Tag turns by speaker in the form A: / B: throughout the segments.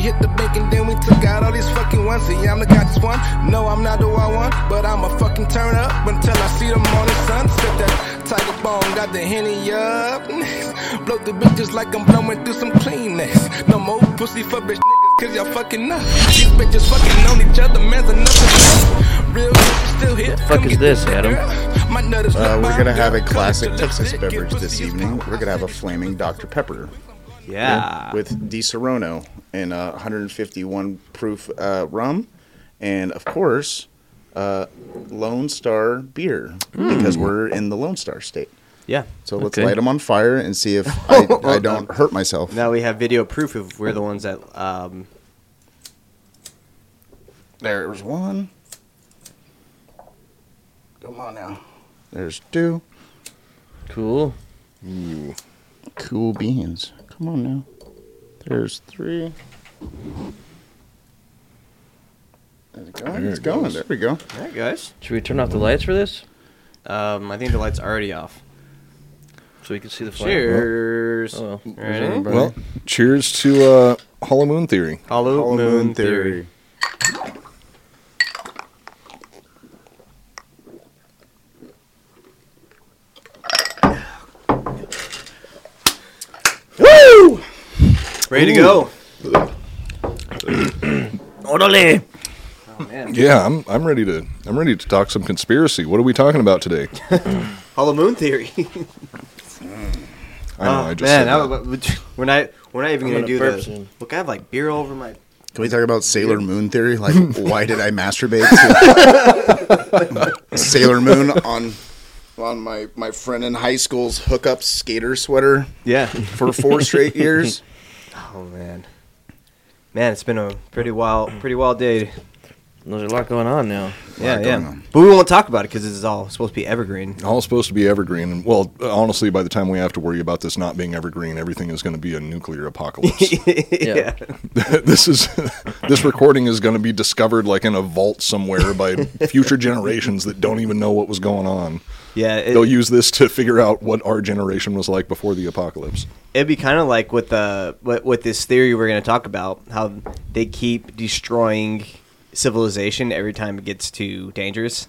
A: fucking then we took out all these fucking ones. See, I'm the guy that's one. No, I'm not the wild one, but I'ma fucking turn up until I see the morning sun. Sip that tiger bone, got the henny up. Blow the bitches like I'm blowing through some Kleenex. No more pussy for bitch niggas, cause y'all fucking up. These bitches fucking on each other, man's another. Real bitches still here.
B: fuck
A: Come
B: is
A: get
B: this,
A: that
B: Adam?
A: girl. My nut is
C: Uh, we're
A: my
C: gonna have a
A: girl.
C: classic
A: Come to
C: Texas
A: lick it,
C: beverage this
A: pussy is
C: evening.
A: fine.
C: We're gonna have a flaming Dr Pepper
D: Yeah.
C: with Di Serono and uh, 151 proof uh, rum, and of course, uh, Lone Star beer because we're in the Lone Star state.
D: Yeah.
C: So let's
B: Okay.
C: light them on fire and see if I, I don't hurt myself.
D: Now we have video proof of we're the ones that um,
C: There's one. Come on now. There's two.
B: Cool.
C: Cool beans. Come on now. There's three. There it going. it's going. There we go.
D: All right, guys.
B: Should we turn off the lights for this
D: Um, I think the light's already off.
B: so we can see the flame?
D: Cheers.
B: Oh, well.
D: Ready?
E: Well, cheers to uh, Hollow Moon Theory.
D: Hollow, moon, theory. Ready to go.
B: Orderly.
E: Yeah, I'm I'm ready to I'm ready to talk some conspiracy. What are we talking about today?
D: Hollow moon theory.
E: I know
D: Oh,
E: I just
D: man,
E: said
D: I,
E: that.
D: would- we're not we're not even
B: I'm
D: gonna,
B: gonna
D: do
B: burp
D: this.
B: soon.
D: Look, I have like beer all over my.
C: Can we talk about Sailor Moon theory? Like, why did I masturbate? To Sailor Moon on on my my friend in high school's hookup skater sweater
D: Yeah.
C: for four straight years.
D: oh man. Man, it's been a pretty wild, pretty wild day.
B: There's a lot going on now.
D: Yeah,
C: going
D: yeah.
C: on.
D: But we won't talk about it because this is all supposed to be evergreen.
E: all supposed to be evergreen. And well, honestly, by the time we have to worry about this not being evergreen, everything is going to be a nuclear apocalypse.
B: Yeah.
E: this is this recording is going to be discovered like in a vault somewhere by future generations that don't even know what was going on.
D: Yeah, it-
E: They'll use this to figure out what our generation was like before the apocalypse.
D: It'd be kind of like with the what with this theory we're going to talk about how they keep destroying civilization every time it gets too dangerous.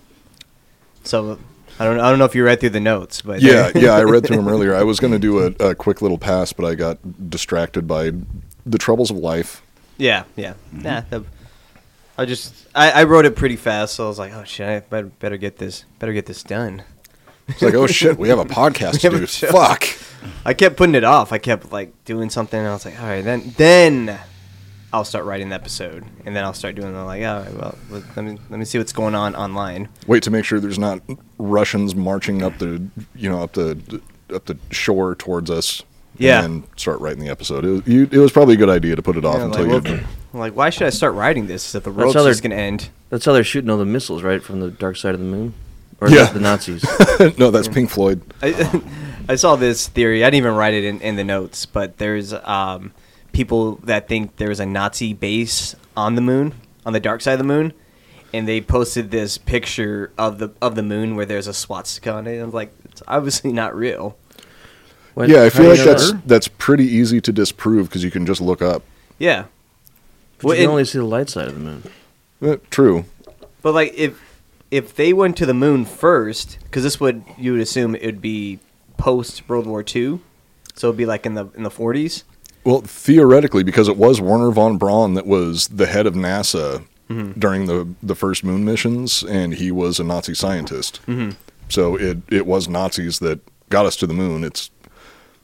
D: So I don't I don't know if you read through the notes, but
E: Yeah, yeah, I read through them earlier. I was going to do a, a quick little pass, but I got distracted by the troubles of life.
D: yeah, yeah. Nah, the- I just I, I wrote it pretty fast, so I was like, oh shit, I better, better get this better get this done.
E: It's like, oh shit, we have a podcast to
D: We have
E: do.
D: a show.
E: Fuck.
D: I kept putting it off. I kept like doing something, and I was like, all right, then then I'll start writing the episode, and then I'll start doing the like, all right, well, let me let me see what's going on online.
E: Wait to make sure there's not Russians marching up the, you know, up the up the shore towards us.
D: Yeah.
E: And then start writing the episode. It was, you, it was probably a good idea to put it off
D: Yeah,
E: until
D: like,
E: you.
D: well, like, why should I start writing this if the world's
B: how they're-
D: just going to end?
B: That's how they're shooting all the missiles, right, from the dark side of the moon, or
E: Yeah.
B: the Nazis.
E: no, that's Pink Floyd.
D: I, I saw this theory. I didn't even write it in, in the notes, but there's um, people that think there's a Nazi base on the moon, on the dark side of the moon, and they posted this picture of the of the moon where there's a swastika on it. And I'm like, it's obviously not real.
B: What-
E: Yeah, I
B: how
E: feel like
B: do you know
E: that's
B: that?
E: that's pretty easy to disprove because you can just look up.
D: Yeah,
B: But you
D: Well,
B: can
D: it-
B: only see the light side of the moon.
E: Eh, true.
D: But like if if they went to the moon first, because this would you would assume it would be post World War II, so it'd be like in the in the forties.
E: Well, theoretically, because it was Werner von Braun that was the head of NASA during the, the first moon missions, and he was a Nazi scientist.
D: Mm-hmm.
E: So it, it was Nazis that got us to the moon. It's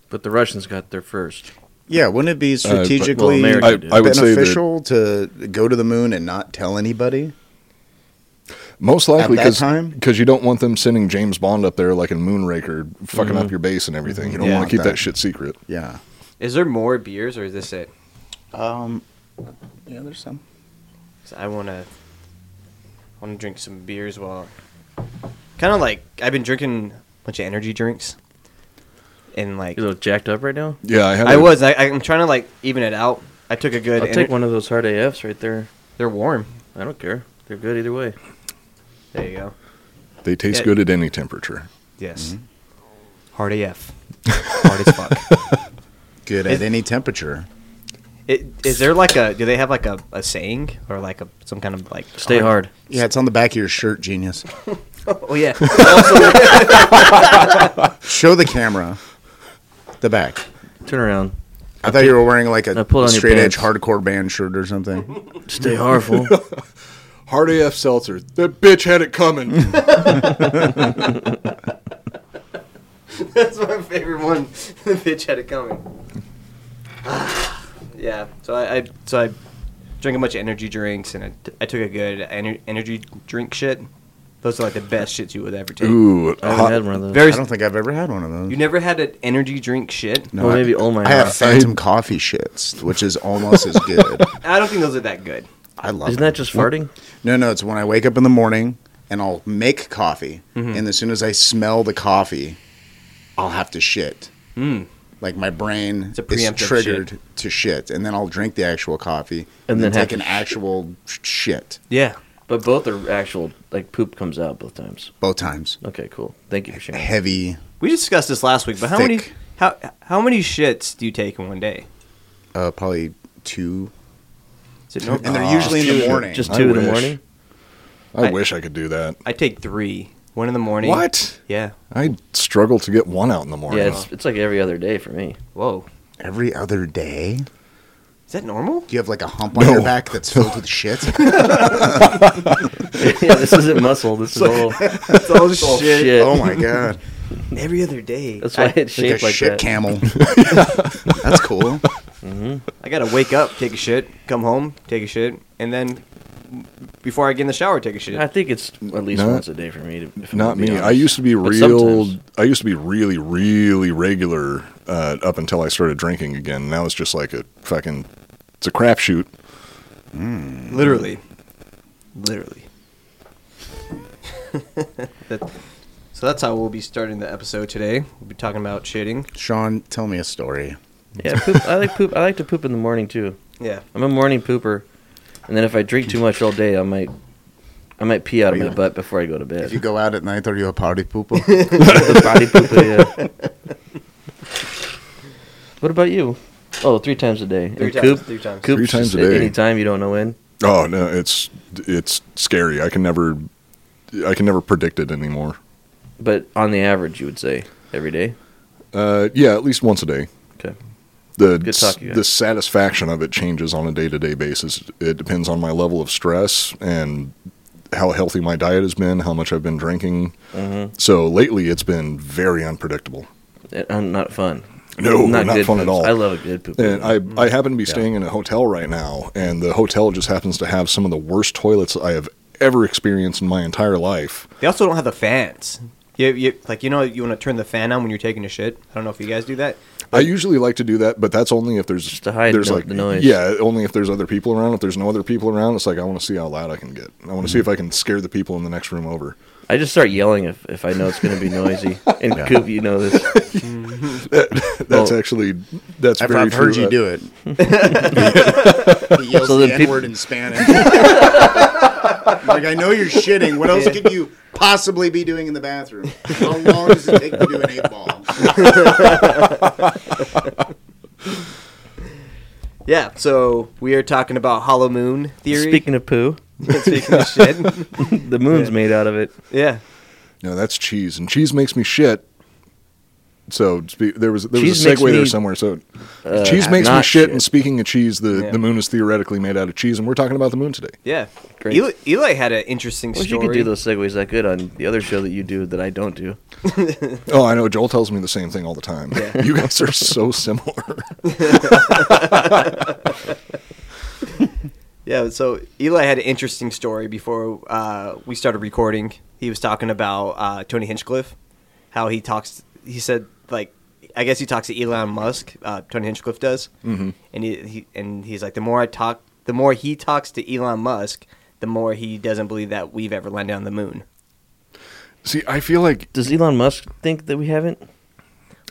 B: But the Russians got there first.
C: Yeah, wouldn't it be
B: well,
C: strategically
B: America
E: I,
B: did.
E: I would say that
C: beneficial to go to the moon and not tell anybody?
E: most likely
C: that time?
E: because you don't want them sending James Bond up there like in Moonraker, fucking up your base and everything. You don't
D: Mm-hmm. Yeah.
E: want to keep
C: That-
E: that shit secret.
C: Yeah.
D: Is there more beers or is this it?
C: Um. Yeah, there's some.
D: 'Cause I wanna wanna drink some beers while kind of like I've been drinking a bunch of energy drinks and like
B: You're a little jacked up right now.
E: Yeah, I had.
D: I
E: a-
D: was I, I'm trying to like even it out. I took a good.
B: I'll take
D: ener-
B: one of those hard AFs right there.
D: They're warm.
B: I don't care. They're good either way.
D: There you go.
E: They taste
D: Yeah.
E: good at any temperature.
D: Yes. Hard AF. Hard as fuck.
C: Good at any temperature.
D: It, is there like a? Do they have like a, a saying or like a some kind of like?
B: Stay hard.
C: Yeah, it's on the back of your shirt, genius.
D: Oh yeah.
C: Show the camera the back.
B: Turn around.
C: I thought you were wearing like a,
B: I pulled on your
C: straight edge
B: pants.
C: hardcore band shirt or something.
B: Stay hard, fool.
E: Hard AF Seltzer. That bitch had it coming.
D: That's my favorite one. the bitch had it coming. yeah. So I, I so I drink a bunch of energy drinks and I, t- I took a good ener- energy drink shit. Those are like the best shits you would ever take.
E: Ooh,
B: I haven't
E: hot-
B: had one of those.
D: Very.
C: I don't think I've ever had one of those.
D: you never had an energy drink shit.
C: No,
B: Well,
C: I-
B: maybe all my
C: I have
B: life.
C: phantom coffee shits, which is almost as good.
D: I don't think those are that good.
C: I love
B: Isn't
C: it.
B: that just farting?
C: No, no, it's when I wake up in the morning and I'll make coffee,
B: Mm-hmm.
C: and as soon as I smell the coffee, I'll have to shit.
B: Hmm.
C: Like my brain
D: a
C: is
D: preemptive
C: triggered to shit, and then I'll drink the actual coffee and,
B: then
C: then,
B: have
C: take an
B: to sh-
C: actual sh- shit
D: Yeah.
B: But both are actual. Like poop comes out both times.
C: both times.
B: Okay, cool. Thank you for sharing.
C: Heavy.
D: We discussed this last week, but how many
C: Thick.
D: how how many shits do you take in one day?
C: uh, probably two,
D: Is it uh, normal?
C: and they're usually in the morning.
B: Just
E: I
B: two in the
E: wish.
B: morning.
E: I,
D: I-
E: wish I could do that.
D: I take three. One in the morning.
E: What?
D: Yeah.
E: I struggle to get one out in the morning.
B: Yeah, it's, it's like every other day for me.
D: Whoa.
C: every other day.
D: Is that normal?
C: Do you have like a hump on your back that's filled with shit?
B: yeah, this isn't muscle. This is all
D: It's all
B: shit.
C: oh my god,
D: Every other day.
B: That's why it's
C: like a
B: shaped like
C: shit
B: that.
C: camel. that's cool.
D: I gotta wake up, take a shit, come home, take a shit, and then before I get in the shower, take a shit.
B: I think it's at least
E: Not-
B: once a day for me. To, if I'm
E: Not
B: gonna be
E: me. I
B: honest.
E: used to be
B: But
E: real.
B: sometimes.
E: I used to be really, really regular uh, up until I started drinking again. Now it's just like a fucking. It's a crapshoot.
D: Literally. Literally. that, so that's how we'll be starting the episode today. We'll be talking about shitting.
C: Sean, tell me a story.
B: Yeah, poop, I like poop. I like to poop in the morning too.
D: Yeah.
B: I'm a morning pooper, and then if I drink too much all day, I might, I might pee out of my butt before I go to
C: If you
B: bed.
C: go out at night, are you a party pooper?
B: Body pooper, yeah. What about you? Oh, three times a day.
D: Three
B: And
D: times,
B: Coop,
D: three times.
B: Coop's
E: Three times
B: just
E: a day.
B: Any time you don't know when.
E: Oh no, it's it's scary. I can never, I can never predict it anymore.
B: But on the average, you would say every day.
E: Uh, yeah, at least once a day.
B: Okay.
E: The
B: Good talk, you
E: the
B: guys.
E: satisfaction of it changes on a day to day basis. It depends on my level of stress and how healthy my diet has been, how much I've been drinking.
B: Mm-hmm.
E: So lately, it's been very unpredictable.
B: Uh, uh, not fun.
E: No, not
B: good
E: fun at
B: poops.
E: all.
B: I love a good poop.
E: And I,
B: Mm-hmm.
E: I happen to be staying in a hotel right now, and the hotel just happens to have some of the worst toilets I have ever experienced in my entire life.
D: They also don't have the fans. You, you, like, you know, you want to turn the fan on when you're taking a shit. I don't know if you guys do that.
E: I usually like to do that, but that's only if there's just
B: to hide
E: there's
B: the-
E: like
B: the noise.
E: Yeah, only if there's other people around. If there's no other people around, it's like I want to see how loud I can get. I want to
B: Mm-hmm.
E: see if I can scare the people in the next room over.
B: I just start yelling if, if I know it's going to be noisy. And Coop, you know this.
E: That's
B: Well-
E: actually that's
C: I've,
E: very
C: I've heard
E: true.
C: you
E: Uh,
C: do it. he yells
B: So
C: the
B: then peop-
C: N-word in Spanish. like, I know you're shitting. What else could you possibly be doing in the bathroom? How long does it take to do an eight ball?
D: Yeah, so we are talking about Hollow Moon theory.
B: Speaking of poo,
D: Speaking of shit.
B: the moon's made out of it.
D: yeah.
E: No, that's cheese, and cheese makes me shit. So spe- there was there
B: Cheese
E: was a
B: makes
E: segue there
B: me, uh,
E: somewhere. So cheese makes me
B: not
E: shit,
B: shit.
E: And speaking of cheese, the
D: Yeah.
E: the moon is theoretically made out of cheese, and we're talking about the moon today.
D: Yeah.
B: Great.
D: Eli, Eli had an interesting
B: I wish you
D: story.
B: could do those segues that good on the other show that you do that I don't do.
E: Oh, I know. Joel tells me the same thing all the time. you guys are so similar.
D: Yeah, so Eli had an interesting story before uh, we started recording. He was talking about uh, Tony Hinchcliffe, how he talks. He said, like, I guess he talks to Elon Musk. Uh, Tony Hinchcliffe does, mm-hmm. and he, he and he's like, the more I talk, the more he talks to Elon Musk, the more he doesn't believe that we've ever landed on the moon.
E: See, I feel like
B: Does Elon Musk think that we haven't?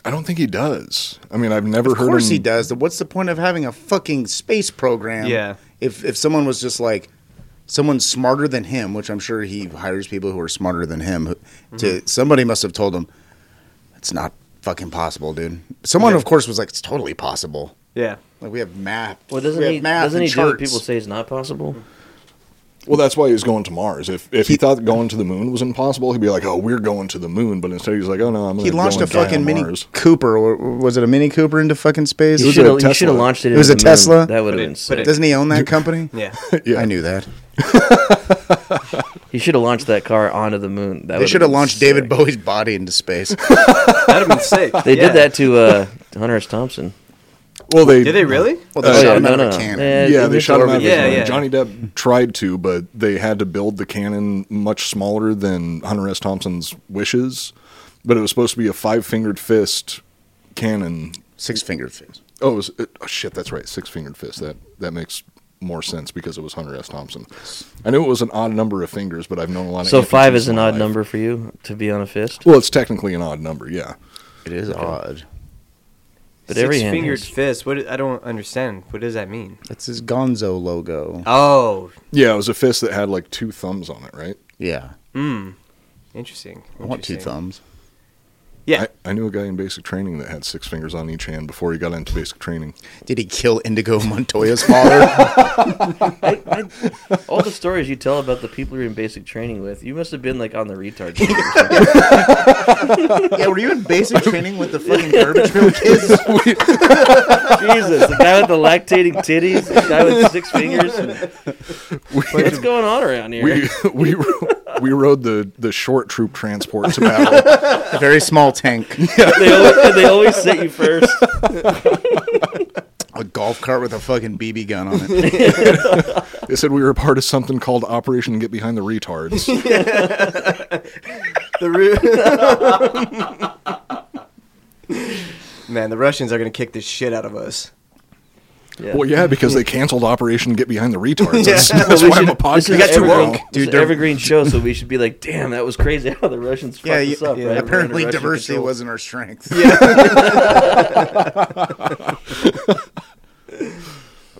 E: I don't think he does. I mean, I've never
C: Of
E: heard
C: course
E: him.
C: he does. What's the point of having a fucking space program?
D: Yeah.
C: If if someone was just like someone smarter than him, which I'm sure he hires people who are smarter than him, who-
E: Mm-hmm.
C: to somebody must have told him it's not fucking possible, dude. Someone of course was like it's totally possible.
D: Yeah.
C: Like we have math.
B: Well, doesn't
C: we have
B: he? Doesn't he
C: and
B: do what
C: charts.
B: people say is not possible?
E: Well, that's why he's going to Mars. If if he thought going to the moon was impossible, he'd be like, "Oh, we're going to the moon," but instead he's like, "Oh no, I'm."
C: He
E: gonna
C: launched a
E: go and die
C: fucking
E: on
C: Mini
E: Mars.
C: Cooper. or- or Was it a Mini Cooper into fucking space?
B: You
E: was
B: should
E: a
B: have you should
E: Tesla.
B: have launched it.
C: It was
B: into
C: a
B: the moon.
C: Tesla?
B: That would
D: But
B: have
D: it-
B: been
D: but
B: sick.
D: it-
C: Doesn't he own that company?
D: Yeah.
E: Yeah.
C: I knew that.
B: He should have launched that car onto the moon. That
C: They should have launched David
B: Bowie.
C: Bowie's body into space.
B: Oh,
D: That'd have been sick.
B: They
D: Yeah.
B: did that to uh, Hunter S. Thompson.
E: Well, they
D: Did they really?
C: Well, they
E: Uh,
C: shot
E: yeah,
C: him out
B: no,
C: of a
B: no.
C: cannon.
B: Yeah.
E: yeah,
B: in
E: they
B: this
E: shot him out of
B: orbit.
E: his
D: Yeah,
E: mind.
D: yeah.
E: Johnny Depp tried to, but they had to build the cannon much smaller than Hunter S. Thompson's wishes. But it was supposed to be a five fingered fist cannon.
C: Six fingered fist.
E: Oh, it was, it- oh shit, that's right, six fingered fist. That that makes more sense because it was Hunter S. Thompson. I knew it was an odd number of fingers, but I've known a lot. of
B: So
E: amputations
B: five is
E: in
B: an
E: my
B: odd
E: life.
B: number for you to be on a fist,
E: Well, it's technically an odd number, yeah.
C: It is odd.
B: but every hand
D: fingered
B: has-
D: fist. What I don't understand. What does that mean?
C: That's his Gonzo logo.
D: Oh,
E: Yeah, it was a fist that had like two thumbs on it, right?
C: Yeah.
D: mm. interesting.
C: I want two thumbs.
D: Yeah.
E: I, I knew a guy in basic training that had six fingers on each hand before he got into basic training.
C: Did he kill Indigo Montoya's father?
B: I, I, all the stories you tell about the people you're in basic training with, you must have been like on the retard. team or something.
C: yeah, were you in basic training with the fucking garbage pail kids?
B: Jesus, the guy with the lactating titties, the guy with six fingers. and- What's going on around here?
E: we we ro- we rode the the short troop transport to battle.
C: A very small tank.
B: they, always, they always set you first.
C: A golf cart with a fucking BB gun on it.
E: They said we were a part of something called Operation Get Behind the Retards.
D: The Ru- Man, the Russians are gonna kick the shit out of us.
B: Yeah.
E: Well, yeah, because they canceled Operation Get Behind the Retards. That's,
D: Yeah.
E: that's
B: We
E: why I'm a
B: should- this is
E: podcast.
D: got to
B: evergreen,
D: work.
B: this
C: Dude,
B: is
C: they're-
B: evergreen show, so we should be like, "Damn, that was crazy how the Russians fucked
C: yeah,
B: us
C: you,
B: up."
C: yeah,
B: right?
C: apparently
B: Russian
C: diversity
B: control.
C: wasn't our strength.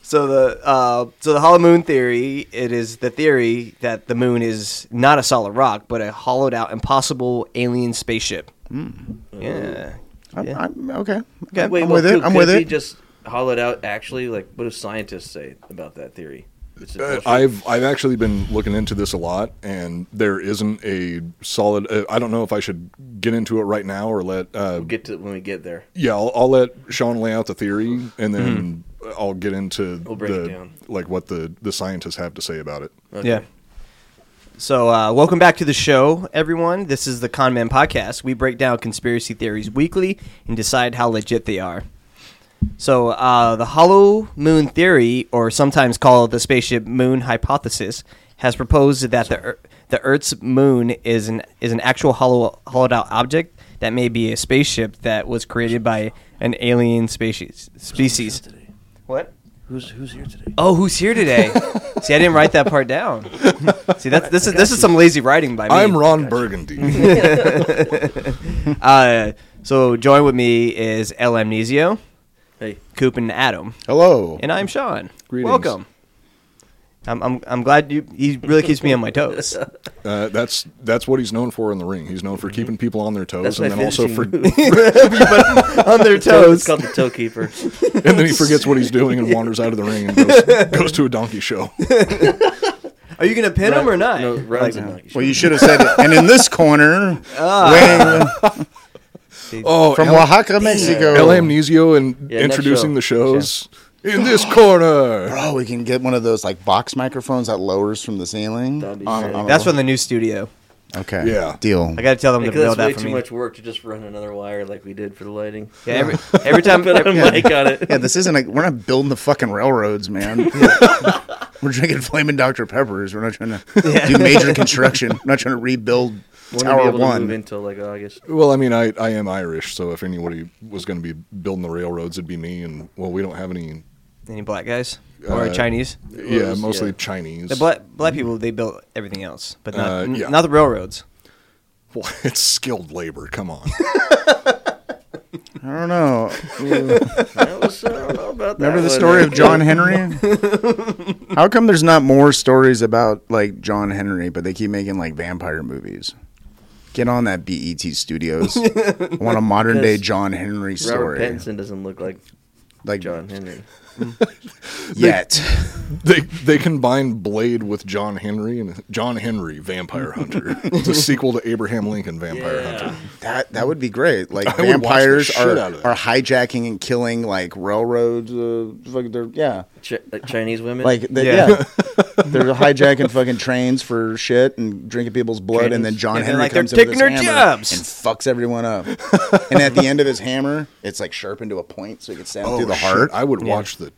D: So the uh, so the hollow moon theory it is the theory that the moon is not a solid rock but a hollowed out impossible alien spaceship.
C: Hmm.
D: Yeah.
C: I'm,
D: Yeah.
C: I'm- okay.
D: Okay.
C: I'm
B: Wait, well,
C: with it.
B: could-
C: I'm with
B: could
C: it.
B: He just hollowed out. Actually, like, what do scientists say about that theory? It's a
E: Uh,
B: bullshit.
E: I've I've actually been looking into this a lot, and there isn't a solid. Uh, I don't know if I should get into it right now or let uh,
B: we'll get to it when we get there.
E: Yeah, I'll, I'll let Sean lay out the theory, and then I'll get into
B: We'll break it
E: the-
B: down.
E: like what the the scientists have to say about it.
D: Yeah. So, uh, welcome back to the show, everyone. This is the Con Man Podcast. We break down conspiracy theories weekly and decide how legit they are. So, uh, the Hollow Moon Theory, or sometimes called the Spaceship Moon Hypothesis, has proposed that the Ear- the Earth's moon is an is an actual hollow hollowed out object that may be a spaceship that was created by an alien species. Species. What?
B: Who's who's here today?
D: Oh, who's here today? See, I didn't write that part down. See, that's this is this is some lazy writing by me.
E: I'm Ron Burgundy.
D: Uh, so join with me is El Amnesio,
B: Hey,
D: Coop, and Adam,
C: Hello.
D: and I'm Sean.
E: Greetings.
D: Welcome. I'm, I'm I'm glad you. He really keeps me on my toes.
E: uh, that's that's what he's known for in the ring. He's known for keeping people on their toes,
B: Mm-hmm. that's
E: and
B: my
E: then also
B: finishing move.
E: for
D: on their
B: It's
D: toes.
B: called the toe keeper.
E: and then he forgets what he's doing and wanders out of the ring and goes, goes to a donkey show.
D: Are you gonna pin him or not?
B: No, runs
D: Like,
B: a donkey.
C: Well, you should have said it. And in this corner, weighing
E: Oh,
C: from
E: El,
C: Oaxaca, Mexico.
E: El Amnesio and
B: Yeah, next
E: introducing
B: show.
E: the shows in this corner.
C: Bro, we can get one of those like box microphones that lowers from the ceiling.
B: That'd be sick.
C: a-
D: That's from the new studio.
C: okay.
E: Yeah.
C: deal.
D: I gotta tell them to
B: Because
D: build
B: that's way
D: that for
B: too
D: me.
B: much work to just run another wire like we did for the lighting.
D: Yeah, every, every time.
B: Put a mic on
C: yeah,
B: it.
C: this isn't like we're not building the fucking railroads, man. we're drinking flaming Dr Peppers. We're not trying to do major construction. We're not trying to rebuild
B: Wouldn't be
C: Tower
B: able to move
C: One.
B: until like August.
E: Well, I mean, I, I am Irish, so if anybody was going to be building the railroads, it'd be me. And well, we don't have any.
D: any black guys or
E: Uh,
D: Chinese?
E: Yeah,
B: was-
E: mostly
B: yeah.
E: Chinese.
D: The black black people they built everything else, but not
E: Uh,
D: n-
E: yeah.
D: not the railroads.
E: Well, it's skilled labor. Come on.
C: I don't know.
B: That was, uh, I don't know about that.
C: Remember the
B: one.
C: story of
E: eh?
C: John Henry? How come there's not more stories about like John Henry, but they keep making like vampire movies? Get on that BET Studios. I want a modern day
B: Because
C: John Henry
B: Robert
C: story.
B: Pattinson doesn't look like
C: Like
B: John Henry.
C: yet.
E: They they combined Blade with John Henry and John Henry Vampire Hunter. it's a sequel to Abraham Lincoln Vampire Hunter.
C: That that would be great. Like
E: would watch the
C: vampires
E: shit
C: are
E: out of that.
C: are hijacking and killing like railroads. Uh, fucking, they're, yeah,
B: Ch- like Chinese women.
C: like they,
D: Yeah.
C: yeah, they're hijacking fucking trains for shit and drinking people's blood. And then
B: Trains.
C: John
D: And they're
C: Henry
D: like, they're
C: comes in with his
D: taking our
C: hammer
D: jobs.
C: and fucks everyone up. and at the end of his hammer, it's like sharpened to a point so he can stab through the
E: Oh, shit,
C: heart.
E: I would watch the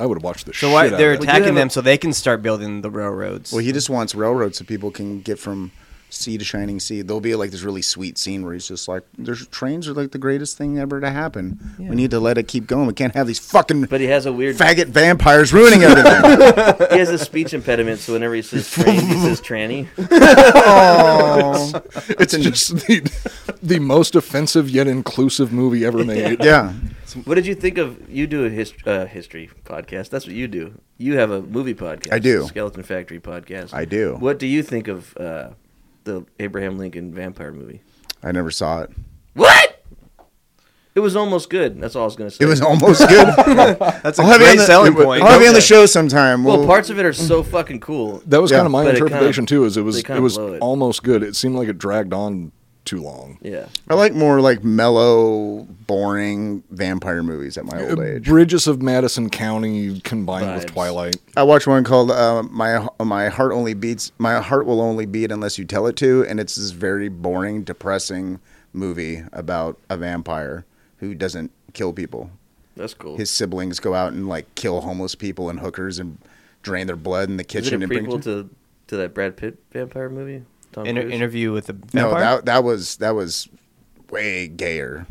E: I would watch the
D: So
E: shit
D: why
E: out
D: they're
E: of that.
D: attacking
B: have
D: them
B: a-
D: so they can start building the railroads?
C: Well, he just wants railroads so people can get from sea to shining sea. There'll be like this really sweet scene where he's just like, "There's trains are like the greatest thing ever to happen. We need to let it keep going. We can't have these fucking
B: but he has a weird.
C: faggot vampires ruining everything."
B: He has a speech impediment, so whenever he says train, he says tranny.
E: It's just the, the most offensive yet inclusive movie ever made.
C: yeah,
B: What did you think of? You do a hist- uh, history podcast. That's what you do. You have a movie podcast.
C: I do.
B: Skeleton Factory podcast.
C: I do.
B: What do you think of uh, the Abraham Lincoln vampire movie?
C: I never saw it.
B: What? It was almost good. That's all I was gonna say.
C: It was almost good.
D: That's a
C: I'll have you on
D: great
C: the,
D: selling
C: I'll
D: point.
C: have you on the show sometime.
B: well,
C: We'll-
B: parts of it are so fucking cool.
E: That was
C: Yeah.
E: kind of my
B: But it
E: interpretation
B: kinda-
E: too. Is it was
B: they
E: it
B: kinda
E: was
B: blow it.
E: almost good. It seemed like it dragged on too long.
B: Yeah.
C: I like more like mellow, boring vampire movies at my old
B: Uh,
C: age.
E: Uh, Bridges of Madison County combined with
B: Vibes.
E: Twilight.
C: I watched one called uh, "My My Heart Only Beats." My heart will only beat unless you tell it to, and it's this very boring, depressing movie about a vampire who doesn't kill people.
B: That's cool.
C: His siblings go out and like kill homeless people and hookers and drain their blood in the
B: Is it
C: kitchen.
B: a
C: and bring
B: prequel to to that Brad Pitt vampire movie? Tom
D: Inter-
B: Cruise?
D: interview with the
C: no,
D: vampire.
C: that that was that was way gayer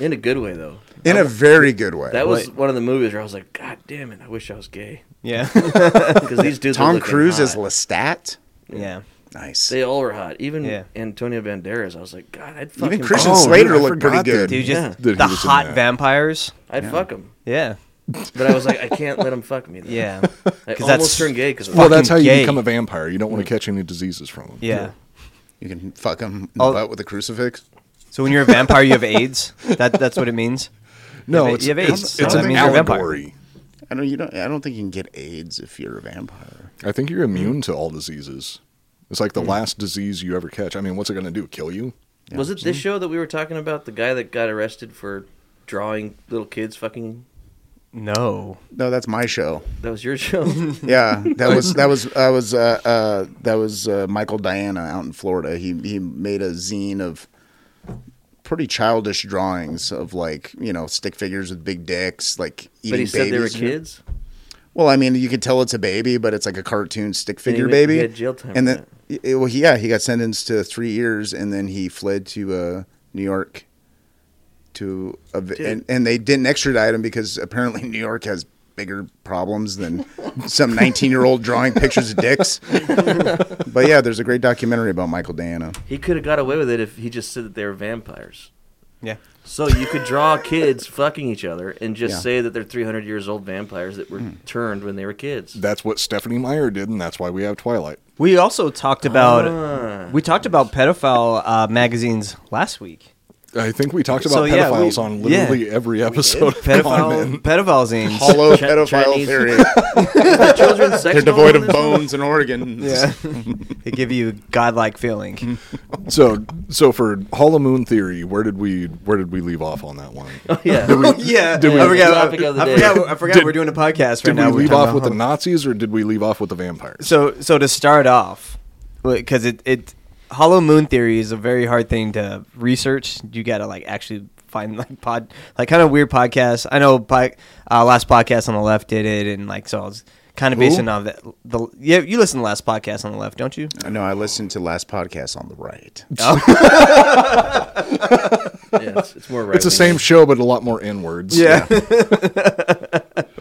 B: in a good way though.
C: in a very good way.
B: That was
D: What?
B: one of the movies where I was like, God damn it! I wish I was gay
D: yeah,
B: because these dudes. were
C: Tom
B: looking
C: Cruise
B: hot.
C: as Lestat.
D: yeah, yeah.
C: Nice.
B: They all were hot. Even
D: Yeah.
B: Antonio Banderas, I was like, God, I'd fucking
C: Even Christian
E: Oh, dude,
C: Slater
E: I
C: looked pretty
E: forgot that
C: good.
D: Dude, just
B: Yeah.
E: Dude, he
D: the
E: was in
D: hot
E: that.
D: vampires.
B: I'd fuck him,
D: Yeah,
B: but I was like, I can't let him fuck me. Though.
D: yeah,
B: I
D: 'Cause
B: almost
D: that's-
B: turned gay because
E: Well, that's how you
D: gay. Hmm.
E: become a vampire. You don't want to catch any diseases from them.
D: yeah.
C: you can fuck him in the
D: I'll-
C: butt with a crucifix.
D: So when you're a vampire, you have AIDS. That that's what it means.
E: No,
D: You have-
E: it's,
D: you have
E: it's,
D: AIDS.
E: it's
D: So that
E: an
D: means you're a vampire.
E: allegory.
C: I don't. You don't. I don't think you can get AIDS if you're a vampire.
E: I think you're immune to all diseases. It's like the
D: Hmm.
E: last disease you ever catch. I mean, what's it going to do? Kill you?
B: was it this show that we were talking about the guy that got arrested for drawing little kids fucking?
D: No,
C: No, that's my show.
B: That was your show.
C: Yeah, that was that was I was uh, uh, that was uh, Michael Diana out in Florida. He he made a zine of pretty childish drawings of like you know stick figures with big dicks, like eating
B: but he said they were
C: babies.
B: kids.
C: Well, I mean, you could tell it's a baby, but it's like a cartoon stick
B: he
C: figure
B: went-
C: baby.
B: he had jail time
C: And
B: for
C: then, it- well, he- yeah, he got sentenced to three years, and then he fled to uh, New York. To a, vi-
B: Dude.
C: and, and they didn't extradite him because apparently New York has bigger problems than some 19 year old drawing pictures of dicks. but yeah, there's a great documentary about Michael Diana.
B: He could have got away with it if he just said that they were vampires.
D: yeah,
B: So you could draw kids fucking each other and just
C: Yeah.
B: say that they're 300 years old vampires that were turned when they were kids.
E: That's what Stephanie Meyer did, and that's why we have Twilight.
D: we also talked about
B: Ah.
D: we talked about pedophile uh, magazines last week.
E: I think we talked about
D: So, yeah, we-
E: pedophiles on literally every episode. of Con
D: Pedophile
E: Men.
D: pedophile zines.
C: Hollow
B: Ch-
C: pedophile
B: Chinese-
C: theory.
B: Children's sex
C: They're devoid of
B: doll in this
C: bones in Oregon.
D: Yeah, they give you a godlike feeling.
E: So, so for Hollow Moon Theory, where did we where did we leave off on that one?
C: Oh.
B: one? Yeah.
D: yeah,
E: Did we-
D: I forgot.
B: Topic of the
D: I
B: day.
D: forgot, I forgot we're doing a podcast right
E: Did
D: now. We're
E: we leave
D: talking
E: off
D: about
E: with the
D: Hol-
E: Nazis, or did we leave off with the vampires?
D: So so to start off, because it it Hollow Moon theory is a very hard thing to research. You got to like actually find like pod like kind of weird podcasts. I know pod, uh, last podcast on the left did it, and like so I was kind of basing on that. The yeah, you listen to last podcast on the left, don't you? Oh.
C: I know. I listened to last podcast on the right.
B: Yeah, it's, it's more right.
E: It's the same show, but a lot more n words.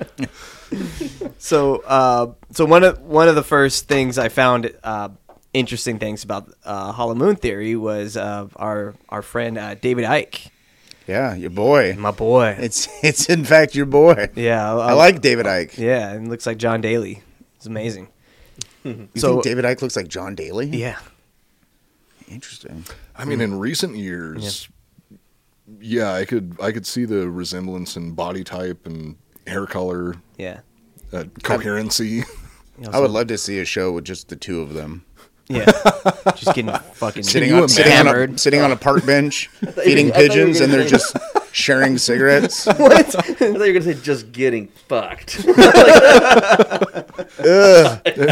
D: so uh, so one of one of the first things I found uh, interesting things about uh, Hollow Moon theory was uh, our our friend uh, David Icke,
C: Yeah, your boy.
D: my boy.
C: It's it's in fact your boy.
D: yeah,
C: I like David Ike.
D: Yeah, and it looks like John Daly. It's amazing.
C: You
D: so
C: think David Ike looks like John Daly?
D: yeah,
C: Interesting.
E: I mean, in recent years, yeah, I could I could see the resemblance in body type and hair color,
D: Yeah.
E: uh, coherency.
C: I would love to see a show with just the two of them
D: Yeah. Just getting fucking
C: sitting
E: you
C: on sitting on, a,
D: hammered.
C: sitting on a park bench, feeding
B: I thought you were
C: pigeons,
B: gonna
C: and they're
B: say-
C: just sharing cigarettes.
B: What? I thought you were gonna say just getting fucked.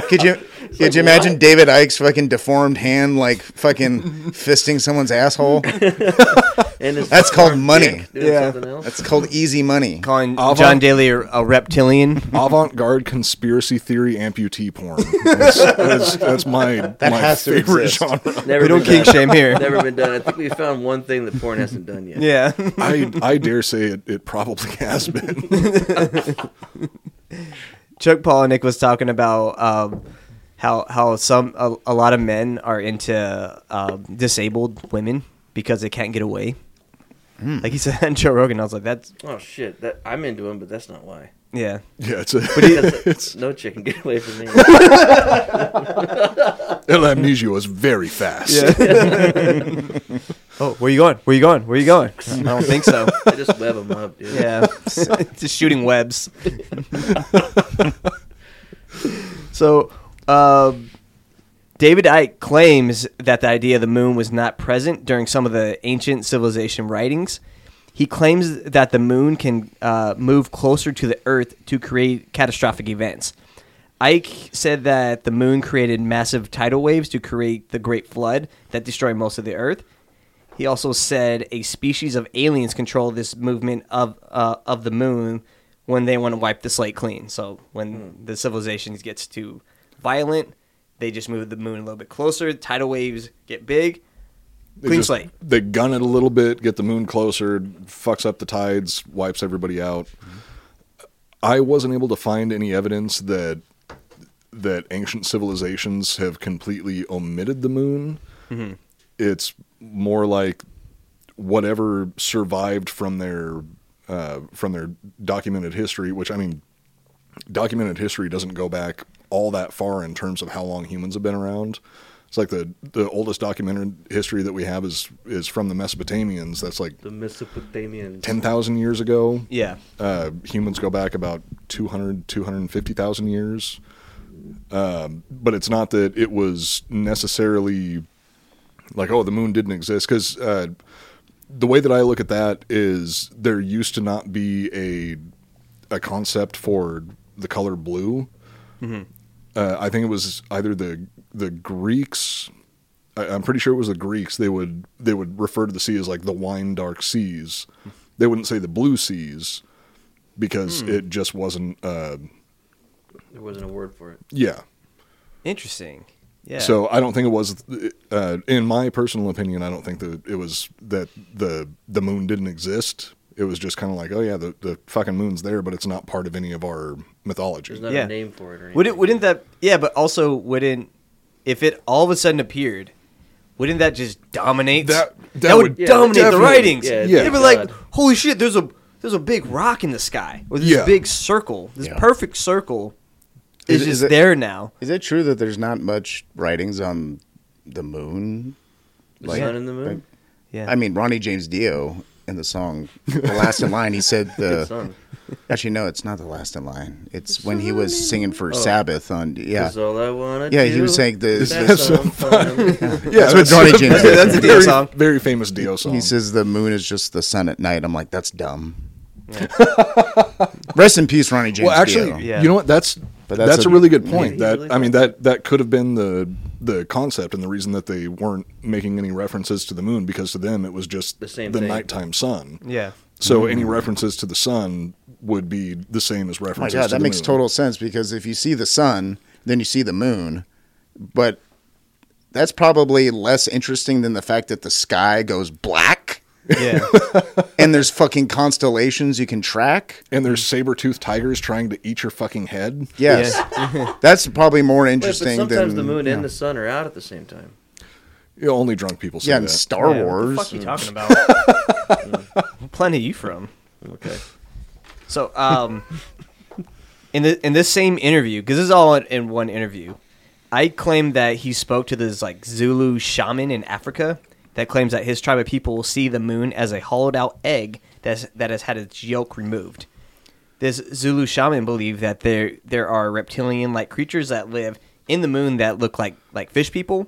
C: Could you could you imagine David Ike's fucking deformed hand like fucking fisting someone's asshole?
B: and it's
C: That's called money.
B: yeah. Something else.
C: That's called easy money.
D: Calling
E: Avant-
D: John Daly a, a reptilian.
E: Avant-garde conspiracy theory amputee porn. That's, that's, that's my my
C: has to
E: favorite
C: exist.
E: genre.
B: Never
D: we don't
B: been
D: kink
B: done.
D: shame here.
B: Never been done. I think we found one thing that porn hasn't done yet.
D: Yeah.
E: I I dare say it, it probably has been.
D: Chuck Paul and Nick was talking about um, how how some a, a lot of men are into um, disabled women because they can't get away. Like he said on Joe Rogan, I was like, "That's
B: Oh shit! That I'm into him, but that's not why.
D: yeah,
E: Yeah, it's a,
B: Because
E: it's
B: no chick can get away from me.
E: El Amnesia was very fast.
D: oh, where you going? Where you going? Where you going?" I don't think so.
B: I just web them up, dude.
D: Yeah, just shooting webs. so, um, David Icke claims that the idea of the moon was not present during some of the ancient civilization writings. He claims that the moon can uh, move closer to the Earth to create catastrophic events. Ike said that the moon created massive tidal waves to create the Great Flood that destroyed most of the Earth. He also said a species of aliens control this movement of uh, of the moon when they want to wipe the slate clean. So when
E: Hmm.
D: the civilization gets too violent, they just move the moon a little bit closer. Tidal waves get big.
E: They
D: Clean
E: just-
D: slate.
E: They gun it a little bit, get the moon closer, fucks up the tides, wipes everybody out. I wasn't able to find any evidence that that ancient civilizations have completely omitted the moon. It's more like whatever survived from their uh, from their documented history, which I mean, documented history doesn't go back all that far in terms of how long humans have been around. It's like the the oldest documented history that we have is is from the Mesopotamians. That's like
B: The Mesopotamian.
E: ten thousand years ago.
D: Yeah,
E: Uh, humans go back about 200, 250,000 years. Um, but it's not that it was necessarily like, oh, the moon didn't exist. Because uh, the way that I look at that is there used to not be a, a concept for the color blue. Uh, I think it was either the the Greeks. I, I'm pretty sure it was the Greeks. They would they would refer to the sea as like the wine dark seas. They wouldn't say the blue seas
B: Hmm.
E: because it just wasn't. Uh,
B: There wasn't a word for it.
E: yeah.
D: interesting. Yeah.
E: So I don't think it was. Uh, in my personal opinion, I don't think that it was that the the moon didn't exist. It was just kind of like, oh yeah, the, the fucking moon's there, but it's not part of any of our mythology.
B: There's not
D: Yeah.
B: a name for it or anything.
D: Would it, wouldn't that? Yeah, but also wouldn't if it all of a sudden appered? Wouldn't that just dominate?
E: That- that
D: would,
E: would- Yeah,
D: dominate the
E: definitely.
D: writings.
B: Yeah,
D: They'd be
B: thank
D: like,
B: God.
D: "Holy shit! There's a there's a big rock in the sky, or this
E: Yeah.
D: big circle, this
C: Yeah.
D: perfect circle is,
C: Is-
D: just
C: is it-
D: there now."
C: Is it true that there's not much writings on the moon?
B: The sun and the moon.
D: Yeah,
C: I mean, Ronnie James Dio in the song "The Last in Line," he said
B: Good
C: the.
B: song.
C: Actually, no, it's not the last in line. It's when he was singing for Sabbath on. Yeah,
B: Is all I wanna
C: yeah,
B: do.
C: he was saying the.
E: Is
C: the
E: that-
B: That's some fun.
E: Yeah,
C: that's what Johnny James.
D: that's- that's a
C: said.
D: Dio
E: very,
D: song.
E: Very famous Dio song.
C: He says the moon is just the sun at night. I'm like, that's dumb. Rest in peace, Ronnie James.
E: well, actually,
C: Dio.
D: Yeah.
E: you know what? That's
C: But
E: that's,
C: that's
E: a,
C: a-
E: really good point.
B: Yeah,
E: that
B: really
E: I mean that that could have been the the concept and the reason that they weren't making any references to the moon because to them it was just
B: The same
E: the
B: thing.
E: nighttime sun.
D: yeah,
E: So any references to the sun would be the same as
C: Mm. Oh my
E: references.
C: god,
E: to
C: that
E: the
C: makes
E: moon.
C: total sense because if you see the sun, then you see the moon, but that's probably less interesting than the fact that the sky goes black
D: yeah.
C: and there's fucking constellations you can track.
E: And there's saber-toothed tigers trying to eat your fucking head.
C: Yes, that's probably more
B: Wait, but
C: interesting
B: sometimes
C: than
B: the moon and the sun are out at the same time.
E: You know, only drunk people say
C: yeah, and
E: that.
C: Star
D: Yeah, what the
C: Wars.
D: fuck you talking about? what planet are you from?
B: Okay.
D: So, um, in the in this same interview, because this is all in, in one interview, I claimed that he spoke to this like Zulu shaman in Africa, that claims that his tribe of people will see the moon as a hollowed out egg that's, that has had its yolk removed. This Zulu shaman believed that there there are reptilian like creatures that live in the moon that look like like fish people.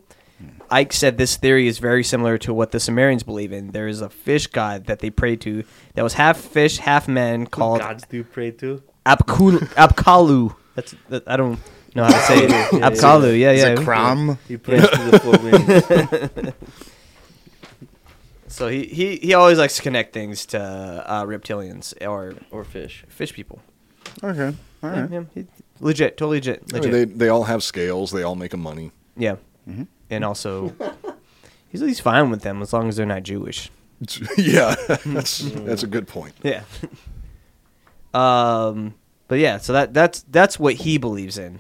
D: Ike said this theory is very similar to what the Sumerians believe in. There is a fish god that they pray to that was half fish, half man called
B: Gods do pray to.
D: Apkul, Apkalu. That's that, I don't know how to say it.
B: Yeah, yeah, yeah.
D: Apkalu, yeah, yeah.
C: Is it Crom?
B: He prays to the four winds.
D: So he, he, he always likes to connect things to uh, reptilians or
B: or fish.
D: fish people.
C: Okay. All right. Oh,
D: Yeah, he- legit, totally legit,
E: I
D: legit.
E: mean, they they all have scales. They all make them money.
D: yeah,
C: Mm-hmm.
D: and also he's he's fine with them as long as they're not Jewish.
E: yeah, that's
C: Mm.
E: that's a good point.
D: Yeah. um, but yeah, so that that's that's what he believes in.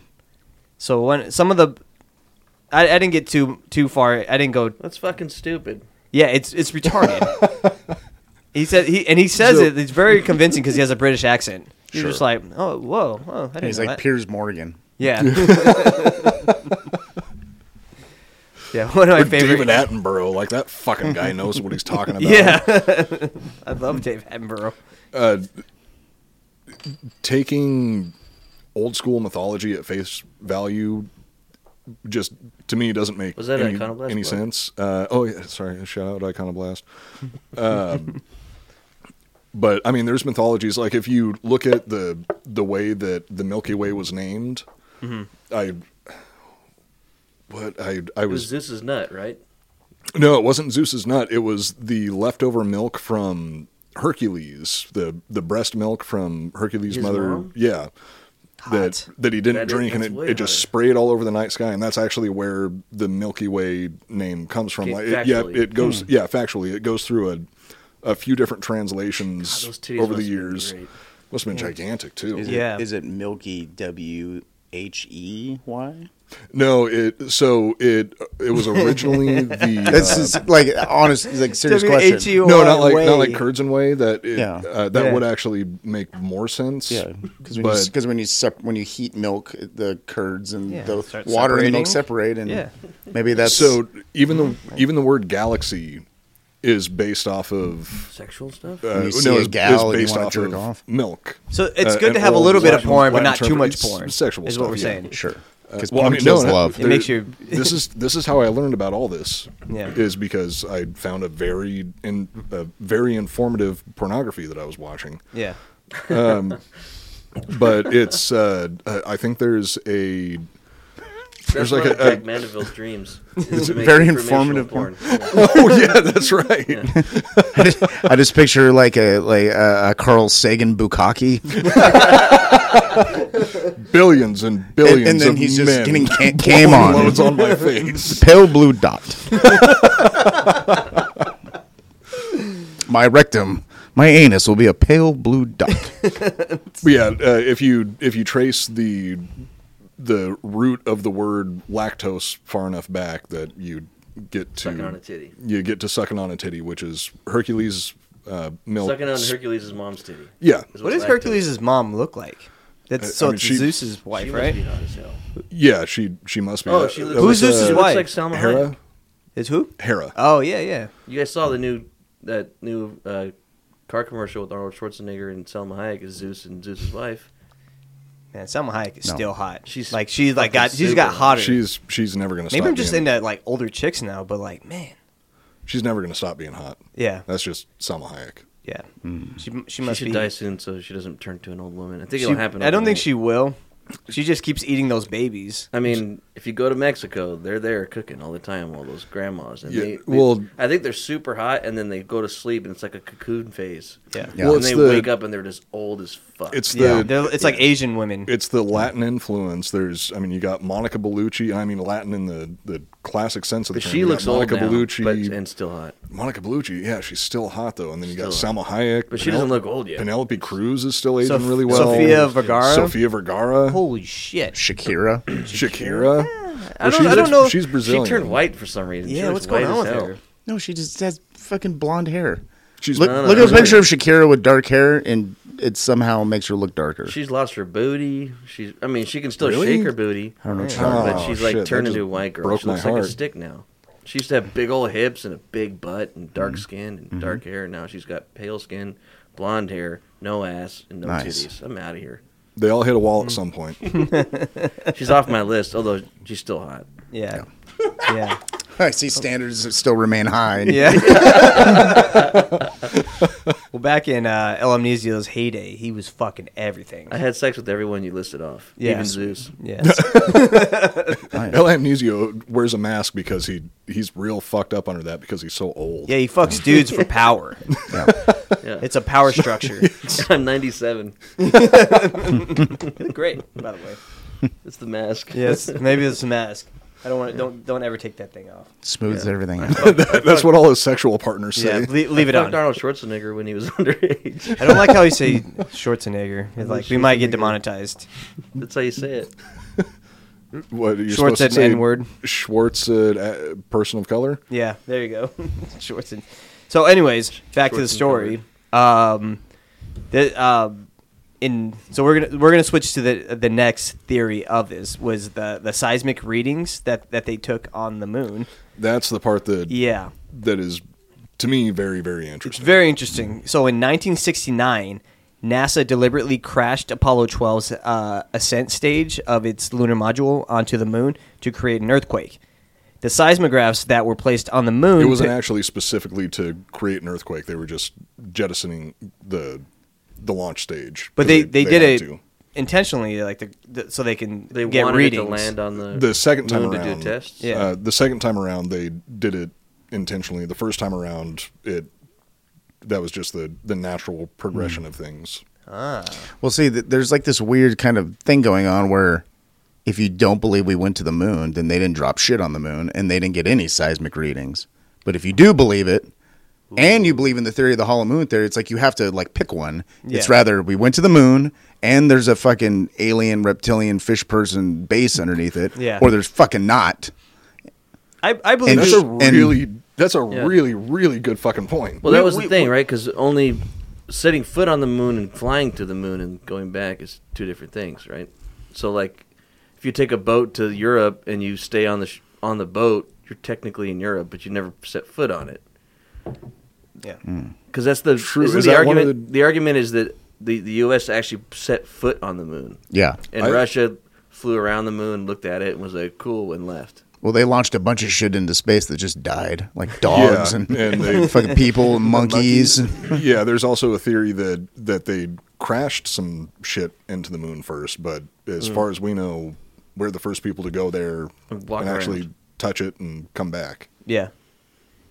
D: So when some of the, I, I didn't get too too far. I didn't go
B: That's fucking stupid.
D: Yeah, it's it's retarded. he said he and he says
E: So-
D: it. It's very convincing because he has a British accent. You're
E: Sure.
D: just like, oh, whoa, whoa, I didn't
C: And he's
D: know
C: like
D: that.
C: Piers Morgan.
D: yeah. yeah, one of my
E: Or
D: favorite.
E: David Attenborough, like that fucking guy knows what he's talking about.
D: yeah, I love Dave Attenborough.
E: uh, taking old school mythology at face value just to me doesn't make
B: Was that
E: any,
B: Iconoblast
E: any
B: book?
E: sense. Uh, oh yeah, sorry, shout out Iconoblast. um, but I mean, there's mythologies like if you look at the the way that the Milky Way was named, I. What I I
B: Mm-hmm. It was
E: was
B: Zeus's nut, right?
E: no, it wasn't Zeus's nut. It was the leftover milk from Hercules, the the breast milk from Hercules'
B: His
E: mother.
B: mom?
E: Yeah. That
D: Hot.
E: that he
B: That
E: didn't
B: is-
E: drink and
B: that's
E: it,
B: way
E: it just
B: hotter.
E: sprayed all over the night sky and that's actually where the Milky Way name comes from.
B: Okay,
E: Like it, yeah,
B: factually. Hmm.
E: it goes yeah, factually it goes through a a few different translations
B: God, those titties
E: over the
B: must have been
E: years.
B: great.
E: Must have been gigantic too.
C: Is
D: Yeah.
C: It, is it Milky W H E Y?
E: No, it so it it was originally the
C: This
E: uh,
C: is like honest, like serious question.
D: W-H-U-R
E: No, not like
D: way.
E: not like curds and whey. That it,
C: Yeah.
E: uh, that
D: Yeah.
E: would actually make more sense.
C: Yeah, because when, you
E: but
C: s- 'cause when you sep- when you heat milk, the curds and
D: Yeah,
C: the
D: start
C: water and the milk
D: separating.
C: separate, and
D: Yeah.
C: maybe that's Mm-hmm.
E: so even the even the word galaxy is based off of
B: Sexual stuff.
E: uh,
C: you see a
E: it's- it's
C: gal and you wanna jerk off.
E: milk.
D: So it's good
E: Uh,
D: to
E: and
D: have a
E: old
D: little bit of
E: Latin-
D: porn, but
E: Latin
D: not too
E: term-
D: much
E: it's
D: porn.
E: Sexual
D: is
E: stuff,
D: what we're
E: yeah.
D: saying.
C: sure because
E: Well, I mean,
C: kills
E: no,
C: love.
D: It makes you-
E: this is this is how I learned about all this.
D: Yeah.
E: is because I found a very in a very informative pornography that I was watching.
D: Yeah.
E: But it's uh, I I think there's a
B: That's
E: there's like
B: one
E: a-
B: of Jack
E: a-
B: Mandeville's dreams.
E: It's
B: To make
C: very
B: informational
C: informative porn.
B: Yeah.
E: oh yeah that's right.
C: I just picture like a like a, a Carl Sagan bukkake,
E: billions and
C: and,
E: billions
C: and then
E: of
C: he's just
E: men
C: getting ca- came on
E: loads on my face.
C: pale blue dot. my rectum, my anus will be a pale blue dot.
E: But yeah, uh, if you if you trace the the root of the word lactose far enough back that you get to
B: Sucking on a titty.
E: you get to sucking on a titty, which is Hercules uh, milk.
B: Sucking on Hercules' mom's titty.
E: yeah,
D: What does
B: lactose-
D: Hercules' mom look like? That's
E: I
D: so
E: mean,
D: it's
E: she-
D: Zeus's
B: She
D: wife,
B: must
D: right?
B: be hot as hell.
E: yeah. She she must be.
B: Oh,
E: that-
B: she
E: that
B: looks,
E: was,
D: Who's Zeus's
B: she
E: uh,
B: looks
D: wife?
B: like Salma
E: Hera.
B: Hayek.
D: Is who?
E: Hera.
D: Oh yeah, yeah.
B: You guys saw the new that new uh, car commercial with Arnold Schwarzenegger and Selma Hayek is Zeus and Zeus's wife.
D: Man, Selma Hayek is
C: No.
D: still hot. She's
B: She's
D: like she's like
B: fucking
D: got she's got
B: super.
D: hotter.
E: She's she's never gonna.
D: Maybe
E: stop
D: I'm just
E: being,
D: into like older chicks now, but like man,
E: She's never gonna stop being hot.
D: yeah,
E: That's just Salma Hayek.
D: yeah.
E: Mm.
D: She she
B: She
D: must
B: should
D: be.
B: die soon so she doesn't turn to an old woman. I think
D: she-
B: it'll happen.
D: I don't think
B: overnight.
D: she will. She just keeps eating those babies.
B: I mean, if you go to Mexico, they're there cooking all the time, all those grandmas. And
E: Yeah,
B: they, they-
E: well-
B: I think they're super hot, and then they go to sleep, and it's like a cocoon phase.
D: Yeah.
C: Yeah.
E: Well,
B: and
E: it's
B: they
E: the-
B: wake up, and they're just old as fuck.
E: It's
D: Yeah,
E: the
D: they're- it's like Asian women.
E: it's the Latin influence. There's, I mean, you got Monica Bellucci, and I mean Latin in the, the classic sense of the
B: but
E: term.
B: she
E: You got
B: looks old
E: Monica
B: now,
E: Bellucci,
B: but, and still hot.
E: Monica Bellucci, yeah, she's still hot though. And then you got
B: Still
E: Salma Hayek,
B: But she doesn't look old yet.
E: Penelope Cruz is still aging
D: Sof-
E: really well.
D: Sofia Vergara?
E: Sofia Vergara,
D: Holy shit!
C: Shakira,
E: Shakira.
D: I
E: Well,
D: don't,
E: she's
D: I don't
E: ex-
D: know.
E: She's Brazilian.
B: She turned white for some reason. She
D: yeah,
B: looks
D: what's going
B: white
D: on with
B: as hell.
D: her?
C: no, she just has fucking blonde hair.
E: She's
C: Look,
B: No, no,
C: look
B: no,
C: at a
B: no.
C: picture of Shakira with dark hair, and it somehow makes her look darker.
B: She's lost her booty. She's, I mean, she can still
E: Really?
B: shake her booty.
C: I don't know. what you're
E: Oh,
C: talking about.
B: but she's like
E: shit, that
B: turned
E: just
B: into a white girl.
E: broke
B: She looks
E: my
B: like a
E: heart.
B: stick now. She used to have big old hips and a big butt and dark skin and dark hair. Now she's got pale skin, blonde hair, no ass, and no
C: Nice.
B: titties. I'm out of here.
E: They all hit a wall at
B: Mm.
E: some point.
B: Oh, She's off my list, although she's still hot.
D: Yeah. Yeah.
C: I see standards that still remain high. and-
D: Yeah. well, back in uh, El Amnesio's heyday, he was fucking everything.
B: I had sex with everyone you listed off,
D: Yeah.
B: even Zeus.
D: Yes.
E: El Amnesio wears a mask because he he's real fucked up under that because he's so old.
D: yeah, he fucks dudes for power.
B: Yeah.
D: It's a power structure.
B: I'm 97.
D: Great, by the way.
B: It's the mask.
D: Yes, maybe it's a mask. I don't want to. Don't don't ever take that thing off.
C: Smooths everything. out.
E: That's what all his sexual partners
D: Yeah,
E: say.
D: le- leave it
B: Fucked
D: on. I
B: Arnold Schwarzenegger when he was underage.
D: don't like how you say Schwarzenegger. It's like we might get demonetized.
B: That's how you say it.
E: What, you're
D: Schwartz
E: supposed to
D: said
E: say
D: N-word.
E: Schwartz, uh, a person of color.
D: Yeah, there you go. Schwarzen. So, anyways, back to the story. Um, the um, in so we're gonna we're gonna switch to the the next theory of this was the the seismic readings that that they took on the moon.
E: That's the part that
D: Yeah,
E: that is to me very very
D: it's
E: interesting.
D: very interesting. So, in 1969. NASA deliberately crashed Apollo 12's uh, ascent stage of its lunar module onto the moon to create an earthquake. The seismographs that were placed on the moon
E: it wasn't
D: pic-
E: actually specifically to create an earthquake. They were just jettisoning the the launch stage.
D: But
E: 'cause
D: they, they, did
E: had
D: it
E: to.
D: intentionally, like the, the so they can
B: They
D: get
B: wanted
D: readings.
B: it to land on the
E: The second time
B: moon Uh, to
E: around,
B: do tests.
D: Yeah.
E: Uh, the second time around, they did it intentionally. The first time around, it that was just the the natural
B: Hmm.
E: progression of things.
C: Well, see, th- there's like this weird kind of thing going on where if you don't believe we went to the moon, then they didn't drop shit on the moon and they didn't get any seismic readings. But if you do believe it, and you believe in the theory of the hollow moon theory, it's like you have to like pick one. It's
D: Yeah.
C: rather we went to the moon and there's a fucking alien reptilian fish person base underneath it,
D: Yeah.
C: or there's fucking not.
D: I, I believe
C: And
E: That's
C: sh-
E: a really that's a
B: Yeah.
E: really really good fucking point.
B: Well, that
D: We-
B: was the
D: we-
B: thing, right? 'Cause right? Because only setting foot on the moon and flying to the moon and going back is two different things, right? So, like, if you take a boat to Europe and you stay on the sh- on the boat, you're technically in Europe, but you never set foot on it.
D: yeah.
B: Because that's the
E: True.
B: isn't
E: Is
B: the
E: that one of
B: argument. The... argument is that the the U.S. actually set foot on the moon,
C: Yeah.
B: and
E: I-
B: Russia flew around the moon, looked at it, and was like, "Cool," and left.
C: Well, they launched a bunch of shit into space that just died, like dogs
E: Yeah,
C: and,
E: and they-
C: fucking people and monkeys.
E: yeah, there's also a theory that that they crashed some shit into the moon first, but as far as we know, we're the first people to go there
B: And
E: and,
B: walk
E: actually
B: around.
E: touch it and come back.
D: Yeah.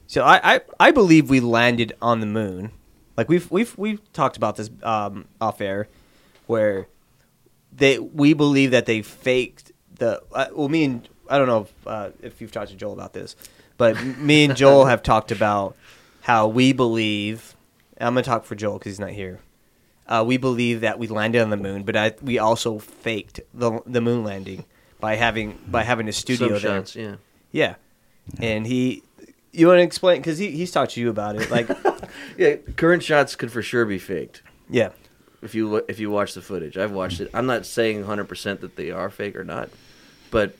D: So I, I, I believe we landed on the moon. Like we've we've we've talked about this um, off air, where they we believe that they faked the. Uh, well, me and I don't know if, uh, if you've talked to Joel about this, but me and Joel have talked about how we believe. I'm gonna talk for Joel because he's not here. Uh, we believe that we landed on the moon, but I, we also faked the the moon landing by having by having a
B: Some
D: studio there.
B: shots, yeah.
D: Yeah. And he, you want to explain? Because he, he's talked to you about it. Like,
B: Yeah, current shots could for sure be faked.
D: yeah.
B: if you if you watch the footage. I've watched it. I'm not saying 100% that they are fake or not, but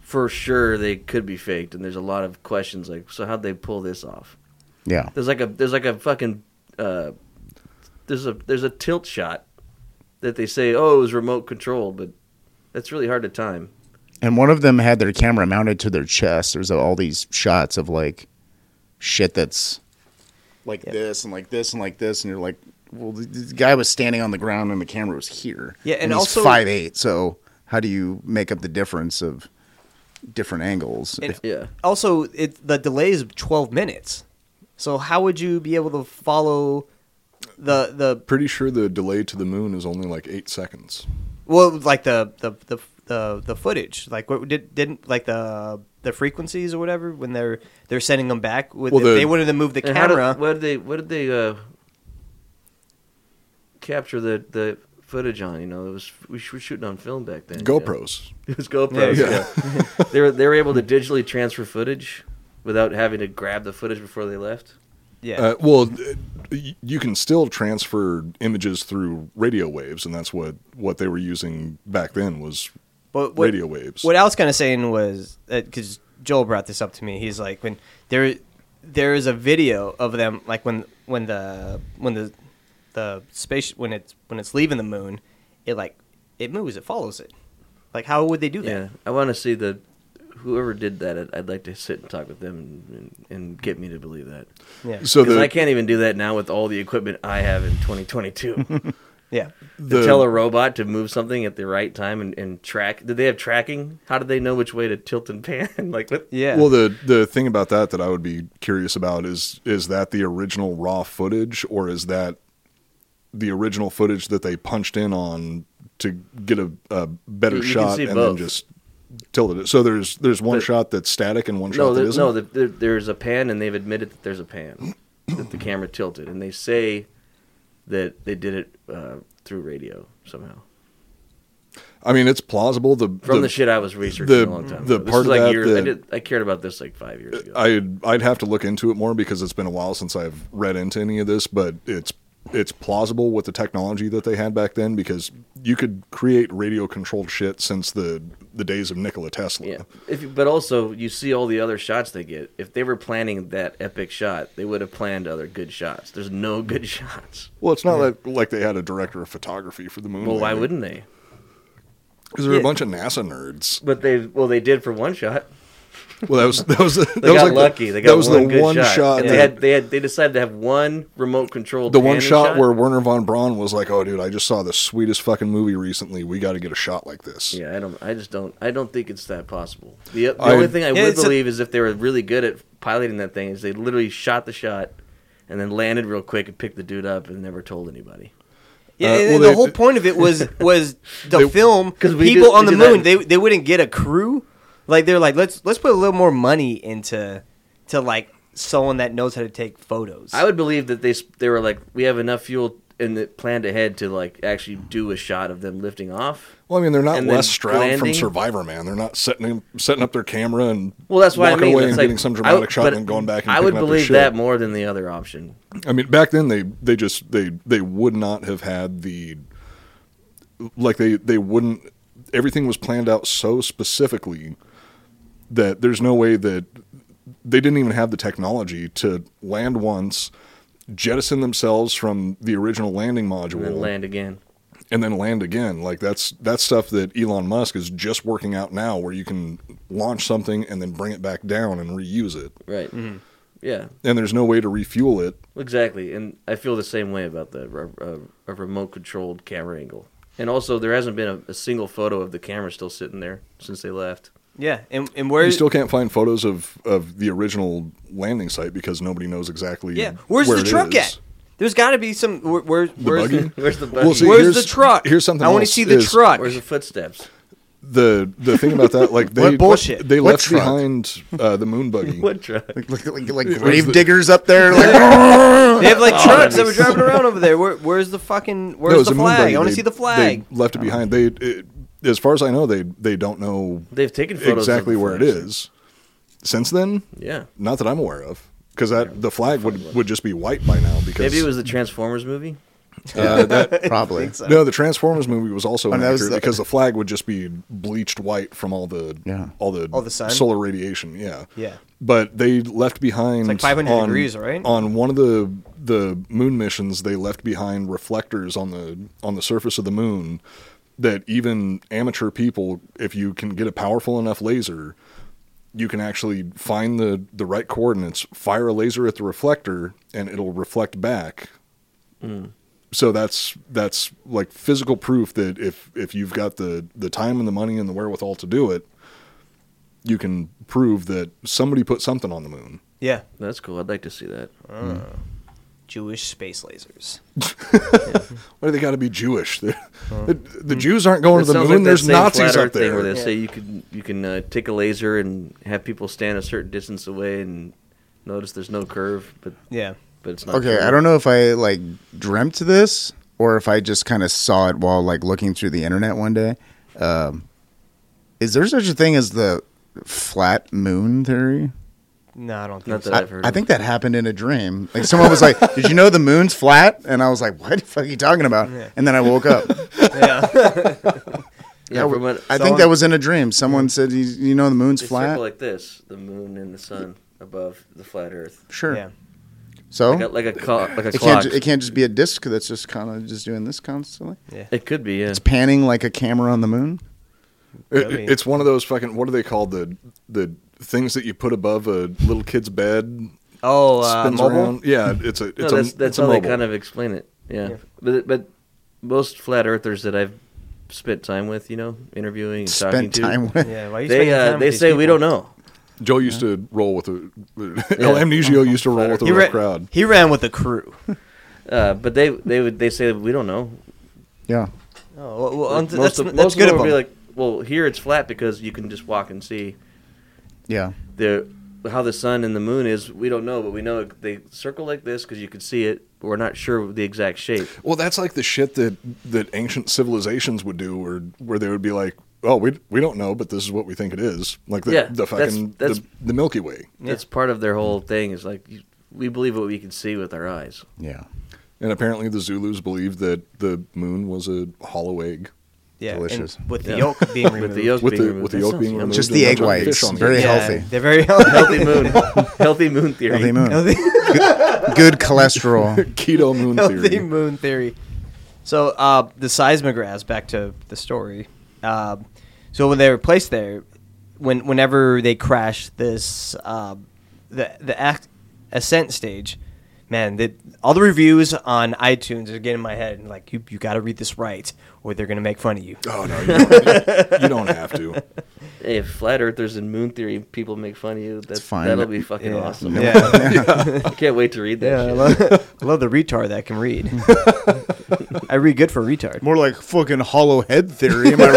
B: for sure they could be faked and there's a lot of questions like so how'd they pull this off?
C: yeah.
B: There's like a there's like a fucking uh there's a there's a tilt shot that they say oh it was remote controlled, but that's really hard to time.
C: And one of them had their camera mounted to their chest. There's all these shots of like shit that's like this and like this and like this, and you're like, well, the, the guy was standing on the ground and the camera was here.
D: Yeah, and also-
C: five eight. So how do you make up the difference of different angles?
D: And
C: If-
B: Yeah.
D: also, it the delay is 12 minutes. So how would you be able to follow the the
E: Pretty sure the delay to the moon is only like eight seconds.
D: well like the the the the, the footage like what did didn't like the the frequencies or whatever when they're they're sending them back with
E: Well,
D: if
E: the-
D: they wanted to move the
B: And how
D: camera
B: did, what did they what did they uh capture the the footage on, you know? It was we were shooting on film back then. you know?
E: GoPros.
B: It was GoPros.
E: Yeah.
B: Yeah, they were they were able to digitally transfer footage without having to grab the footage before they left.
D: yeah
E: Uh, well, uh, y- you can still transfer images through radio waves, and that's what what they were using back then was
D: But what,
E: radio waves.
D: What I was kind of saying was because Joel brought this up to me. He's like, when there, there is a video of them, like when when the when the the space when it's when it's leaving the moon, it like it moves, it follows it. Like, how would they do that?
B: Yeah, I want to see the whoever did that. I'd, I'd like to sit and talk with them and, and, and get me to believe that.
D: Yeah,
E: So
B: Because
E: the,
B: I can't even do that now with all the equipment I have in 2022.
D: yeah.
E: the
B: to tell a robot to move something at the right time and, and track. Did they have tracking? How did they know which way to tilt and pan? like, what?
D: Yeah.
E: Well, the uh, the thing about that that I would be curious about is is that the original raw footage or is that the original footage that they punched in on to get a, a better
B: You- you can
E: shot
B: see
E: and then
B: both.
E: just tilted it. So there's there's one
B: But-
E: shot that's static and one shot
B: No,
E: that
B: there,
E: isn't.
B: no. The, there, there's a pan, and they've admitted that there's a pan that the camera tilted, and they say that they did it uh, through radio somehow.
E: I mean it's plausible. The
B: From the,
E: the-
B: shit I was researching
E: the-
B: a long time
E: the
B: ago. This
E: part
B: is
E: of
B: like
E: that
B: years, I
E: that-
B: did. I cared about this like five years ago.
E: I'd I'd have to look into it more because it's been a while since I've read into any of this, but it's it's plausible with the technology that they had back then because you could create radio controlled shit since the the days of Nikola Tesla.
B: Yeah. If you- but also you see all the other shots they get. If they were planning that epic shot, they would have planned other good shots. There's no good shots.
E: Well, it's not like like they had a director of photography for the moon.
B: Well, why wouldn't they?
E: Because there were
B: Yeah.
E: a bunch of NASA nerds.
B: But they well they did for one shot.
E: Well, that was that was that
B: They
E: was
B: got
E: like the-
B: lucky. they got
E: that was
B: one
E: the
B: good
E: one
B: shot.
E: shot.
B: And
E: that-
B: they had they had they decided to have one remote control.
E: the one
B: panning
E: shot, where Werner von Braun was like, "Oh, dude, I just saw the sweetest fucking movie recently. We got to get a shot like this."
B: Yeah, I don't. I just don't. I don't think it's that possible. The, the
E: I-
B: only thing I
D: Yeah,
B: would
D: it's a-
B: believe is if they were really good at piloting that thing, is they literally shot the shot and then landed real quick and picked the dude up and never told anybody.
D: Yeah,
E: Uh,
D: and
E: well,
D: the
E: they-
D: whole point of it was was the
E: They-
D: film
B: 'Cause we
D: people
B: did-
D: on
B: we
D: the
B: did that
D: moon.
B: in-
D: They they wouldn't get a crew. Like they're like let's let's put a little more money into to like someone that knows how to take photos.
B: I would believe that they s- they were like, we have enough fuel and it planned ahead to like actually do a shot of them lifting off.
E: Well, I mean, they're not
B: And then
E: Wes Stroud
B: landing.
E: from Survivor, man. They're not setting him, setting up their camera and
B: Well, that's why I
E: walking
B: mean,
E: away
B: it's
E: and
B: like,
E: getting some
B: I
E: dramatic
B: would-
E: shot
B: but
E: and then going back and
B: I would
E: picking
B: believe
E: up their
B: that
E: shit.
B: more than the other option.
E: I mean, back then they they just they they would not have had the like they they wouldn't. Everything was planned out so specifically that there's no way that they didn't even have the technology to land once, jettison themselves from the original landing module,
B: And then land again.
E: and then land again. Like that's that's stuff that Elon Musk is just working out now, where you can launch something and then bring it back down and reuse it.
B: Right.
E: Mm-hmm.
B: Yeah.
E: And there's no way to refuel it.
B: Exactly, and I feel the same way about the uh, a, a, remote controlled camera angle. And also, there hasn't been a, a single photo of the camera still sitting there since they left.
D: yeah, and and where
E: you still can't find photos of of the original landing site because nobody knows exactly.
D: yeah where's
E: where
D: the
E: it
D: truck
E: is.
D: at? There's got to be some where, where
E: The
D: where's
E: buggy.
D: the
B: Where's the
E: Well,
B: buggy?
E: see,
D: where's
E: here's-
D: the truck?
E: Here's something.
D: I want
E: else
D: to see the
E: is
D: truck.
B: Where's the footsteps?
E: The the thing about that, like they
D: bullshit?
E: They
C: What
E: left
C: truck?
E: behind uh, the moon buggy.
B: What truck?
C: Like, like, like, like grave diggers up there. Like,
D: they have like
B: Oh,
D: trucks that
B: that'd
D: were
B: be
D: driving around over there. Where, where's the fucking
E: No, it
D: where's
E: was
D: the
E: a moon
D: flag?
E: buggy.
D: I want
E: They-
D: to see the flag.
E: They left it behind. They, it, as far as I know, they they don't know
B: They've taken photos of
E: exactly
B: the
E: where it
B: flags.
E: is. Since then,
B: Yeah,
E: not that I'm aware of, because that the flag would would just be white by now. Because
B: maybe it was the Transformers movie.
C: uh, that, probably.
E: No, the Transformers movie was
D: Oh,
E: also
C: And that was
E: inaccurate
C: the-
E: because the flag would just be bleached white from all the
C: Yeah.
E: all the
D: All the sun?
E: solar radiation. Yeah,
D: Yeah.
E: But they left behind
D: like 500
E: on-
D: degrees, right?
E: On one of the the moon missions, they left behind reflectors on the on the surface of the moon that even amateur people, if you can get a powerful enough laser, you can actually find the the right coordinates, fire a laser at the reflector, and it'll reflect back
D: Hmm.
E: so that's that's like physical proof that if if you've got the the time and the money and the wherewithal to do it you can prove that somebody put something on the moon
D: yeah,
B: That's cool. I'd like to see that.
D: Jewish space lasers.
E: why do they got to be jewish the, the, the jews aren't going
B: That
E: to the
B: sounds
E: moon
B: like that
E: there's
B: same
E: nazis
B: flat
E: up
B: Earth thing
E: there
B: where they say you can you can uh, take a laser and have people stand a certain distance away and notice there's no curve, but
D: Yeah.
B: but it's not
C: Okay,
B: curved.
C: I don't know if I like dreamt this or if I just kind of saw it while like looking through the internet one day. Um, is there such a thing as the flat moon theory?
D: No, I don't think
B: Not
D: so.
B: that I've heard.
C: I
B: of.
C: think that happened in a dream. Like someone was like, "Did you know the moon's flat?" And I was like, "What the fuck are you talking about?" And then I woke up.
D: Yeah.
B: Yeah,
C: That
B: from
C: wa-
B: what-
C: I think
B: someone-
C: that was in a dream. Someone said, "You, you know, the moon's
B: They
C: flat."
B: circle like this: the moon and the sun above the flat Earth,
C: sure.
D: Yeah.
C: So
B: like a, like a, co- like a
C: Oh.
B: clock.
C: it can't ju- it can't just be a disc that's just kind of just doing this constantly.
B: It could be, yeah.
C: It's panning like a camera on the moon.
E: It,
D: Really?
E: it's one of those fucking what are they called the the things that you put above a little kid's bed
D: Oh, uh,
E: spins
D: mobile.
E: around. Yeah, it's a it's
B: No,
E: a
B: that's that's
E: it's a
B: how they
E: mobile.
B: kind of explain it. Yeah,
D: Yeah.
B: but but most flat earthers that I've spent time with, you know, interviewing and talking
C: Spent
B: to,
C: time with.
D: Yeah, why are you
B: they
D: spending
B: uh,
D: time
B: they
D: with these
B: say we
D: people?
B: don't know.
E: Joe used to roll with a El Amnesio used to roll with a
D: He,
E: real
D: ran,
E: crowd.
D: he ran with the crew. oh,
B: Uh, but they they would they say we don't know.
C: Yeah.
D: well, well,
B: Like,
D: that's,
B: most of,
D: that's
B: most
D: good
B: of them
D: of
B: would be
D: him.
B: like, well, here it's flat because you can just walk and see
C: Yeah.
B: the how the sun and the moon is. We don't know, but we know they circle like this because you can see it. But we're not sure of the exact shape.
E: Well, that's like the shit that that ancient civilizations would do, where where they would be like, "Oh, we we don't know, but this is what we think it is." Like the
B: Yeah,
E: the
B: that's-
E: fucking
B: that's-
E: the, the Milky Way,
B: That's part of their whole thing. Is like you- we believe what we can see with our eyes.
C: Yeah.
E: and apparently the Zulus believed that the moon was a hollow egg.
D: yeah, and
C: delicious.
D: with the
B: Yeah.
D: yolk being removed.
B: With the yolk
E: With
B: being
E: the-
B: removed.
E: with the
B: That
E: yolk
B: sounds
E: being
B: yummy.
E: removed.
C: Just
E: There's
C: the
E: no
C: egg
E: giant
C: whites.
E: fish on
C: Very
E: here.
D: Yeah,
C: healthy.
D: They're very healthy.
B: Healthy moon. Healthy moon theory.
C: Healthy moon.
D: healthy,
C: Good cholesterol.
E: Keto moon
D: healthy
E: theory.
D: moon theory. So uh, the seismographs, back to the story. Um so when they were placed there, when whenever they crashed this um the the act, ascent stage, man, the, all the reviews on iTunes are getting in my head and like you you got to read this right or they're gonna make fun of you.
E: Oh no, you don't, you don't have to.
B: Hey, if flat earthers and moon theory people make fun of you, that's
C: fine.
B: That'll be fucking
D: Yeah.
B: awesome.
D: Yeah,
B: I can't wait to read that.
D: yeah. I
B: shit.
D: love, I love the retard that can read. I read good for retard.
C: More like fucking hollow head theory. Am I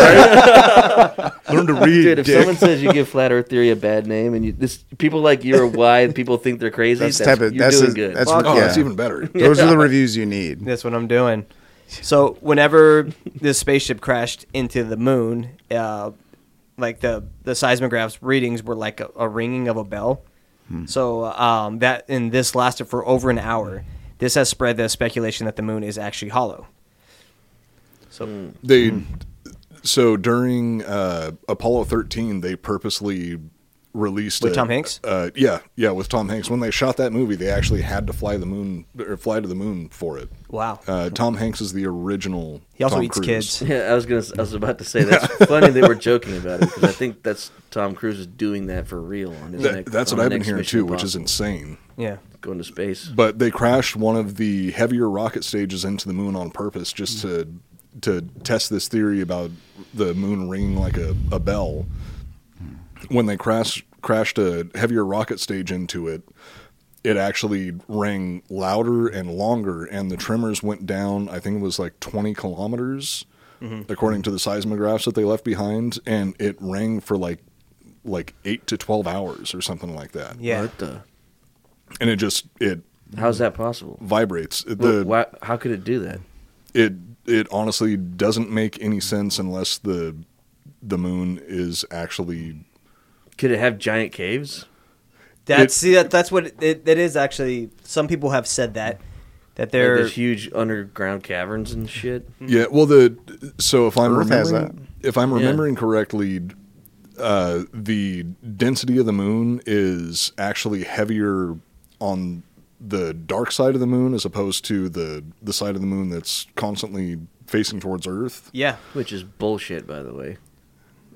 C: right? Learn to read,
B: Dude, if someone says you give flat earth theory a bad name and you, this people like you are wide, people think they're crazy.
C: That's
B: That's,
C: type of-
B: you're
C: that's
B: doing
C: a-
B: good.
C: that's
B: Fuck.
E: Oh,
C: Yeah.
E: that's even better.
C: Those are the reviews you need.
D: That's what I'm doing. So whenever this spaceship crashed into the moon, uh, like the the seismograph's readings were like a, a ringing of a bell. So um, that and this lasted for over an hour. This has spread the speculation that the moon is actually hollow. So
B: Hmm.
E: They so during uh, Apollo 13, they purposely released
D: With
E: a-
D: Tom Hanks?
E: Uh, yeah, yeah, with Tom Hanks. When they shot that movie, they actually had to fly the moon or fly to the moon for it.
D: wow,
E: Uh, Tom Hanks is the original.
D: he also
E: Tom
D: eats
E: Cruise.
D: kids.
B: Yeah, I was gonna. I was about to say that's funny that we're joking about it because I think that's Tom Cruise is doing that for real on his
E: That-
B: next-
E: that's
B: on
E: what
B: the
E: I've been
B: next
E: hearing
B: Mission
E: too, which is
B: Impossible.
E: insane.
D: Yeah,
B: going to space.
E: But they crashed one of the heavier rocket stages into the moon on purpose just to to test this theory about the moon ringing like a, a bell. When they crashed crashed a heavier rocket stage into it, it actually rang louder and longer, and the tremors went down. I think it was like twenty kilometers, according to the seismographs that they left behind, and it rang for like like eight to twelve hours or something like that.
D: yeah.
B: What the?
E: and it just it
B: How's that possible?
E: vibrates. The
B: Why, how could it do that?
E: it it honestly doesn't make any sense unless the the moon is actually
B: Could it have giant caves?
D: That's see that that's what it, it is actually. Some people have said that that
B: Like
D: they're
B: there's huge underground caverns and shit.
E: yeah. Well, the so if I'm
C: Earth has
E: remembering if I'm
B: Yeah.
E: remembering correctly, uh, the density of the moon is actually heavier on the dark side of the moon as opposed to the the side of the moon that's constantly facing towards Earth.
D: yeah
B: Which is bullshit, by the way.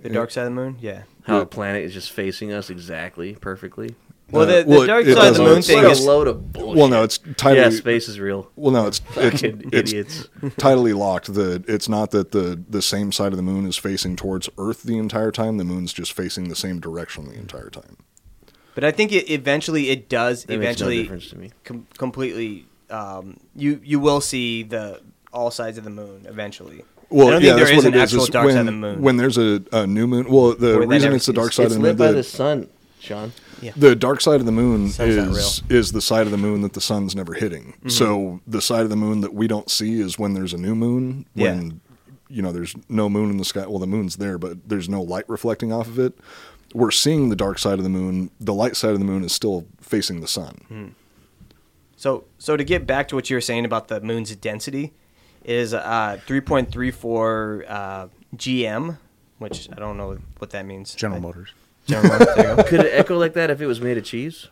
D: the dark side of the moon. Yeah,
B: How a planet is just facing us exactly, perfectly.
D: Well, the,
E: Uh,
D: the
E: well,
D: dark
E: it- it
D: side of
E: does
D: the
E: on
D: moon
E: its-
D: thing
B: what
D: is
B: a load of bullshit.
E: Well, no, it's tidally
B: yeah, space is real.
E: Well, no, it's it's,
B: Fucking
E: it's
B: idiots.
E: tidally locked. The it's not that the the same side of the moon is facing towards Earth the entire time. The moon's just facing the same direction the entire time.
D: But I think it eventually it does
B: That makes no
D: eventually
B: difference to me.
D: com- completely. Um, you you will see the all sides of the moon eventually. I don't think there is an actual
E: is
D: dark
E: when,
D: side of the moon.
E: When there's a, a new moon, well, the
D: Or that
E: reason
D: never
E: it's the dark
D: ceases.
E: side
B: It's
E: of the
B: lit
E: moon.
B: by
E: The,
B: the sun, Sean.
E: the dark side of the moon
D: Sun's not
E: is is the side of the moon that the sun's never hitting.
D: Mm-hmm.
E: So the side of the moon that we don't see is when there's a new moon.
D: Yeah.
E: When you know there's no moon in the sky. Well, the moon's there, but there's no light reflecting off of it. We're seeing the dark side of the moon. The light side of the moon is still facing the sun.
D: Hmm. So so to get back to what you were saying about the moon's density is uh, 3.34 uh, GM which I don't know what that means.
C: General
D: I-
C: Motors,
D: General Motors, there you go.
B: Could it echo like that if it was made of cheese?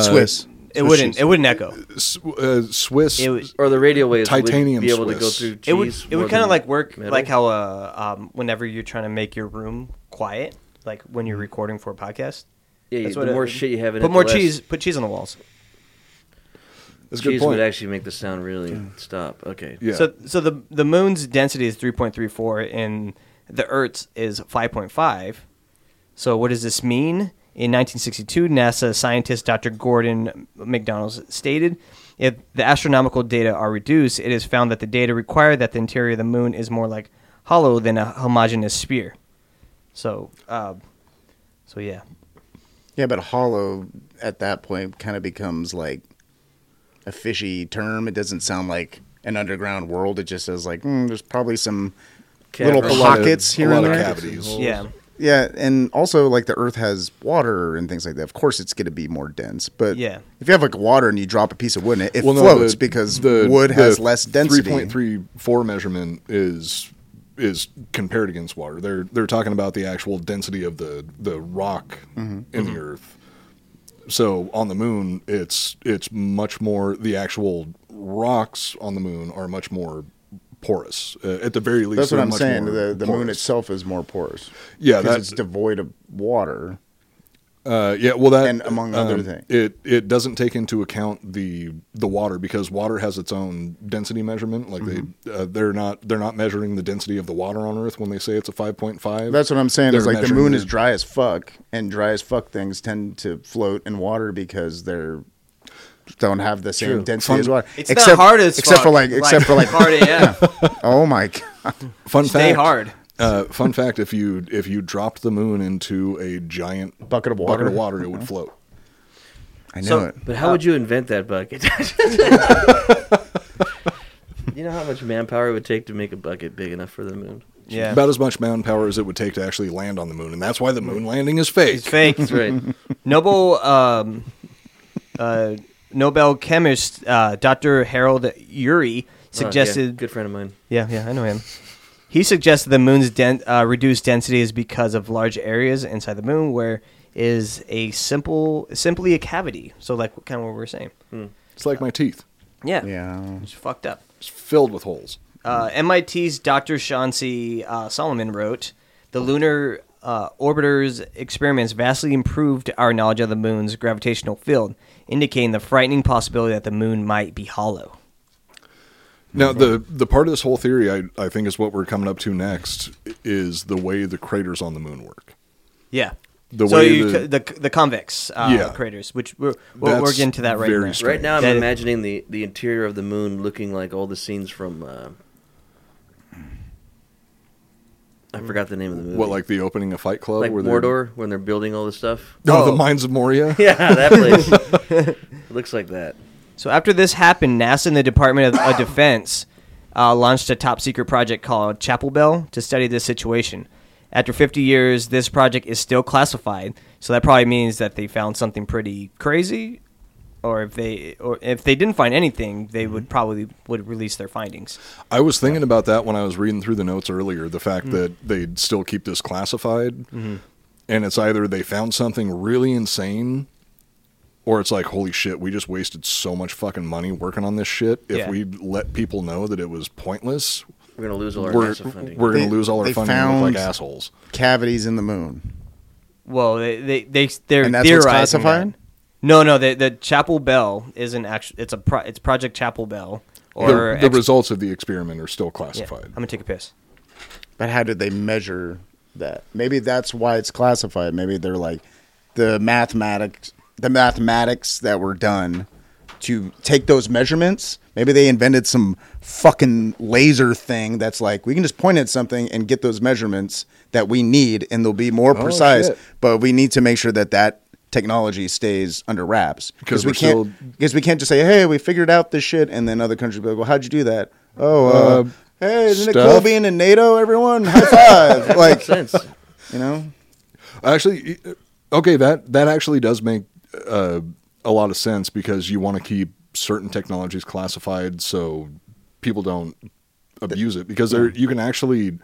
C: Swiss.
D: It wouldn't. It wouldn't echo.
E: S- uh, Swiss.
D: It would.
B: Or the radio waves
E: Titanium
B: would be able to go
E: Swiss.
B: through cheese?
D: It would. It
B: more
D: would kind
B: than
D: of like work
B: metal?
D: like how uh, um, whenever you're trying to make your room quiet, like when
B: Mm-hmm.
D: you're recording for a podcast.
B: Yeah,
D: That's
B: the
D: what it
B: more
D: would-
B: shit you have in it,
D: Put
B: the
D: more
B: less
D: cheese. Put cheese on the walls.
E: That's a good
B: cheese would
E: point.
B: actually make the sound really stop. Okay.
E: yeah.
D: So so the the moon's density is 3.34 and the Earth's is 5.5. So what does this mean? In 1962, NASA scientist Dr. Gordon McDonald stated, if the astronomical data are reduced, it is found that the data require that the interior of the moon is more like hollow than a homogeneous sphere. So, uh, so yeah,
C: Yeah, but hollow at that point kind of becomes like a fishy term. It doesn't sound like an underground world. It just says like mm, there's probably some little
E: A
B: Caverns.
E: lot of-
C: pockets here
E: a lot
C: and
E: of
C: there.
E: cavities.
D: yeah.
C: Yeah, and also like the Earth has water and things like that. Of course, it's going to be more dense. But
D: Yeah.
C: if you have like water and you drop a piece of wood, in it, it
E: Well, no,
C: floats
E: the-
C: because
E: the-
C: wood
E: the
C: has less density.
E: 3.34 measurement is is compared against water. They're they're talking about the actual density of the the rock
C: Mm-hmm.
E: in the earth. So on the moon, it's it's much more. The actual rocks on the moon are much more porous. Uh, at the very least,
C: That's what
E: they're
C: I'm
E: much
C: saying.
E: more
C: The the moon
E: porous.
C: itself is more porous.
E: Yeah,
C: because
E: that's-
C: it's devoid of water.
E: Uh, yeah, well, that um,
C: And among other things.
E: it it doesn't take into account the the water because water has its own density measurement. Like
C: Mm-hmm.
E: they uh, they're not they're not measuring the density of the water on Earth when they say it's a five point five.
C: That's what I'm saying. Is
E: They're
C: like the
E: measuring
C: moon
E: the-
C: is dry as fuck, and dry as fuck things tend to float in water because they're don't have the same
E: True.
C: density
E: Fun-
C: as water.
D: It's
C: except,
D: not hard as
C: except
D: fuck.
C: for like, except for like
D: hard AF.
C: oh my god,
E: Fun
D: Stay
E: fact.
D: hard.
E: Uh, fun fact: If you if you dropped the moon into a giant
C: Bucket of
E: bucket
C: water? Uh-huh.
E: of water, it would float.
C: I know
D: So-
C: it.
B: But how would you invent that bucket? you know how much manpower it would take to make a bucket big enough for the moon?
D: Yeah,
E: About as much manpower as it would take to actually land on the moon, and that's why the moon landing is fake.
D: it's fake.
B: That's right.
D: Nobel um, uh, Nobel chemist uh, Dr. Harold Urey
B: Oh, yeah,
D: suggested.
B: Good friend of mine.
D: yeah. yeah, I know him. He suggested the moon's den- uh, reduced density is because of large areas inside the moon where is a simple, simply a cavity. So like kind of what we were saying.
B: Hmm.
E: It's like my teeth,
D: Yeah,
C: Yeah,
D: it's fucked up.
E: it's filled with holes.
D: Uh, MIT's Dr. Chauncey uh, Solomon wrote, "The lunar uh, orbiter's experiments vastly improved our knowledge of the moon's gravitational field, indicating the frightening possibility that the moon might be hollow."
E: Now the the part of this whole theory I, I think is what we're coming up to next is the way the craters on the moon work.
D: Yeah.
E: The
D: so
E: way
D: you,
E: the-
D: the, the convex uh,
E: Yeah.
D: craters, which we're we're, we're
E: That's
D: getting to that right
E: very
D: now.
E: strange.
B: Right now, I'm
D: That-
B: imagining the, the interior of the moon looking like all the scenes from. Uh, I forgot the name of the movie.
E: What like the opening of Fight Club?
B: Mm. like
E: where they're-
B: Mordor when they're building all this stuff?
E: No, the
D: Oh.
E: mines of Moria.
B: Yeah, that place. it looks like that.
D: So after this happened, NASA and the Department of, of Defense uh, launched a top secret project called Chapel Bell to study this situation. After 50 years, this project is still classified, so that probably means that they found something pretty crazy, or if they or if they didn't find anything, they would probably would release their findings.
E: I was thinking about that when I was reading through the notes earlier. The
B: Mm.
E: fact that they still keep this classified,
B: Mm-hmm.
E: and it's either they found something really insane, or it's like, holy shit, we just wasted so much fucking money working on this shit. If
D: Yeah.
E: we let people know that it was pointless,
B: We're gonna lose all our
E: we're,
B: NASA funding.
E: we're gonna
C: They-
E: lose all our
C: they
E: funding and
C: found-
E: look like assholes.
C: cavities in the moon,
D: Well, they they, they they're
C: and that's what's
D: theorizing
C: classified.
D: that. No, no, the, the Chapel Bell isn't actually it's a pro, it's Project Chapel Bell or
E: the, the
D: ex-
E: results of the experiment are still
D: yeah,
E: classified.
D: I'm gonna take a piss.
C: But how did they measure that? Maybe that's why it's classified. Maybe they're like the mathematics, the mathematics that were done to take those measurements. Maybe they invented some fucking laser thing that's like we can just point at something and get those measurements that we need, and they'll be more precise.
E: Oh, shit.
C: But we need to make sure that that technology stays under wraps
E: 'Cause
C: we
E: we're
C: can't
E: still-
C: because we can't just say hey we figured out this shit and then other countries be like well how'd you do that oh uh,
E: Uh,
C: hey isn't it
E: stuff.
C: cool being in nato everyone high five
B: Makes
C: like
B: sense.
C: you know
E: Actually, okay, that that actually does make uh, a lot of sense because you want to keep certain technologies classified so people don't abuse it because there you can actually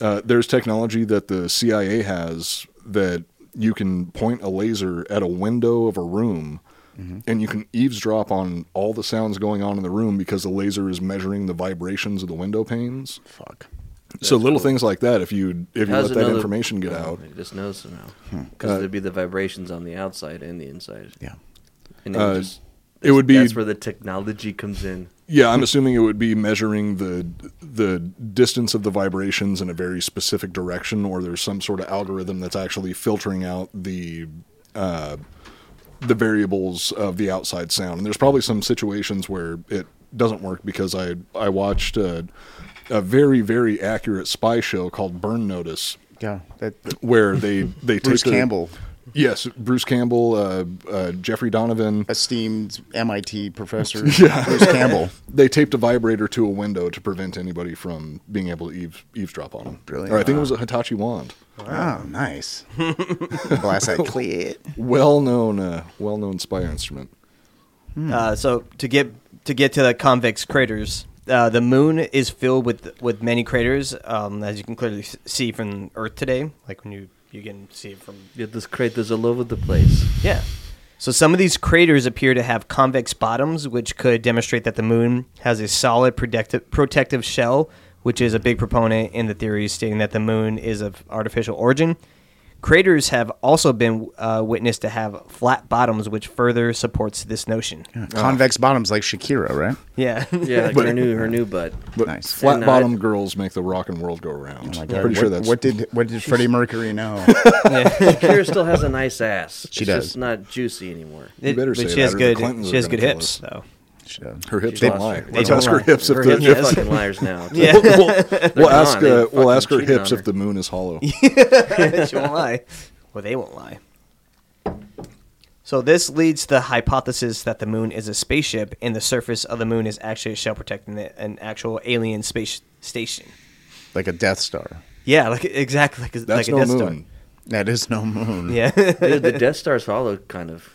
E: Uh, there's technology that the CIA has that you can point a laser at a window of a room
D: Mm-hmm.
E: and you can eavesdrop on all the sounds going on in the room because the laser is measuring the vibrations of the window panes.
C: Fuck.
E: so little things like that if you if you
B: How's
E: let
B: it
E: that
B: know
E: information get
B: Oh,
E: out. Hmm. Uh,
B: It just knows somehow because there'd be the vibrations on the outside and the inside.
C: Yeah.
B: And it, would
E: Uh,
B: just,
E: it would be-
B: that's where the technology comes in.
E: Yeah, I'm assuming it would be measuring the the distance of the vibrations in a very specific direction, or there's some sort of algorithm that's actually filtering out the uh, the variables of the outside sound. And there's probably some situations where it doesn't work because I I watched a, a very very accurate spy show called Burn Notice,
C: Yeah. That, that-
E: where they they take
C: Bruce
E: the-
C: Campbell,
E: Yes, Bruce Campbell, uh, uh, Jeffrey Donovan.
C: esteemed MIT professor. yeah. Bruce Campbell.
E: they taped a vibrator to a window to prevent anybody from being able to eaves, eavesdrop on them.
C: Brilliant.
E: Or I think it was a Hitachi wand.
C: Oh, nice. Blast that clear.
E: Well known, uh, well known spy instrument.
D: Uh, so to get to get to the convex craters, uh, the moon is filled with with many craters, um, as you can clearly s- see from Earth today. Like when you you can see it from
B: Get this crate that's all over the place.
D: yeah. So some of these craters appear to have convex bottoms, which could demonstrate that the moon has a solid protective protective shell, which is a big proponent in the theory stating that the moon is of artificial origin. Craters have also been uh, witnessed to have flat bottoms, which further supports this notion.
C: Convex bottoms like Shakira, right?
D: Yeah.
B: Yeah, like
E: But-
B: her new her new butt.
E: But
C: Nice.
E: flat
B: And, uh,
E: bottom girls make the rock and world go round.
C: Oh my God.
E: Pretty sure
C: what,
E: that's
C: what did what did Freddie Mercury know?
B: Kira still has a nice ass.
C: She
B: it's
C: does.
B: just not juicy anymore.
E: You better
D: but
E: say
D: she
E: that
D: has
E: or the
D: good
E: Clintons
D: she
E: are
D: has
E: gonna
D: good
E: kill
D: hips
E: us.
D: though.
C: Shit.
E: her hips
B: They-
E: don't lie.
B: they
E: Let's
D: don't
E: ask her
D: lie.
E: hips if
B: Her
E: the
B: hips are
E: if-
B: fucking liars now.
D: Yeah.
E: we'll, we'll
B: gone.
E: ask
B: They
E: uh, we'll
B: fucking
E: ask her
B: cheated
E: hips
B: on
E: if the moon is hollow.
D: she won't lie. Well, they won't lie. So this leads to the hypothesis that the moon is a spaceship, and the surface of the moon is actually a shell protecting the, an actual alien space station.
C: Like a Death Star.
D: Yeah, like exactly like, a- like
E: That's
D: a
E: no
D: Death
E: moon.
D: Star.
C: That is no moon.
D: Yeah,
B: Dude, the Death Star's hollow kind of.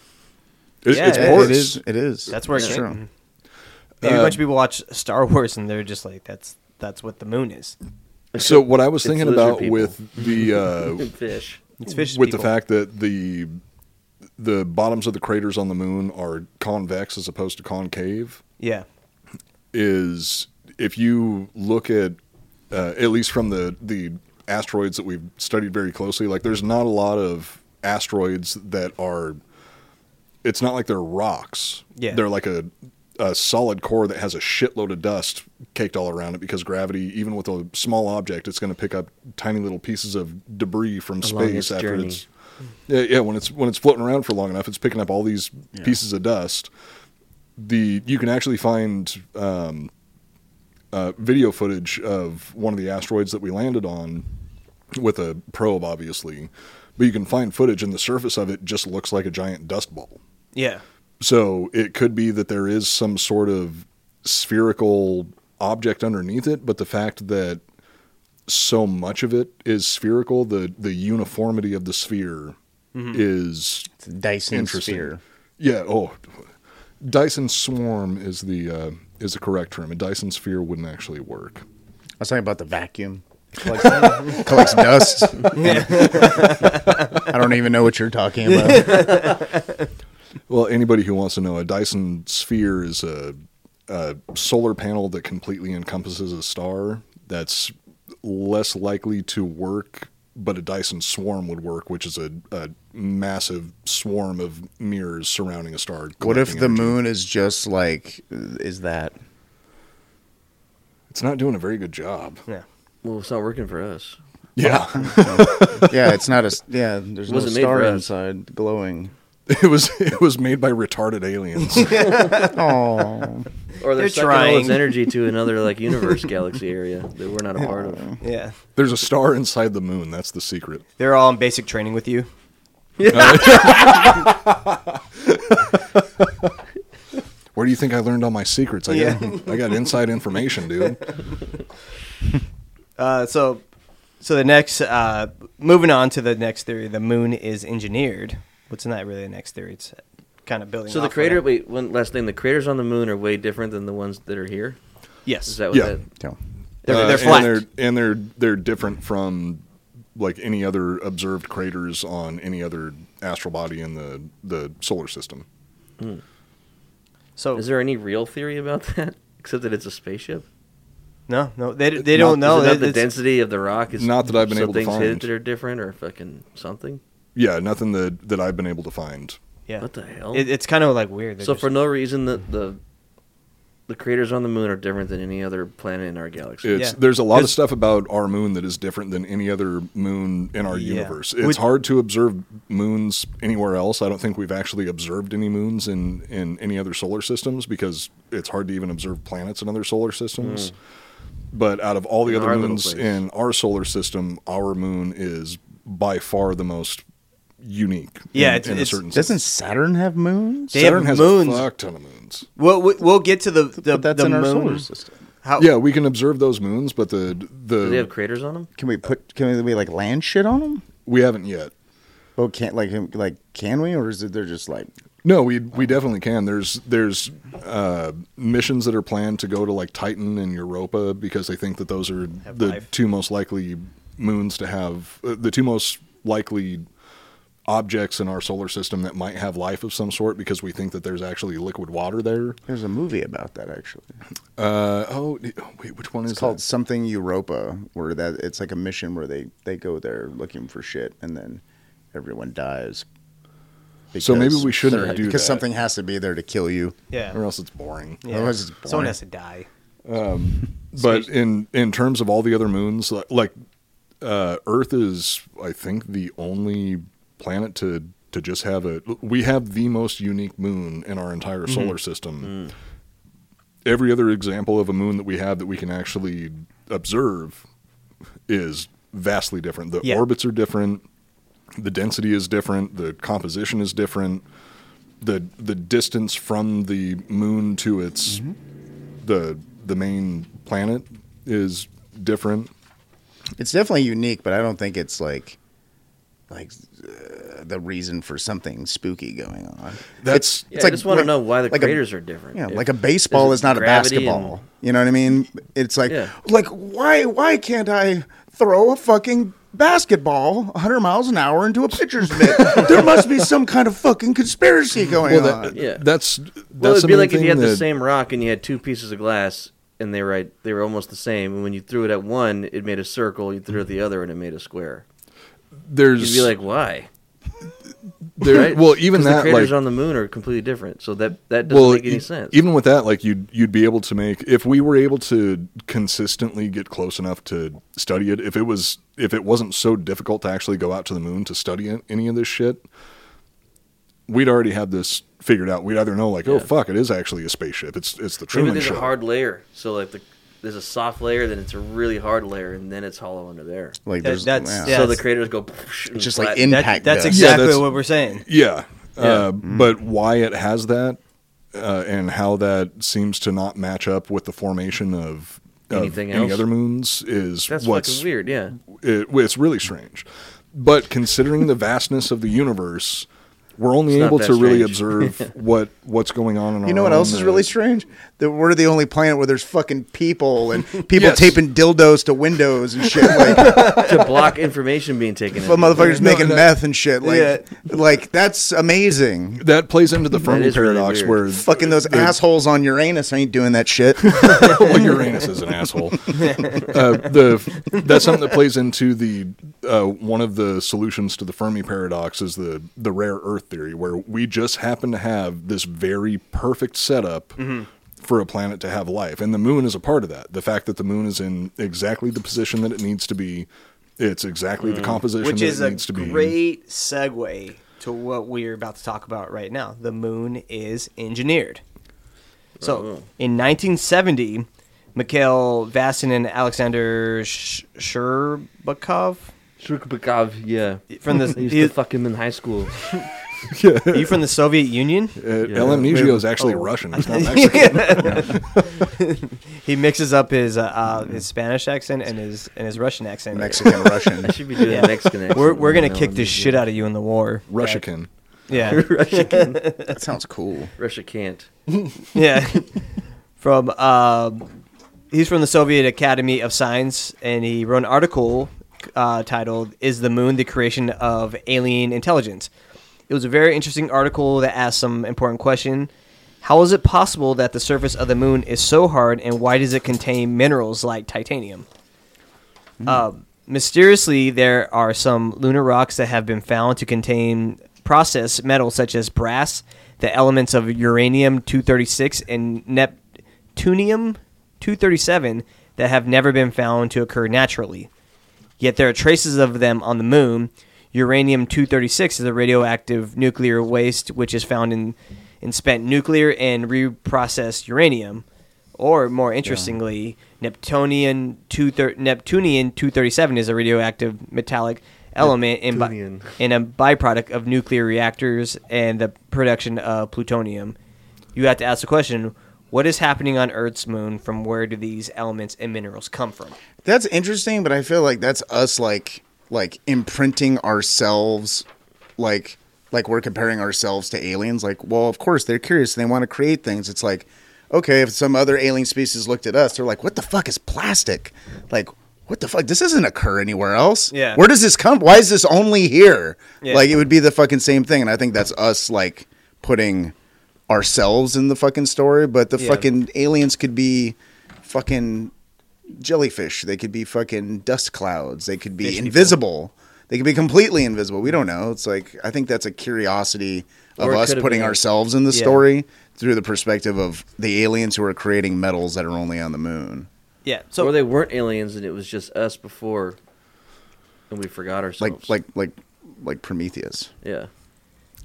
E: It-
D: Yeah,
E: it's
D: it- it
E: porous.
C: It is. It is.
D: that's where it
C: It's
D: came.
C: true.
D: Maybe
E: Uh,
D: a bunch of people watch Star Wars and they're just like, "That's that's what the moon is."
E: So what I was
B: It's
E: thinking
B: lizard
E: about
B: people.
E: with the uh,
B: Fish.
D: It's fish.
E: with
D: people.
E: the fact that the the bottoms of the craters on the moon are convex as opposed to concave
D: yeah,
E: is if you look at uh, at least from the the asteroids that we've studied very closely like there's not a lot of asteroids that are it's not like they're rocks
D: Yeah.
E: they're like a a solid core that has a shitload of dust caked all around it because gravity even with a small object it's going to pick up tiny little pieces of debris from
B: Along
E: space
B: its
E: after
B: journey.
E: it's yeah, yeah, when it's when it's floating around for long enough, it's picking up all these pieces of dust. The you can actually find um, uh, video footage of one of the asteroids that we landed on with a probe, obviously, but you can find footage, and the surface of it just looks like a giant dust ball.
D: yeah,
E: So it could be that there is some sort of spherical object underneath it, but the fact that so much of it is spherical, the the uniformity of the sphere is
C: It's a Dyson
E: interesting.
C: sphere.
E: Yeah. Oh, Dyson swarm is the uh, is the correct term. A Dyson sphere wouldn't actually work.
C: I was talking about the vacuum. It Collects, collects dust. I don't even know what you're talking about.
E: Well, anybody who wants to know, a Dyson sphere is a, a solar panel that completely encompasses a star. That's less likely to work, but a Dyson swarm would work, which is a, a massive swarm of mirrors surrounding a star.
C: What if
E: collecting
C: the
E: energy.
C: moon is just like? Is that?
E: It's not doing a very good job.
D: yeah.
B: Well, it's not working for us.
E: Yeah,
C: Yeah, it's not a. Yeah, there's no
B: Wasn't made
C: star
B: for us.
C: inside glowing.
E: it was it was made by retarded aliens.
C: Oh,
B: Or they're,
D: They're
B: sucking all
D: trying.
B: this energy to another like universe galaxy area that we're not a part of.
D: yeah.
E: There's a star inside the moon. That's the secret.
D: They're all in basic training with you.
E: Where do you think I learned all my secrets? I got I got inside information, dude.
D: Uh, so, so the next, uh, moving on to the next theory, the moon is engineered. What's not really the next theory? It's kind of building.
B: So the
D: off
B: crater.
D: of that.
B: Wait, one last thing. The craters on the moon are way different than the ones that are here.
D: yes,
B: Is that what
E: Yeah.
B: that?
C: no.
D: They're,
E: Uh,
D: they're flat.
E: And they're, and they're they're different from like any other observed craters on any other astral body in the the solar system.
D: so
B: Is there any real theory about that except that it's a spaceship?
D: no, no, they, they don't
B: No,
D: know.
B: is it not the
D: It's-
B: density of the rock is
E: Not that I've been
B: so
E: able to
B: things
E: find.
B: hit it that are different or fucking something.
E: Yeah, nothing that that I've been able to find.
D: Yeah.
B: What the hell?
D: It, it's kind of like weird. They're
B: so
D: just-
B: for no reason that the the craters on the moon are different than any other planet in our galaxy.
E: It's
D: Yeah.
E: there's a lot of
D: It's-
E: stuff about our moon that is different than any other moon in our
D: Yeah.
E: universe. It's
D: Would-
E: hard to observe moons anywhere else. I don't think we've actually observed any moons in in any other solar systems because it's hard to even observe planets in other solar systems.
D: Hmm.
E: But out of all the
B: In
E: other
B: our little
E: moons
B: place.
E: in our solar system, our moon is by far the most unique.
D: Yeah,
E: in,
D: it's-
E: in a
D: it's-
E: certain
C: Doesn't
E: sense.
C: Saturn have moons?
D: They have
E: Saturn has
D: moons.
E: a fuck ton of moons.
D: we'll, we- we'll get to the the,
C: but that's
D: the
C: in our
D: moon.
C: solar system.
D: How,
E: Yeah, we can observe those moons, but the
B: Do they
E: the
B: have craters on them?
C: Can we put? Can we like land shit on them?
E: we haven't yet.
C: Oh, can't like like can we? Or is it they're just like
E: No, we we definitely can. There's there's uh, missions that are planned to go to like Titan and Europa because they think that those are
D: Have
E: the
D: life.
E: two most likely moons to have uh, the two most likely objects in our solar system that might have life of some sort because we think that there's actually liquid water there.
C: there's a movie about that actually.
E: Uh, oh, d- wait, which one
C: It's
E: is
C: called
E: that?
C: something Europa, where that it's like a mission where they they go there looking for shit, and then everyone dies.
E: So maybe we shouldn't
C: there-
E: do
C: because
E: that.
C: something has to be there to kill you.
D: yeah.
E: Or else it's boring.
D: Yeah.
C: Otherwise it's boring.
D: Someone has to die.
E: But in in terms of all the other moons, li- like uh, Earth is, I think, the only planet to to just have a. We have the most unique moon in our entire solar system. Every other example of a moon that we have that we can actually observe is vastly different. The
D: Yeah.
E: orbits are different. The density is different. The composition is different. The the distance from the moon to its the the main planet is different.
C: It's definitely unique, but I don't think it's like like uh, the reason for something spooky going on.
E: That's
B: Yeah, I just want to know why the
C: like a-
B: craters are different.
C: Yeah,
B: If
C: like a baseball
B: there's
C: is not a
B: gravity and-
C: basketball. You know what I mean? It's like
B: Yeah.
C: like why why can't I throw a fucking basketball 100 miles an hour into a pitcher's mitt? there must be some kind of fucking conspiracy going
E: well,
C: on.
E: that,
B: Yeah.
E: that's that's
B: well, it'd be
E: another
B: like if
E: thing
B: you had the
E: that-
B: same rock and you had two pieces of glass and they were right, they were almost the same. And when you threw it at one, it made a circle. You threw it at the other, and it made a square. You'd
E: There's
B: be like, why?
E: there,
B: right?
E: well, even
B: 'Cause
E: that
B: the craters
E: like
B: on the moon are completely different. So that that doesn't make any
E: e-
B: sense.
E: Even with that, like you'd you'd be able to make if we were able to consistently get close enough to study it. If it was if it wasn't so difficult to actually go out to the moon to study it- any of this shit, we'd already have this figured out. We'd either know like, oh
B: Yeah.
E: fuck, it is actually a spaceship. It's it's the
B: Maybe
E: Truman
B: there's
E: Show.
B: a hard layer. So like the there's a soft layer, then it's a really hard layer, and then it's hollow under there.
C: Like
D: That-
C: there's
D: that's-
C: yeah.
D: yeah.
B: So the
D: Yes.
B: craters go. poosh and
C: just like
B: flatten.
D: That-
C: impact
D: that's
C: dust.
D: exactly
E: that's-
D: what we're saying.
E: Yeah.
B: Yeah. Mm-hmm.
E: Uh, But why it has that uh, and how that seems to not match up with the formation of, of
B: Anything
E: any
B: else?
E: other moons is
B: That's
E: what's
B: fucking weird. Yeah.
E: it- it's really strange. But considering the vastness of the universe, we're only
B: It's not
E: able
B: that
E: to really
B: strange.
E: observe what what's going on. In
C: You know what else is
E: Oh,
C: really strange? That we're the only planet where there's fucking people and people
E: Yes.
C: taping dildos to windows and shit. Like,
B: to block information being taken. in.
C: but motherfuckers
E: No,
C: making
E: no.
C: meth and shit. Like,
D: Yeah.
C: like that's amazing.
E: that plays into the Fermi
B: is really
E: paradox,
B: weird.
E: where
C: Fucking those
E: the-
C: assholes on Uranus ain't doing that shit.
E: well, Uranus is an asshole. Uh, the that's something that plays into the uh, one of the solutions to the Fermi paradox is the the rare Earth theory, where we just happen to have this very perfect setup.
D: Mm-hmm.
E: For a planet to have life, and the moon is a part of that. The fact that the moon is in exactly the position that it needs to be, it's exactly the composition
D: Mm. Which
E: that
D: is
E: it
D: a
E: needs to be.
D: great segue to what we're about to talk about right now. The moon is engineered. So,
E: Oh.
D: in 1970, Mikhail Vasin and Alexander Sh- Sherbakov.
B: Shurkubakov, yeah.
D: From the-
B: I used to fuck him in high school.
D: Are you from the Soviet Union?
E: Uh, LM Nigio is actually
D: Oh.
E: Russian. It's not Mexican.
D: he mixes up his uh, uh, his Spanish accent and his and his Russian accent.
C: Mexican Russian.
B: I should be doing
D: Yeah.
B: Mexican. accent
D: We're, we're gonna
B: now,
D: kick
B: I'm
D: this
B: just
D: shit
B: doing-
D: out of you in the war.
E: Russican.
D: Yeah.
C: That sounds cool.
B: Russia can't.
D: Yeah. From uh, he's from the Soviet Academy of Science, and he wrote an article uh, titled "Is the Moon the Creation of Alien Intelligence?" It was a very interesting article that asked some important question. How is it possible that the surface of the moon is so hard, and why does it contain minerals like titanium? Um, mysteriously, there are some lunar rocks that have been found to contain processed metals such as brass, the elements of uranium 236 and neptunium 237 that have never been found to occur naturally. Yet there are traces of them on the moon. Uranium 236 is a radioactive nuclear waste which is found in, in spent nuclear and reprocessed uranium. Or more interestingly, Neptunian, two thir- Neptunian 237 is a radioactive metallic element and, bi-
B: Neptunian.
D: and a byproduct of nuclear reactors and the production of plutonium. You have to ask the question what is happening on Earth's moon? From where do these elements and minerals come from?
C: That's interesting, but I feel like that's us like like imprinting ourselves like like we're comparing ourselves to aliens. Like, well, of course they're curious and they want to create things. It's like, okay, if some other alien species looked at us, they're like, what the fuck is plastic? Like, what the fuck? This doesn't occur anywhere else.
D: Yeah.
C: Where does this come? Why is this only here?
D: Yeah.
C: Like it would be the fucking same thing. And I think that's us like putting ourselves in the fucking story, but the
D: Yeah.
C: fucking aliens could be fucking jellyfish. They could be fucking dust clouds. They could be invisible. They could be completely invisible. We don't know. It's like I think that's a curiosity of
B: Or it
C: us
B: could have
C: putting
B: been-
C: ourselves in the
D: Yeah.
C: story through the perspective of the aliens who are creating metals that are only on the moon.
D: Yeah. So
B: So or they weren't aliens and it was just us before, and we forgot ourselves.
C: Like like like like Prometheus.
B: yeah,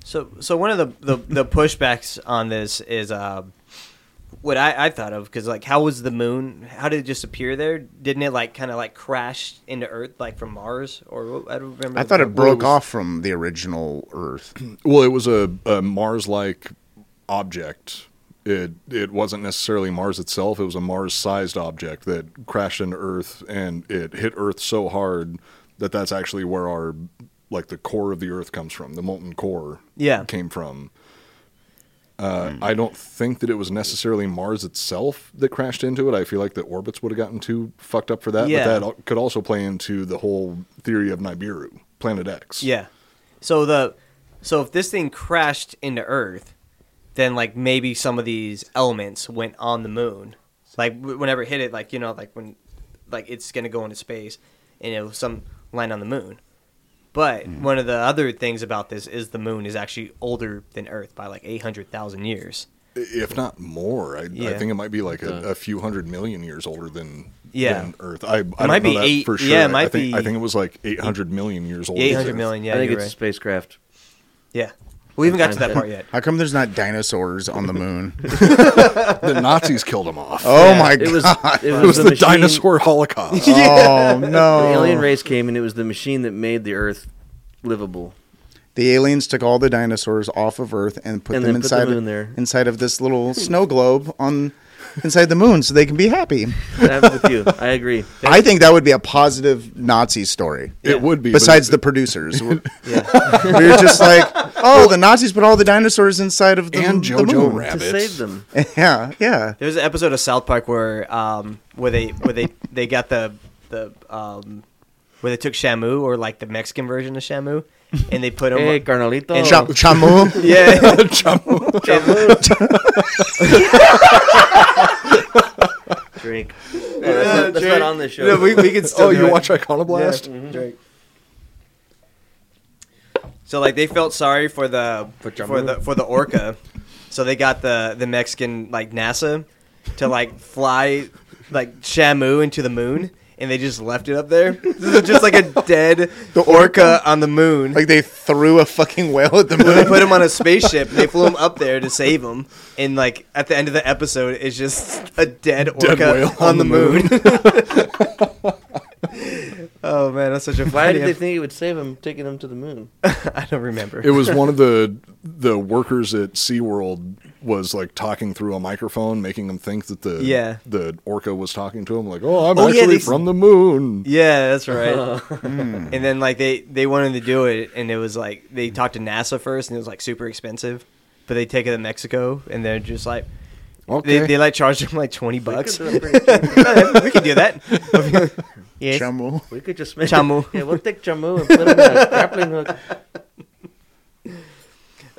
D: So, so one of the, the, the pushbacks on this is uh, what I, I thought of because like, how was the moon? How did it just appear there? Didn't it like kind of like crash into Earth like from Mars or I don't remember.
C: I
D: the-
C: thought it
E: Well, it
C: broke
E: was-
C: off from the original Earth.
E: Well, it was a, a Mars-like object. It it wasn't necessarily Mars itself. It was a Mars-sized object that crashed into Earth, and it hit Earth so hard that that's actually where our like the core of the Earth comes from. The molten core,
D: Yeah.
E: came from. Uh, I don't think that it was necessarily Mars itself that crashed into it. I feel like the orbits would have gotten too fucked up for that.
D: Yeah.
E: But that al- could also play into the whole theory of Nibiru, Planet X.
D: Yeah. So the so if this thing crashed into Earth, then like maybe some of these elements went on the moon. Like w- whenever it hit it, like you know, like when like it's gonna go into space, and it was some land on the moon. But one of the other things about this is the moon is actually older than Earth by like eight hundred thousand years.
E: if not more. I, I
D: Yeah.
E: think it might be like a,
B: Duh.
E: a few hundred million years older than
D: Yeah.
E: than Earth. I, I don't
D: might
E: know
D: be
E: that
D: eight-
E: for sure.
D: yeah, it
E: I- I
D: might
E: think, I
D: be-
E: think it was like eight hundred million years old.
D: Eight hundred million, yeah,
B: I think
D: you're
B: it's a
D: right.
B: spacecraft.
D: Yeah, we haven't got to that
B: Sometimes
D: part
B: that-
D: yet.
C: How come there's not dinosaurs on the moon?
E: The Nazis killed them off.
C: oh my
B: It was.
C: god.
B: It was,
E: it was the,
B: machine-
E: dinosaur holocaust.
C: Oh no.
B: The alien race came and it was the machine that made the Earth livable.
C: The aliens took all the dinosaurs off of Earth and put
B: And
C: them
B: then put the
C: inside
B: moon there.
C: inside of this little snow globe on inside the moon so they can be happy.
B: I'm with you. I agree.
C: I think that would be a positive Nazi story.
E: It would be but
C: Besides
E: it-
C: the producers, we are just like, oh, the Nazis put all the dinosaurs inside of the,
E: and
C: the
E: Jojo
C: moon.
B: to
E: rabbits.
B: save them.
C: Yeah, yeah.
D: There's an episode of South Park where um where they where they they got the the um where they took Shamu or like the Mexican version of Shamu and they put him
B: Hey, Carnalito.
D: And
C: Cha- Chamu.
D: yeah
B: Drink. Oh, that's not, that's not on this show.
D: no, we, we can still mm-hmm.
E: Oh,
D: do
E: you
D: it.
E: watch Iconoblast?
D: so like they felt sorry for the
B: For
D: for,
B: Shamu.
D: the for the orca so they got the the Mexican like NASA to like fly like Shamu into the moon and they just left it up there just like a dead the orca on the moon
C: Like they threw a fucking whale at the
D: they
C: moon.
D: put him on a spaceship. and They flew him up there to save him. And like at the end of the episode, it's just a dead orca
E: whale
D: on, the, moon. oh man, that's such a funny.
B: Why did they
D: ep-
B: think it would save him, taking him to the moon?
D: I don't remember.
E: It was one of the the workers at SeaWorld was like talking through a microphone, making them think that the
D: Yeah.
E: the orca was talking to him. Like, oh, I'm
D: Oh, yeah,
E: actually
D: they s-
E: from the moon.
D: yeah, that's right. Hmm. And then like they they wanted to do it, and it was like they talked to NASA first, and it was like super expensive. But they take it to Mexico, and they're just like.
E: Okay.
D: They, they like charged him like twenty bucks.
B: We could, do it pretty cheap.
D: we can do that. yes.
C: Chumbo.
B: We could just make
D: Chamu.
B: Yeah, we'll take chamu and put him in a grappling hook.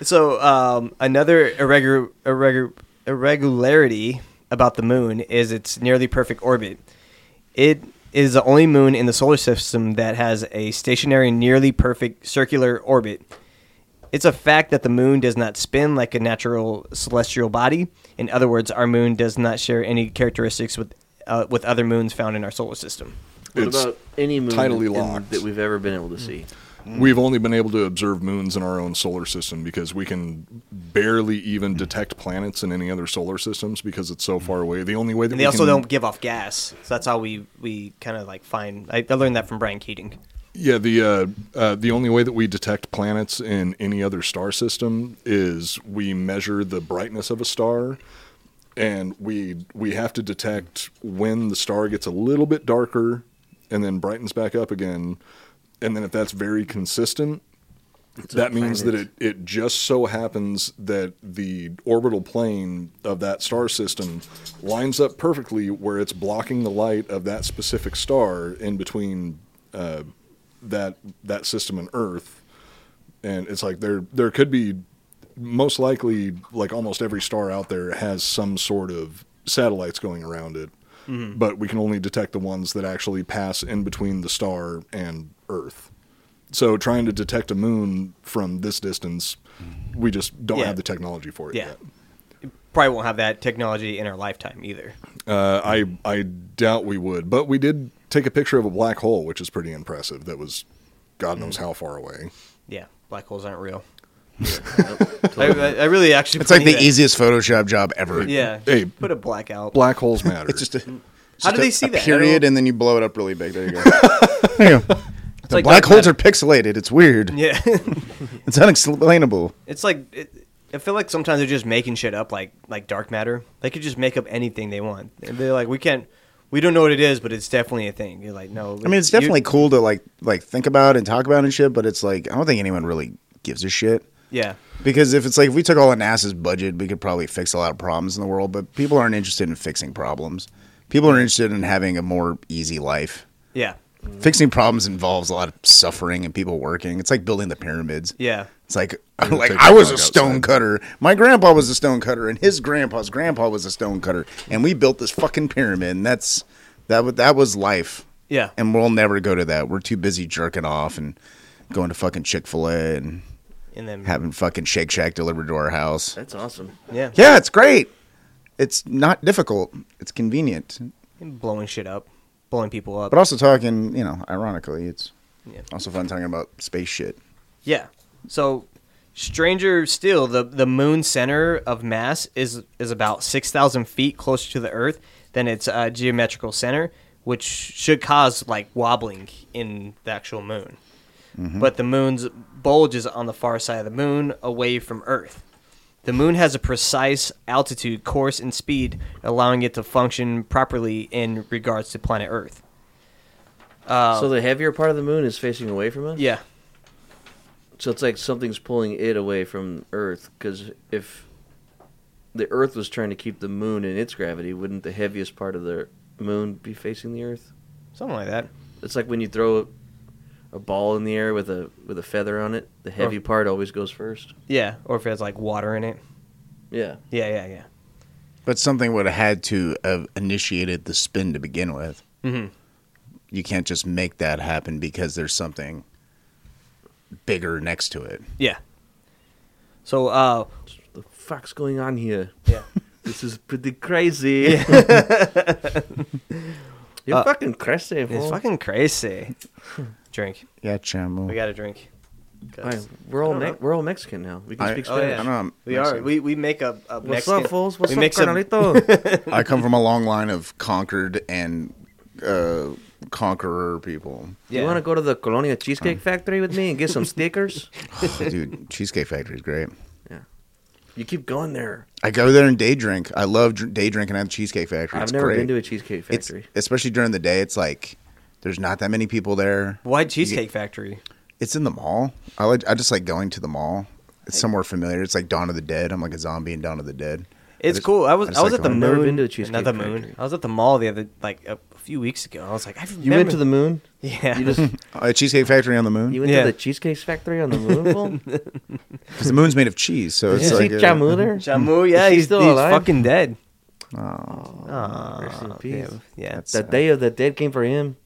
D: So um, another irregular, irregular irregularity about the moon is its nearly perfect orbit. It is the only moon in the solar system that has a stationary, nearly perfect circular orbit. It's a fact that the moon does not spin like a natural celestial body. In other words, our moon does not share any characteristics with uh, with other moons found in our solar system.
B: What
E: It's
B: about any moon
E: tidally
B: in-
E: locked.
B: that we've ever been able to see?
D: Mm.
E: We've only been able to observe moons in our own solar system because we can barely
D: Mm.
E: even detect planets in any other solar systems because it's so far away. The only way that
D: And
E: we
D: they also
E: can-
D: don't give off gas, so that's how we we kind of like find. I, I learned that from Brian Keating.
E: Yeah, the uh, uh, the only way that we detect planets in any other star system is we measure the brightness of a star, and we we have to detect when the star gets a little bit darker, and then brightens back up again, and then if that's very consistent, that means that it it just so happens that the orbital plane of that star system lines up perfectly where it's blocking the light of that specific star in between uh, that that system and Earth, and it's like there there could be most likely like almost every star out there has some sort of satellites going around it,
C: Mm-hmm.
E: but we can only detect the ones that actually pass in between the star and Earth. So trying to detect a moon from this distance, we just don't
D: Yeah.
E: have the technology for it
D: Yeah.
E: yet.
D: probably won't have that technology in our lifetime either.
E: Uh, I I doubt we would, but we did take a picture of a black hole, which is pretty impressive. That was God knows
C: Mm.
E: how far away.
D: Yeah, black holes aren't real. I,
B: Totally.
D: I- I really actually.
C: It's like the
D: believe that.
C: easiest Photoshop job ever.
D: Yeah.
E: Hey.
D: put a blackout.
E: Black holes matter.
C: It's just a, it's
D: How
C: just
D: do they
C: a-
D: see
C: a
D: that? I
C: Period,
D: don't-
C: and then you blow it up really big. There you go. there you go. The
D: like
C: black
D: dark
C: holes
D: matter.
C: are pixelated. It's weird.
D: Yeah,
C: It's unexplainable.
D: it's like it, I feel like sometimes they're just making shit up, like like dark matter. They could just make up anything they want. And They're like, we can't, we don't know what it is, but it's definitely a thing. You're like, no.
C: I mean, it's definitely cool to like like think about and talk about and shit, but it's like I don't think anyone really gives a shit.
D: yeah.
C: Because if it's like if we took all of NASA's budget, we could probably fix a lot of problems in the world. But people aren't interested in fixing problems. People are interested in having a more easy life.
D: Yeah,
C: Fixing problems involves a lot of suffering and people working. It's like building the pyramids.
D: yeah.
C: It's like
E: gonna
C: like
E: take
C: I
E: the
C: was a
E: dog
C: stone
E: outside.
C: cutter. My grandpa was a stone cutter, and his grandpa's grandpa was a stone cutter, and we built this fucking pyramid. And that's that. wa- That was life.
D: Yeah.
C: and we'll never go to that. We're too busy jerking off and going to fucking Chick Fil A and
D: And then
C: having fucking Shake Shack delivered to our house.
B: That's awesome.
D: yeah,
C: Yeah, it's great. It's not difficult. It's convenient,
D: and blowing shit up, blowing people up.
C: but also talking. You know, ironically, it's
D: Yeah.
C: also fun talking about space shit.
D: Yeah. So, stranger still, the the moon center of mass is is about six thousand feet closer to the Earth than its uh, geometrical center, which should cause like wobbling in the actual moon. But the moon's bulge is on the far side of the moon, away from Earth. The moon has a precise altitude, course, and speed, allowing it to function properly in regards to planet Earth.
B: so the heavier part of the moon is facing away from us.
D: Uh, Yeah.
B: So it's like something's pulling it away from Earth. Because if the Earth was trying to keep the moon in its gravity, wouldn't the heaviest part of the moon be facing the Earth?
D: Something like that.
B: It's like when you throw a, a ball in the air with a with a feather on it. The heavy part always goes first.
D: Yeah. Or if it has like water in it.
B: Yeah.
D: Yeah, yeah, yeah.
C: But something would have had to have initiated the spin to begin with. Mm-hmm. You can't just make that happen because there's something bigger next to it.
D: Yeah. So, uh,
B: The fuck's going on here?
D: yeah.
B: This is pretty crazy. You're
D: Uh,
B: fucking crazy.
D: It's
B: fool.
D: fucking crazy. drink.
C: Yeah, Chamo.
D: We got to drink.
B: All right,
D: 'Cause-
B: we're all
D: I don't
B: Me-
D: know.
B: we're all Mexican now. We can
C: I-
B: speak
D: Oh,
B: Spanish.
D: yeah.
C: I know, I'm
D: we
C: Mexican.
D: are. We, we make a, a
B: What's
D: Mexican-
B: up, fools? What's
D: we
B: up,
D: make some-
B: carnalito?
C: I come from a long line of conquered and uh, conqueror people.
B: You
D: Yeah.
B: want to go to the Colonia Cheesecake Factory with me and get some stickers?
C: Dude, Cheesecake Factory is great.
B: You keep going there.
C: I go there and day drink. I love dr- day drinking at the Cheesecake Factory.
B: I've
C: It's
B: never
C: great.
B: been to a Cheesecake
C: It's-
B: Factory.
C: especially during the day. It's like there's not that many people there.
D: Why Cheesecake Factory?
C: It's in the mall. I like. I just like going to the mall. It's somewhere familiar. It's like Dawn of the Dead. I'm like a zombie in Dawn of the Dead.
D: It's cool. I was
C: I
D: I,
C: just
D: was
C: like
D: at the
C: going,
D: moon.
B: "I've never been to a Cheesecake
D: not the moon.
B: Factory."
D: I was at the mall the other like a few weeks ago. I was like, I
B: You went to the moon?
D: yeah.
B: You just
C: A cheesecake factory on the moon.
B: you went
D: Yeah.
B: to the cheesecake factory on the moon? Bull?
C: Because the moon's made of cheese,
B: Did
C: so
B: you
C: it's
B: see
C: like uh, a-
B: Jamu there?
D: Shamu,
B: Is
D: yeah,
B: he
D: he's
B: still
D: still he's
B: alive?
D: fucking dead.
C: Oh,
D: Aw,
B: Rest in
D: damn.
B: peace.
D: Yeah,
C: That's-
B: The day of the dead came for him.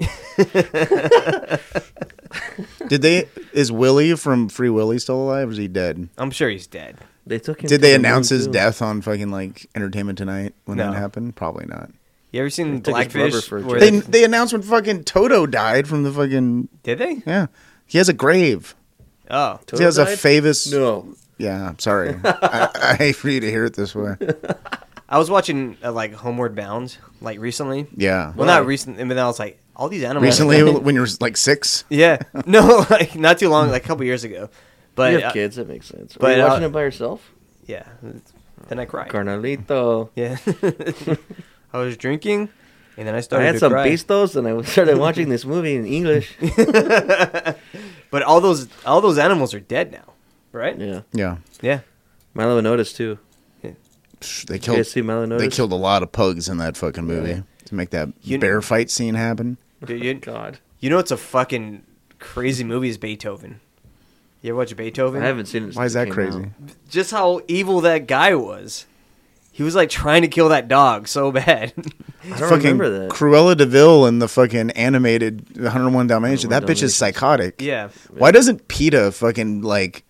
C: did they? Is Willie from Free Willy still alive? Or is he dead?
D: I'm sure he's dead.
B: They took him.
C: Did
B: to
C: they
B: the moon,
C: announce his
B: too.
C: death on fucking like Entertainment Tonight when
D: No.
C: that happened? Probably not.
D: You ever seen
B: took his rubber
D: Blackfish?
B: for a
D: where
C: They
B: joke.
C: they announced when fucking Toto died from the fucking
D: did they?
C: yeah. He has a grave.
D: Oh,
C: he has a
B: died?
C: famous.
B: No.
C: Yeah, I'm sorry. I, I hate for you to hear it this way.
D: I was watching uh, like Homeward Bound like recently.
C: Yeah.
B: Why?
D: Well, not recently, but then I was like, all these animals.
C: Recently, when you were like six,
D: yeah, no, like not too long, like a couple years ago. But
B: you have
D: uh,
B: kids. That makes sense. But
D: but,
B: Are you
D: uh,
B: watching it by yourself?
D: yeah, then I cried.
B: Carnalito.
D: Yeah, I was drinking, and then I
B: I
D: started.
B: had
D: to
B: some
D: cry.
B: pistos and I started watching this movie in English.
D: but all those all those animals are dead now, right?
B: yeah.
C: yeah,
D: Yeah.
B: Milo and Otis, too.
C: Psh,
B: Did
C: they
B: you
C: killed
B: guys see Milo and
C: they
B: Otis?
C: killed a lot of pugs in that fucking movie to make that
D: You-
C: bear fight scene happen.
D: Dude, you,
B: God.
D: you know it's a fucking crazy movie is Beethoven. You ever watch
B: I
D: Beethoven?
B: haven't seen it. since
C: Why is
B: it
C: that
B: came
C: crazy?
B: out.
D: Just how evil that guy was. He was like trying to kill that dog so bad.
B: I don't
C: fucking
B: remember that.
C: Cruella Deville and the fucking animated 101
B: 101
C: Dalmatian. That bitch
B: Dalmatians.
C: is psychotic.
D: yeah.
C: Why doesn't PETA fucking like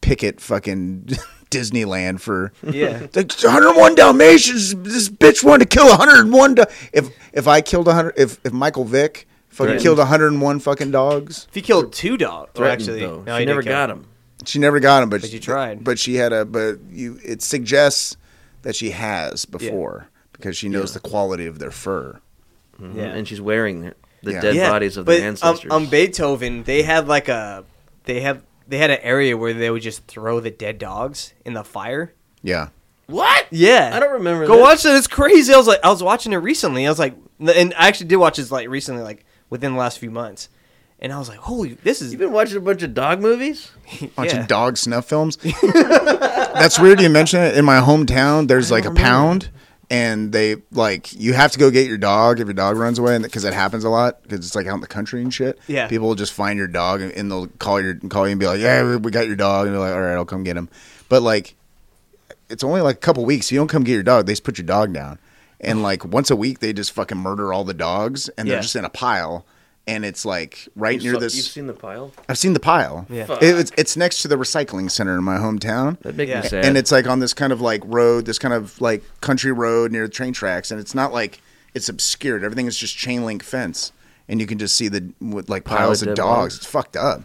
C: picket fucking Disneyland for
D: Yeah.
C: like 101 Dalmatians? This bitch wanted to kill 101. Do- if if I killed 100, if if Michael Vick fucking
B: Threatened.
C: killed 101 fucking dogs,
D: If he killed two dogs, or
B: Threatened,
D: actually,
B: though.
D: no,
B: she
D: he
B: never
D: did Mm-hmm. kill
B: got him.
C: she never got him. But,
D: But
C: she
D: you tried.
C: But she had a. But you. It suggests that she has before because she knows the quality of their fur.
D: Yeah.
B: Mm-hmm. And she's wearing the- the
C: Yeah.
B: dead
D: Yeah,
B: bodies of
D: but um,
B: their ancestors.
D: On, on Beethoven, they had like a they had they had an area where they would just throw the dead dogs in the fire.
C: Yeah.
B: what?
D: Yeah,
B: I don't remember
D: Go
B: that.
D: watch it. It's crazy. I was like, I was watching it recently. I was like, and I actually did watch this like recently, like within the last few months. And I was like, holy, this is
B: You've been watching a bunch of dog movies?
C: watching
D: yeah.
C: dog snuff films. That's weird you mention it. In my hometown, there's like a pound, and they like you have to go get your dog if your dog runs away, and because it happens a lot because it's like out in the country and shit.
D: Yeah.
C: people will just find your dog and, and they'll call your call you and be like, "Yeah, we- we got your dog," and you're like, "All right, I'll come get him," but like it's only like a couple weeks. You don't come get your dog. They just put your dog down. And like once a week, they just fucking murder all the dogs, and
D: Yeah.
C: they're just in a pile. And it's like right
B: You
C: near
B: saw-
C: this.
B: You've seen the pile?
C: I've seen the pile.
D: Yeah.
C: It- it's it's next to the recycling center in my hometown,
B: That makes
D: Yeah.
B: me sad.
C: and it's like on this kind of like road, this kind of like country road near the train tracks, and it's not like it's obscured. Everything is just chain link fence, and you can just see the with like
B: Pile of
C: piles of
B: dead
C: dogs.
B: bodies.
C: It's fucked up.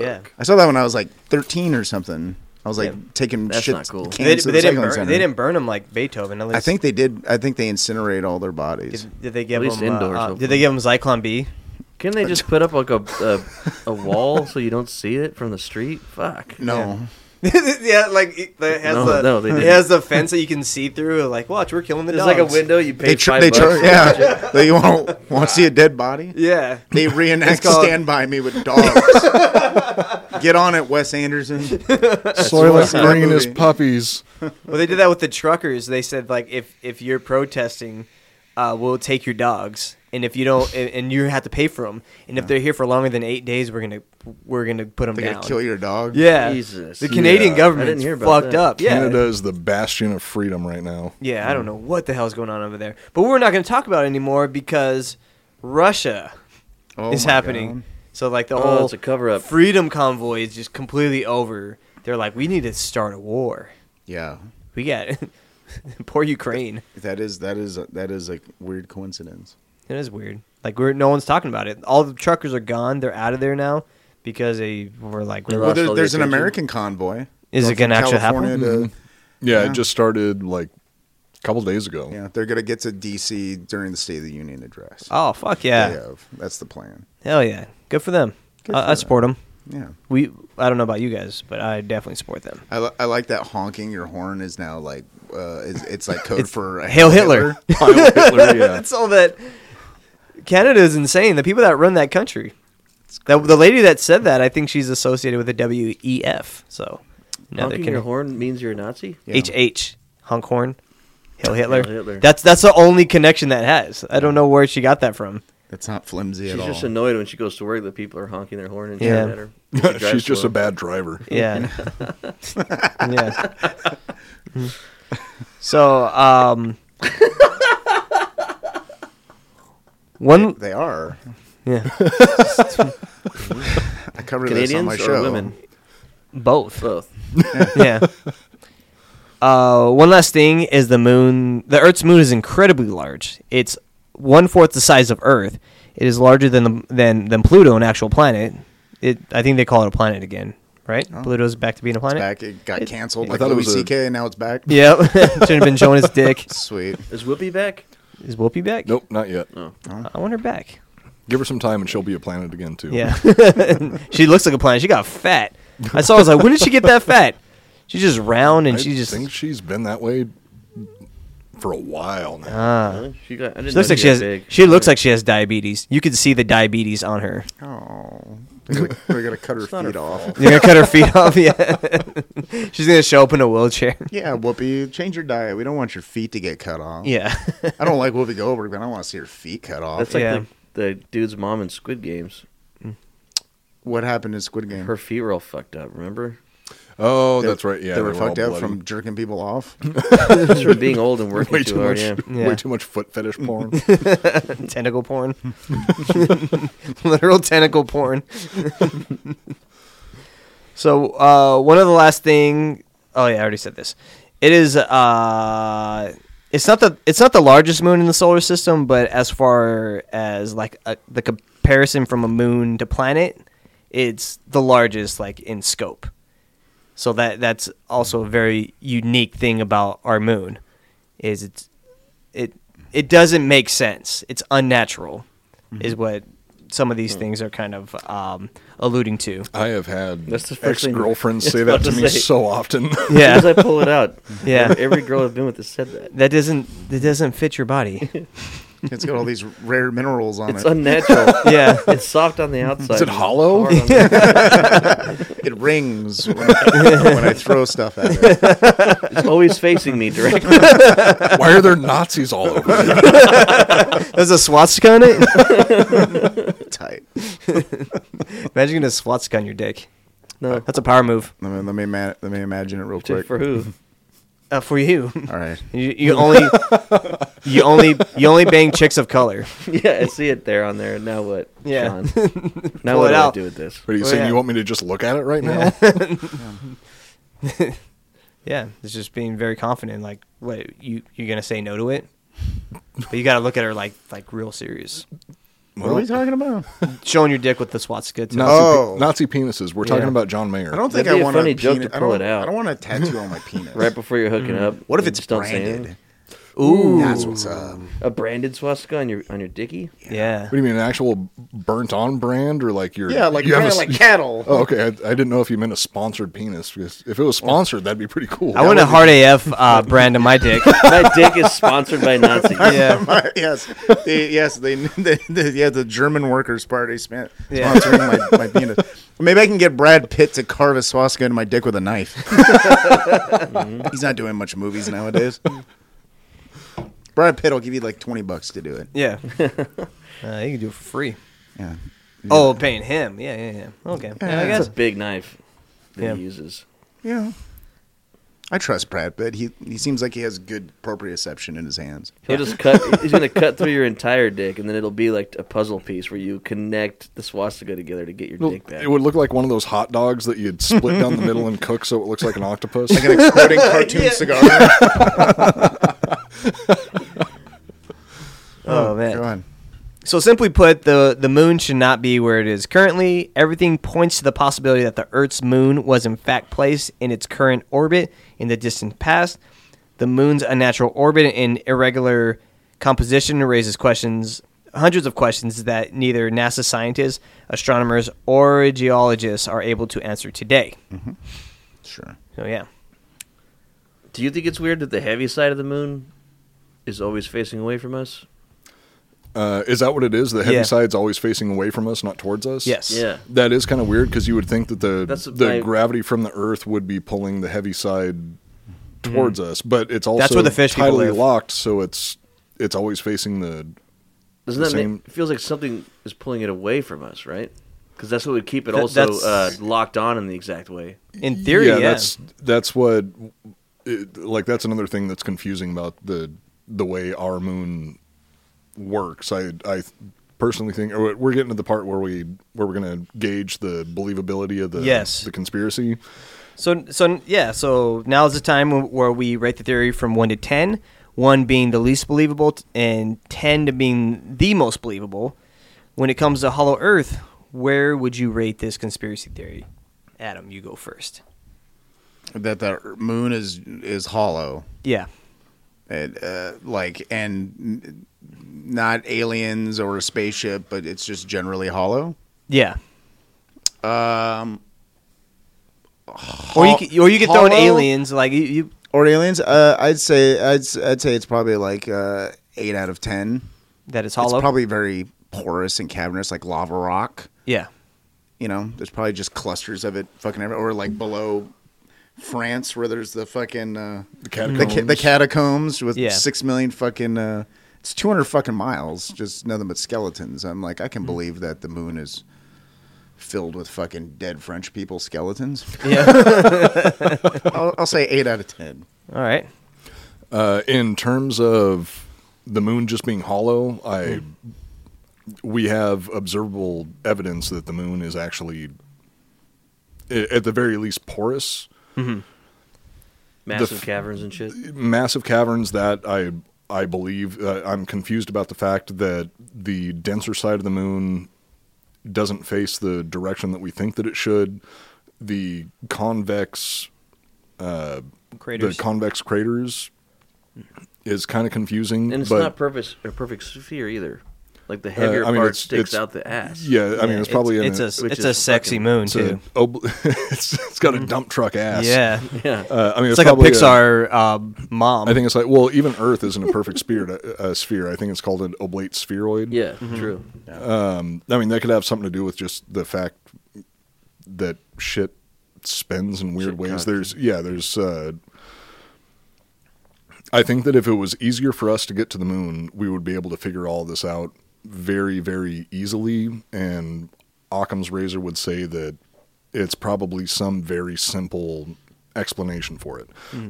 D: yeah.
C: I saw that when I was like thirteen or something. I was like taking
B: That's
C: shit
B: not cool.
C: cans to
D: They, but
C: the
D: they didn't
C: recycling
D: burn,
C: center.
D: they didn't burn them like Beethoven. At least
C: I think they did. I think they incinerate all their bodies.
D: did, did they give
B: At least
D: them uh,
B: indoors,
D: uh,
B: hopefully.
D: did they give them Zyklon B?
B: Can they just put up like a, a a wall so you don't see it from the street? Fuck.
C: No,
D: yeah, like it, it has
B: No,
D: the
B: no, they
D: it
B: didn't.
D: has the fence that you can see through. Like, watch, we're killing the
B: There's
D: dogs.
B: like a window you pay
C: they
B: five
C: tr- they tr-
B: bucks.
C: yeah. they won't want to see a dead body.
D: Yeah,
C: They reenact
D: called-
C: Stand By Me with dogs. Get on it, Wes Anderson.
E: Soylent
C: That
E: bringing his
C: movie.
E: puppies.
D: Well, they did that with the truckers. They said like if if you're protesting, uh, we'll take your dogs, and if you don't, and, and you have to pay for them, and if they're here for longer than eight days, we're gonna we're gonna put them
C: They're
D: down.
C: gonna kill your dog.
D: Yeah,
B: Jesus.
D: the Canadian
B: Yeah. I
D: government's
B: didn't hear about
D: fucked
B: that.
D: up. Yeah,
E: Canada is the bastion of freedom right now.
D: yeah. I don't know what the hell's going on over there, but we're not gonna talk about it anymore because Russia
C: Oh
D: is
C: my
D: happening.
C: God.
D: So like the
B: Oh,
D: whole
B: it's a cover-up.
D: Freedom convoy is just completely over. They're like, we need to start a war.
C: Yeah,
D: We got poor Ukraine.
C: that is that is that is a weird coincidence.
D: It is weird. Like we're no one's talking about it. All the truckers are gone. They're out of there now because they were like,
B: They're
D: we're-
C: Well,
B: Lost
C: there,
B: all
C: there's
B: the
C: an
B: attention.
C: American convoy.
D: Is
C: going
D: it gonna
C: from
D: actually Mm-hmm.
C: California
E: happen?
C: to-
E: Yeah,
C: Yeah.
E: it just started like a couple days ago.
C: yeah, they're gonna get to D.C. during the State of the Union address.
D: oh fuck
C: They
D: yeah,
C: have. That's the plan.
D: hell yeah, good for them. I, I support them.
C: Yeah,
D: We I don't know about you guys, but I definitely support them.
C: I, li- I like that honking your horn is now like uh, is, it's like code for a
D: Hail Hitler.
E: Heil Hitler, yeah.
D: That's all that. Canada is insane. The people that run that country. That, the lady that said that, I think she's associated with the WEF. So another
B: Honking
D: Canadian-
B: your horn means you're a Nazi.
C: Yeah.
D: H H Honk Horn. Hail Hitler.
B: Hail Hitler.
D: That's that's the only connection that has. I don't know where she got that from.
C: That's not flimsy
B: She's
C: at all.
B: just annoyed when she goes to work that people are honking their horn and
D: Yeah.
B: shouting at her. She drives
E: She's just
B: slow.
E: a bad driver.
D: Yeah. yeah. So, um one
C: they are.
D: yeah,
C: I covered this on
B: Canadians
C: my
B: or
C: show.
B: women,
D: both.
B: both.
D: yeah. Uh, one last thing is the moon. The Earth's moon is incredibly large. It's one fourth the size of Earth. It is larger than the, than than Pluto, an actual planet. It. I think they call it a planet again, right? Pluto's back to being a planet.
C: Oh. Back, it got canceled.
E: I
C: Like
E: thought it
C: Louis
E: was a-
C: CK, and now it's back.
D: Yep. Should have been showing his dick.
C: Sweet.
B: Is Whoopi back?
D: Is Whoopi back?
E: Nope, not yet.
C: Oh.
D: I want her back.
E: Give her some time and she'll be a planet again too.
D: Yeah. she looks like a planet. She got fat. I saw. I was like, when did she get that fat? She's just round and
E: I
D: she just.
E: think she's been that way for a while now.
B: Really? She got. I didn't
D: She looks
B: know
D: like she has.
B: got big.
D: She looks like she has diabetes. You can see the diabetes on her.
C: Oh, they're gonna, they're gonna cut her feet off.
D: You're gonna cut her feet off. Yeah, she's gonna show up in a wheelchair.
C: Yeah, Whoopi, change your diet. We don't want your feet to get cut off.
D: Yeah,
C: I don't like Whoopi Goldberg, but I don't want to see her feet cut off.
B: That's like
D: Yeah.
B: the, the dude's mom in Squid Games.
C: what happened in Squid Game.
B: Her feet were all fucked up. Remember?
E: Oh,
C: They-
E: that's right. Yeah,
C: they were, fucked
E: all
C: up
E: bloody.
C: from jerking people off.
B: Just from being old and working
E: way
B: too,
E: too
B: hard.
E: much.
B: Yeah.
D: Yeah.
E: Way too much foot fetish porn.
D: tentacle porn, literal tentacle porn. so uh, one of the last thing. Oh yeah, I already said this. It is. Uh, it's not the. It's not the largest moon in the solar system, but as far as like a, the comparison from a moon to planet, it's the largest like in scope. So that that's also a very unique thing about our moon, is it's it it doesn't make sense. It's unnatural, is what some of these things are kind of um, alluding to.
E: I have had
B: That's the first
E: ex
B: thing-
E: girlfriends
B: It's
E: say that
B: about
E: to
B: to
E: me
B: say.
E: so often.
B: As
D: Yeah,
B: I pull it out,
D: Yeah.
B: Every girl I've been with has said that.
D: that doesn't that doesn't fit your body.
C: It's got all these rare minerals on
B: It's
C: it.
B: unnatural.
D: Yeah,
B: It's soft on the outside.
E: Is it hollow?
B: Hard on the-
C: it rings when, when I throw stuff at it.
B: It's always facing me directly.
E: Why are there Nazis all over? here?
D: there's a swastika on it.
C: Tight.
D: Imagine getting a swastika on your dick.
B: No.
D: That's a power move
C: Let me let me, ma- let me imagine it real quick.
B: For who?
D: uh, for you.
C: All right.
D: You, you only you only you only bang chicks of color.
B: Yeah, I see it there on there. Now what?
D: Yeah.
B: Sean? Now
D: Pull
B: what
D: it
B: do I
D: out.
B: do with this?
E: What are you
D: Well,
E: saying?
D: yeah.
E: You want me to just look at it right now?
D: Yeah, it's just being very confident. Like, what you you're gonna say no to it, but you gotta look at her like like real serious.
C: What are we talking about?
D: Showing your dick with the swastika. too.
E: Nazi,
C: Oh.
E: pe- Nazi penises. We're talking
D: Yeah.
E: about John Mayer.
C: I don't think
B: That'd be
C: I
B: a
C: want a
B: funny joke
C: peni-
B: to
C: I
B: pull
C: don't-
B: it out.
C: I don't want a tattoo on my penis.
B: Right before you're hooking up.
C: what if
B: you
C: it's
B: just don't say anything?
C: branded? Ooh, that's what's up.
B: A branded swastika on your on your dicky?
D: Yeah.
E: What do you mean, an actual burnt on brand or like your.
C: Yeah, like
E: you have a
C: yeah,
E: s-
C: like cattle.
E: Oh, okay. I, I didn't know if you meant a sponsored penis because if it was sponsored, that'd be pretty cool.
D: I want a hard AF uh, brand on my dick.
B: My dick is sponsored by Nazis.
D: Yeah.
C: yes, they, yes, they, they, they, yeah, the German Workers' Party span,
D: Yeah.
C: sponsoring my, my penis. Maybe I can get Brad Pitt to carve a swastika into my dick with a knife. He's not doing much movies nowadays. Brad Pitt will give you like twenty bucks to do it.
D: Yeah. Uh, you can do it for free.
C: Yeah,
D: Oh, paying him. Yeah, yeah, yeah. Okay. Yeah,
B: That's
D: I guess.
B: a big knife that
D: Yeah.
B: he uses.
C: yeah. I trust Brad Pitt. He he seems like he has good proprioception in his hands.
B: He'll just cut. He's gonna cut through your entire dick, and then it'll be like a puzzle piece where you connect the swastika together to get your dick back.
E: It would look like one of those hot dogs that you'd split down the middle and cook so it looks like an octopus.
C: Like an exploding cartoon cigar.
D: Oh
C: Go
D: man.
C: on.
D: So simply put, the the moon should not be where it is currently. Everything points to the possibility that the Earth's moon was in fact placed in its current orbit in the distant past. The moon's unnatural orbit and irregular composition raises questions, hundreds of questions that neither NASA scientists, astronomers, or geologists are able to answer today.
C: Sure.
D: So yeah.
B: Do you think it's weird that the heavy side of the moon is always facing away from us?
E: Uh, is that what it is? The heavy
D: Yeah.
E: side's always facing away from us, not towards us.
D: Yes.
B: Yeah.
E: that is kind of weird because you would think that the
B: That's
E: the
B: my-
E: gravity from the Earth would be pulling the heavy side towards us, but it's also
D: where the fish people
E: tightly
D: live.
E: locked, so it's it's always facing the.
B: Doesn't
E: the
B: that
E: same-
B: make, it feels like something is pulling it away from us, right? Because that's what would keep it
D: Th-
B: also
D: that's-
B: uh, locked on in the exact way.
D: In theory, yeah.
E: that's that's what. It, like that's another thing that's confusing about the the way our moon works. I I personally think or we're getting to the part where we where we're gonna gauge the believability of the
D: Yes.
E: the conspiracy.
D: So so yeah, so now's the time wh- where we rate the theory from 1 to 10, 1 being the least believable t- and 10 to being the most believable. When it comes to hollow earth, where would you rate this conspiracy theory? Adam, you go first.
C: that the moon is is hollow.
D: Yeah.
C: It, uh, like and n- not aliens or a spaceship, but it's just generally hollow.
D: Yeah. Um or you could, or you could throw in
C: hollow?
D: aliens like you, you
C: Or aliens? Uh, I'd say I'd s- I'd say it's probably like uh, eight out of ten.
D: that is hollow.
C: It's probably very porous and cavernous, like lava rock.
D: yeah.
C: You know, there's probably just clusters of it, fucking everywhere. Or like below France, where there's the fucking uh, the
E: catacombs.
C: ca- the catacombs with
D: Yeah.
C: six million fucking. Uh, it's 200 fucking miles, just nothing but skeletons. I'm like, I can believe that the moon is filled with fucking dead French people skeletons.
D: Yeah.
C: I'll, I'll say eight out of ten.
D: All right.
E: Uh, in terms of the moon just being hollow, I
D: Hmm.
E: we have observable evidence that the moon is actually, i- at the very least, porous.
B: Massive
E: f-
B: caverns and shit.
E: Massive caverns that I I believe uh, I'm confused about the fact that the denser side of the moon doesn't face the direction that we think that it should. The convex
D: Craters.
E: the convex craters is kind of confusing,
B: And it's
E: but Uh,
B: not perfect a perfect sphere either. Like the heavier
E: I mean,
B: part
E: it's-
B: sticks
E: it's-
B: out the ass.
E: yeah, I mean
D: Yeah,
E: it's probably
D: it's,
E: in
D: it's a
B: which
D: it's
B: is
D: a sexy
B: fucking-
D: moon
E: It's, a
D: too.
E: ob- it's, it's got a dump truck ass.
D: Mm-hmm. Yeah.
B: Yeah.
E: Uh, I mean,
D: It's like a
E: probably
D: Pixar um, mom.
E: I think it's like well, even Earth isn't a perfect sphere. Uh, sphere. I think it's called an oblate spheroid.
B: yeah, true.
E: I mean, that could have something to do with just the fact that shit spins in weird
B: Shit
E: ways.
B: cocks.
E: There's yeah, there's. Uh, I think that if it was easier for us to get to the moon, we would be able to figure all this out very, very easily. And Occam's razor would say that it's probably some very simple explanation for it.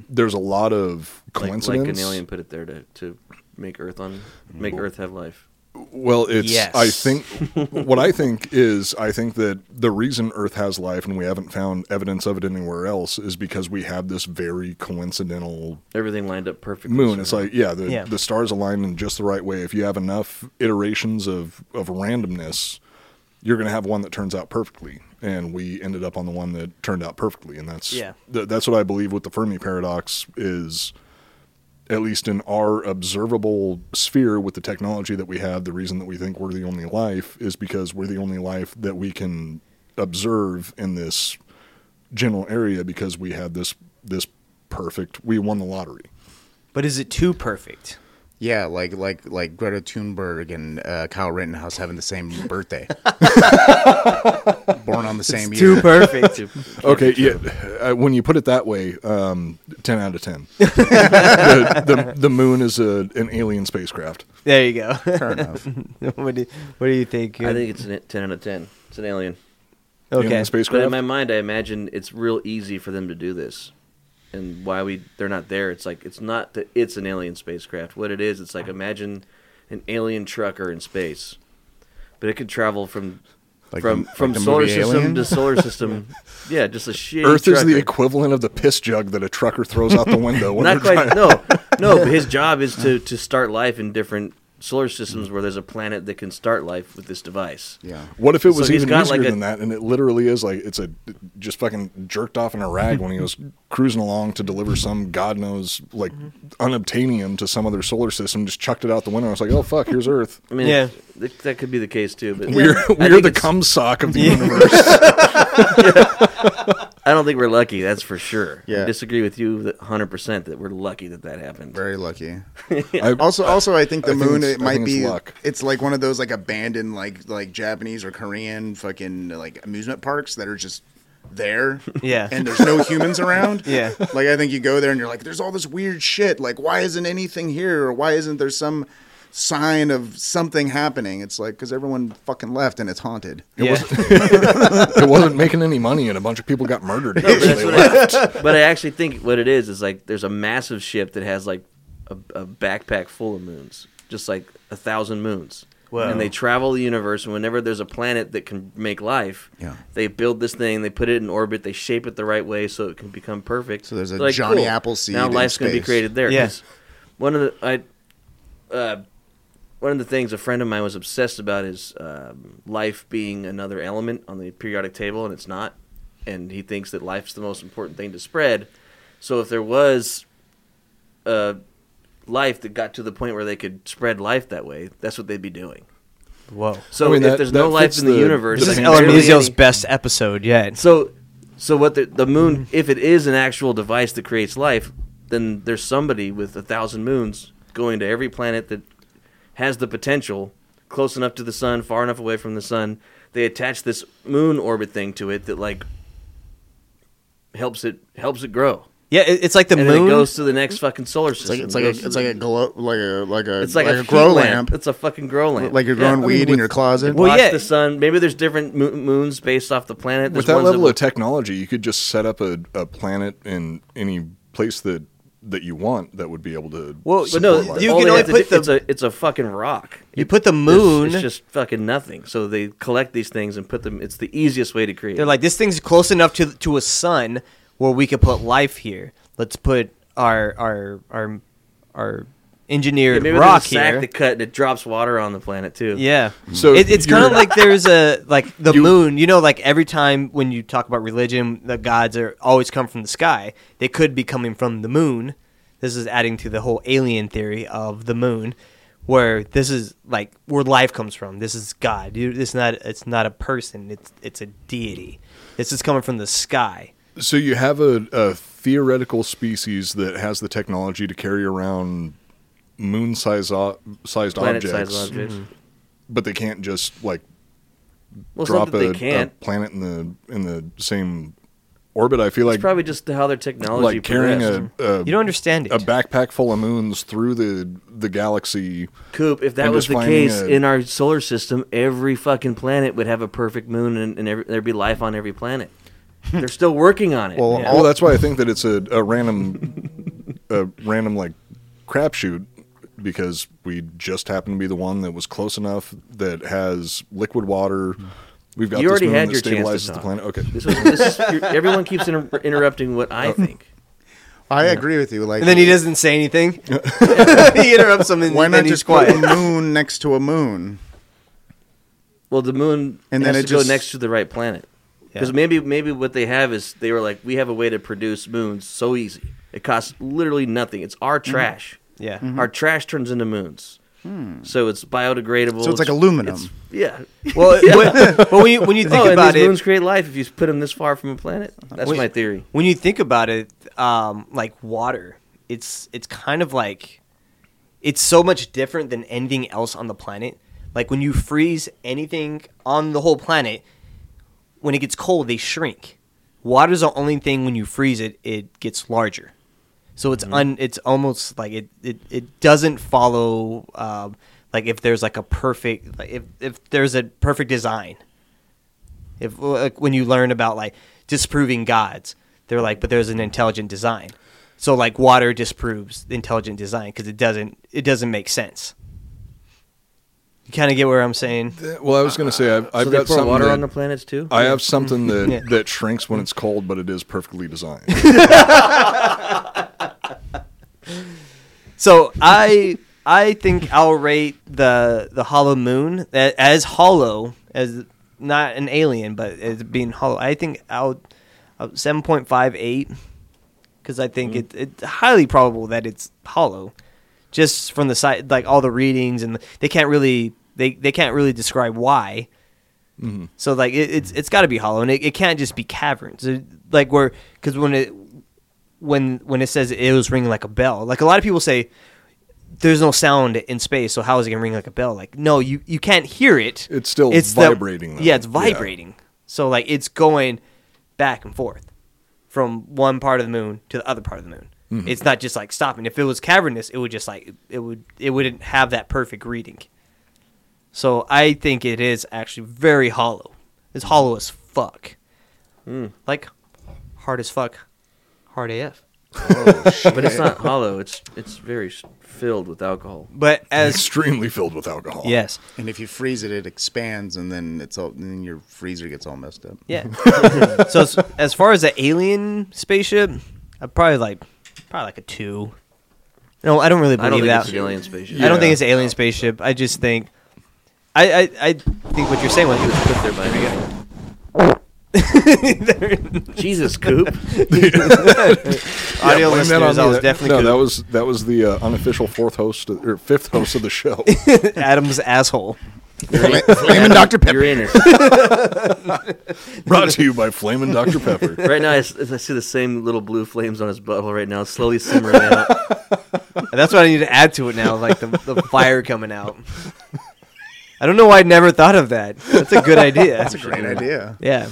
E: There's a lot of
B: Mm. Like,
E: coincidence.
B: like an alien put it there to, to make Earth on make Earth have life.
E: Well, it's.
D: Yes.
E: I think what I think is I think that the reason Earth has life and we haven't found evidence of it anywhere else is because we have this very coincidental
B: Everything lined up perfectly.
E: moon.
B: so-
E: It's like yeah, the
D: Yeah.
E: the stars align in just the right way. If you have enough iterations of of randomness, you're going to have one that turns out perfectly. And we ended up on the one that turned out perfectly, and that's
D: Yeah.
E: th- that's what I believe with the Fermi paradox is at least in our observable sphere with the technology that we have, the reason that we think we're the only life is because we're the only life that we can observe in this general area because we have this this perfect we won the lottery.
D: But is it too perfect?
C: Yeah, like like like Greta Thunberg and uh, Kyle Rittenhouse having the same birthday, born on the same year.
D: Too perfect.
E: Okay, yeah. Uh, when you put it that way, um, ten out of ten. the, the, the moon is a, an alien spacecraft.
D: there you go.
C: Fair enough.
D: what, do, what do you think?
B: I think it's an, ten out of ten. It's an alien.
D: okay.
E: Alien
B: But in
E: spacecraft.
B: my mind, I imagine it's real easy for them to do this, and why we they're not there. It's like it's not that it's an alien spacecraft. What it is, it's like imagine an alien trucker in space, but it could travel from
C: Like
B: from
C: the-
B: from
C: like the
B: solar
C: movie
B: system
C: Alien?
B: to solar system. yeah, just a shitty
E: Earth is the
B: trucker.
E: equivalent of the piss jug that a trucker throws out the window. When
B: not
E: they're
B: quite.
E: driving.
B: No, no. But his job is to to start life in different solar systems where there's a planet that can start life with this device.
C: Yeah.
E: What if it
B: So
E: was
B: he's
E: even
B: got,
E: easier
B: like, a-
E: than that? And it literally is like it's a just fucking jerked off in a rag when he was cruising along to deliver some god knows like
B: Mm-hmm.
E: unobtainium to some other solar system. Just chucked it out the window. I was like, oh fuck, here's Earth.
B: I mean,
D: Yeah.
B: yeah. that, that could be the case too. But
E: We're
B: I
E: we're
B: think
E: the
B: it's-
E: cum sock of the universe.
B: I don't think we're lucky. That's for sure.
C: Yeah.
B: I disagree with you hundred percent that we're lucky that that happened.
C: Very lucky.
E: I-
C: Also, also, I think the
E: I think
C: moon
E: it's-
C: it
E: I
C: might
E: think it's
C: be. It's,
E: luck.
C: like one of those like abandoned like like Japanese or Korean fucking like amusement parks that are just there
D: Yeah.
C: and there's no humans around
D: Yeah.
C: like i think you go there and you're like there's all this weird shit like why isn't anything here or why isn't there some sign of something happening it's like because everyone fucking left and it's haunted
D: yeah.
E: it wasn't making any money, and a bunch of people got murdered.
B: No, but, that's what I, but I actually think what it is is like there's a massive ship that has like a, a backpack full of moons, just like a thousand moons.
D: Wow.
B: And they travel the universe, and whenever there's a planet that can make life,
C: Yeah.
B: they build this thing, they put it in orbit, they shape it the right way so it can become perfect.
C: So there's a
B: They're like,
C: Johnny
B: cool,
C: Appleseed
B: Now
C: in
B: life's gonna be
C: space.
B: created there.
D: Yeah.
B: 'Cause One of the I, uh, one of the things a friend of mine was obsessed about is um, life being another element on the periodic table, and it's not. And he thinks that life's the most important thing to spread. So if there was uh, life that got to the point where they could spread life that way, that's what they'd be doing.
D: Whoa.
B: So
E: I mean,
B: if
E: that-
B: there's
E: that
B: no life
E: fits
B: in the,
E: the-
B: universe,
E: the
D: This is
B: like,
E: Ellen
B: barely
D: Elamizio's
B: any-
D: best episode yet.
B: so, so what the the moon? If it is an actual device that creates life, then there's somebody with a thousand moons going to every planet that has the potential, close enough to the sun, far enough away from the sun. They attach this moon orbit thing to it that like helps it helps it grow,
D: Yeah, it, it's like the
B: and then
D: moon.
B: it goes to the next fucking solar
C: it's like
B: system.
C: it's like a,
B: goes to
C: it's
B: the-
C: like a glow like a like a
B: it's like, a,
C: grow
B: heat
C: lamp,
B: It's a fucking grow lamp.
C: like you're
B: Yeah.
C: growing weed in your closet
D: Well,
B: Watch
D: yeah.
B: the sun. Maybe there's different mo- moons based off the planet. There's
E: With that
B: ones
E: level
B: will-
E: of technology, you could just set up a, a planet in any place that that you want that would be able to.
D: Well,
E: support
D: no,
E: life.
D: you
B: all
D: can
B: they
D: only
B: have to
D: put
B: do-
D: the-
B: it's a it's a fucking rock.
D: you put the
B: It's-
D: moon.
B: It's, just fucking nothing. So they collect these things and put them. It's the easiest way to create.
D: They're like, this thing's close enough to to a sun where we could put life here. Let's put our our our our engineered
B: maybe
D: rock
B: there's a sack
D: here.
B: that cut and it drops water on the planet too.
D: Yeah.
E: So
D: it, it's kind of
E: you're-
D: like there's a like the
E: You-
D: moon. You know, like every time when you talk about religion, the gods are always come from the sky. They could be coming from the moon. This is adding to the whole alien theory of the moon, where this is like where life comes from. This is God. You- It's not. It's not a person. It's it's a deity. This is coming from the sky.
E: So you have a, a theoretical species that has the technology to carry around moon size o- sized objects, Mm-hmm.
B: planet-sized objects.
D: Mm-hmm.
E: but they can't just like
B: Well, it's
E: drop
B: not that
E: a,
B: they
E: a
B: can't.
E: planet in the in the same orbit. I feel
B: it's
E: like
B: probably just how their technology
E: like carrying
B: progressed.
E: a, a
D: You don't understand it.
E: a backpack full of moons through the the galaxy.
B: Coop, if that
E: I'm
B: was
E: just
B: the
E: finding
B: case
E: a-
B: in our solar system, every fucking planet would have a perfect moon, and, and every, there'd be life on every planet. They're still working on it.
C: Well,
B: Yeah.
E: Well, that's why I think that it's a, a random a random like crapshoot because we just happen to be the one that was close enough that has liquid water. We've got
B: you
E: this
B: already
E: moon
B: had
E: that
B: your chance to
E: stabilizes the
B: talk.
E: planet. Okay.
B: This was, this is, you're- everyone keeps inter- interrupting what
E: Uh,
B: I think.
C: i agree with you like
D: And then he doesn't say anything. he interrupts him and,
C: why not
D: and he's
C: just put a
D: quiet.
C: moon next to a moon
B: Well, the moon
C: And
B: and
C: then
B: has
C: it
B: to
C: just-
B: go next to the right planet because
D: Yeah.
B: maybe maybe what they have is they were like, we have a way to produce moons so easy. It costs literally nothing. It's our trash.
D: Mm-hmm. Yeah.
E: Mm-hmm.
D: Mm-hmm. Hmm.
B: our trash turns into moons. So it's biodegradable.
C: so it's like aluminum
B: yeah.
D: Well, when, but when you when you think
B: oh, and
D: about
B: these
D: it,
B: moons create life if you put them this far from a planet. That's
D: Wait.
B: my theory.
D: when you think about it, um, like water, it's it's kind of like it's so much different than anything else on the planet. Like when you freeze anything on the whole planet, when it gets cold, they shrink. Water's the only thing when you freeze it, it gets larger. So it's un, it's almost like it it, it doesn't follow um, like if there's like a perfect like if if there's a perfect design. If like when you learn about like disproving gods, they're like, but there's an intelligent design. So like water disproves the intelligent design because it doesn't it doesn't make sense. You kind of get where I'm saying.
E: Eh, Well, I was going to say I've, I've
B: so they
E: got
B: pour
E: something.
B: water
E: that-
B: on the planets too.
E: I have something that,
D: Yeah.
E: that shrinks when it's cold, but it is perfectly designed.
D: So I I think I'll rate the the Hollow Moon a- as hollow as not an alien, but as being hollow. I think I'll seven point five eight because I think it, it's highly probable that it's hollow, just from the side like all the readings and they can't really they they can't really describe why. So like it, it's it's got to be hollow and it, it can't just be caverns It- like where because when it when when it says it was ringing like a bell like a lot of people say there's no sound in space so how is it gonna ring like a bell like no you you can't hear it
E: It's still
D: the-
E: vibrating, though.
D: yeah it's
E: Yeah.
D: vibrating so like it's going back and forth from one part of the moon to the other part of the moon.
E: Mm-hmm.
D: It's not just like stopping. If it was cavernous, it would just like it would it wouldn't have that perfect reading. So I think it is actually very hollow. It's hollow as fuck.
E: Hmm.
D: Like hard as fuck. Hard AF.
B: but it's not hollow. It's it's very s- filled with alcohol.
D: But as
E: extremely filled with alcohol.
D: yes.
C: And if you freeze it, it expands, and then it's all. Then your freezer gets all messed up.
D: Yeah. so as, as far as the alien spaceship, I probably like probably like a 2. No, I don't really believe
B: I don't think
D: that.
B: it's an alien spaceship.
D: I don't think
E: Yeah.
D: it's an alien spaceship. I just think, I I, I think what you're saying was
B: It was put there by me. Jesus, Coop.
D: audio
E: blame that on
D: listeners. I
E: me.
D: was
E: That-
D: definitely
E: no.
D: Coop.
E: That was that was the uh, unofficial fourth host of- or fifth host of the show.
D: Adam's asshole.
C: Flaming Dr Pepper.
B: You're in here.
E: Brought to you by Flamin' Dr Pepper.
B: Right now, I, s- I see the same little blue flames on his butthole right now, slowly simmering out.
D: That's what I need to add to it now, like the, the fire coming out. I don't know why I never thought of that. That's a good idea. That's a
C: Great idea.
D: Yeah.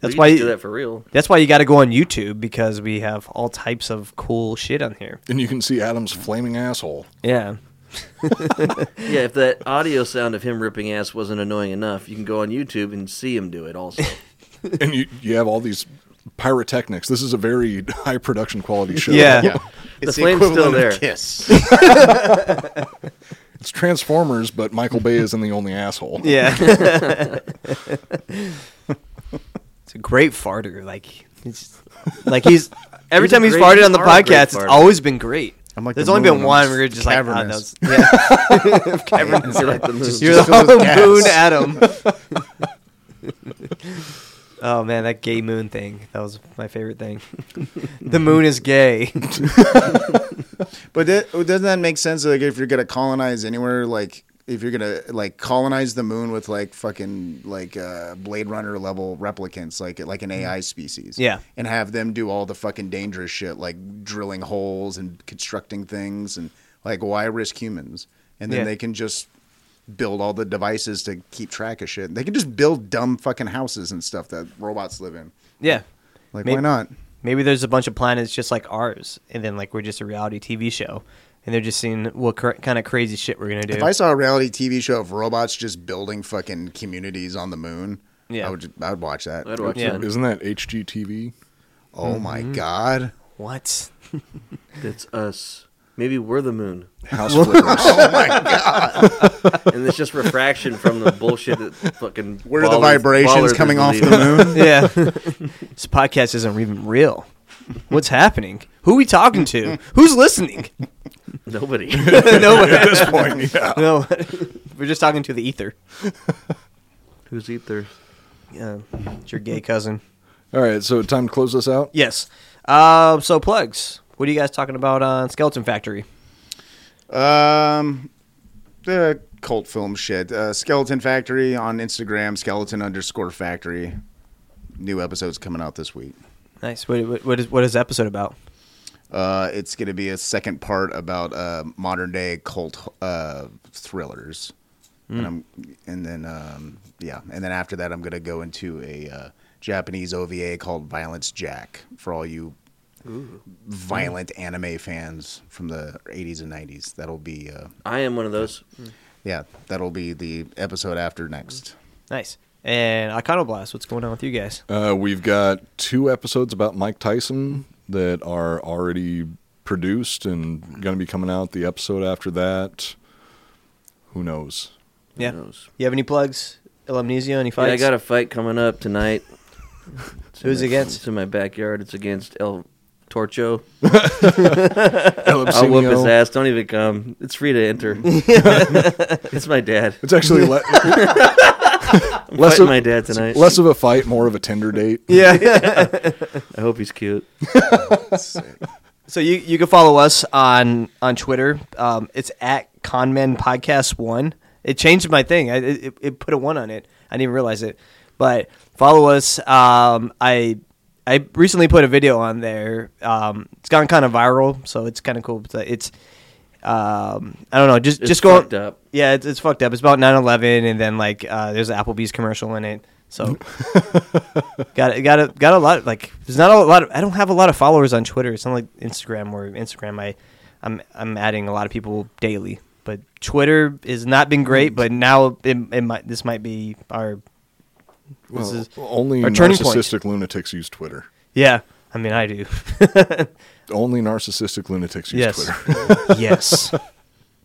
D: That's
B: We
D: why.
B: used to do that for real.
D: that's why you got to go on YouTube because we have all types of cool shit on here.
E: And you can see Adam's flaming asshole.
D: Yeah.
B: Yeah, if that audio sound of him ripping ass wasn't annoying enough, you can go on YouTube and see him do it also.
E: And you, you have all these pyrotechnics. This is a very high production quality show.
D: Yeah.
C: Yeah.
B: The flame's still
C: equivalent of
B: there.
C: Kiss.
E: It's Transformers, but Michael Bay isn't the only asshole.
D: Yeah. it's a great farter. Like, it's, like he's every
B: He's a
D: time he's
B: great-
D: farted
B: you
D: on the
B: are a great
D: podcast, it's
B: farter.
D: always been great.
C: I'm like
D: There's
C: the
D: only
C: moon,
D: been
C: I'm
D: one
C: just
D: where you're just like, ah, that
C: cavernous.
D: was, yeah,
B: You're like the moon.
D: you're
C: Just
D: the
C: filled with gas.
D: moon, Adam. oh man, that gay moon thing. That was my favorite thing. the moon is gay.
C: But that, doesn't that make sense? Like, if you're gonna colonize anywhere, like if you're gonna like colonize the moon with like fucking like uh, Blade Runner level replicants, like like an AI species,
D: Yeah.
C: and have them do all the fucking dangerous shit, like drilling holes and constructing things, and like why risk humans? And then
D: Yeah.
C: they can just build all the devices to keep track of shit. They can just build dumb fucking houses and stuff that robots live in.
D: Yeah.
C: Like,
D: Maybe-
C: why not?
D: Maybe there's a bunch of planets just like ours, and then like we're just a reality TV show, and they're just seeing what cra- kind of crazy shit we're gonna do.
C: If I saw a reality TV show of robots just building fucking communities on the moon,
D: Yeah.
C: I would I would watch that.
B: I'd watch Mm-hmm.
D: Yeah.
B: that.
E: Isn't that HGTV?
C: Oh my god.
D: what?
B: It's us. Maybe we're the moon.
E: House flippers.
C: Oh
B: And it's just refraction from the bullshit that fucking.
C: Where are the
B: ballers-
C: vibrations
B: ballers
C: coming
B: are
C: off the
B: believing.
C: moon?
D: yeah. this podcast isn't even real. What's happening? Who we talking to? Who's listening?
B: Nobody.
D: no,
E: At this point, yeah.
D: no. We're just talking to the ether.
B: Who's ether?
D: Yeah, it's your gay cousin.
E: All right, so time to close this out.
D: Yes. Um. so plugs. What are you guys talking about on Skeleton Factory?
C: Um the cult film shit. Uh, Skeleton Factory on Instagram, skeleton underscore factory. New episodes coming out this week.
D: Nice. What, what, what is what is the episode about?
C: Uh, it's going to be a second part about uh, modern day cult uh, thrillers, and, I'm, and then um, yeah, and then after that, I'm going to go into a uh, Japanese OVA called Violence Jack for all you violent anime fans from the 80s and 90s. That'll be uh,
B: I am one of those.
C: yeah, that'll be the episode after next.
D: Nice. And Iconoblast. What's going on with you guys?
E: Uh, we've got two episodes about Mike Tyson that are already produced and going to be coming out. The episode after that, who knows?
D: Yeah.
B: Who knows?
D: You have any plugs? Amnesia? Any fights?
B: Yeah, I got a fight coming up tonight. It's in
D: Who's
B: my-
D: against?
B: It's in my backyard. It's against El Torcho.
E: El
B: I'll whoop his
E: Obscenio.
B: ass. Don't even come. It's free to enter. it's my dad.
E: It's actually le-
B: I'm
E: less
B: fighting
E: of-
B: my dad tonight.
E: less of a fight, more of a tender date.
D: yeah.
B: I hope he's cute.
D: so you you can follow us on on Twitter. Um, it's at Conman Podcast One. It changed my thing. I, it, it- it put a one on it. I didn't even realize it. But follow us. Um, I I recently put a video on there. Um, it's gone kind of viral, so it's kind of cool. It's, uh, it's um, I don't know. Just
B: It's
D: just go
B: fucked up.
D: Yeah, it's, it's fucked up. It's about 9-11, and then like uh, there's an Applebee's commercial in it.
B: Mm-hmm.
D: So got got a, got a lot like there's not a lot of, I don't have a lot of followers on Twitter. It's not like Instagram where Instagram I I'm I'm adding a lot of people daily. But Twitter has not been great,
E: Mm.
D: but now it, it might this might be our
E: Well,
D: is
E: Uh, only
D: our turning point.
E: narcissistic lunatics use Twitter.
D: yeah. I mean, I do.
E: Only narcissistic lunatics use
D: Yes.
E: Twitter.
D: yes.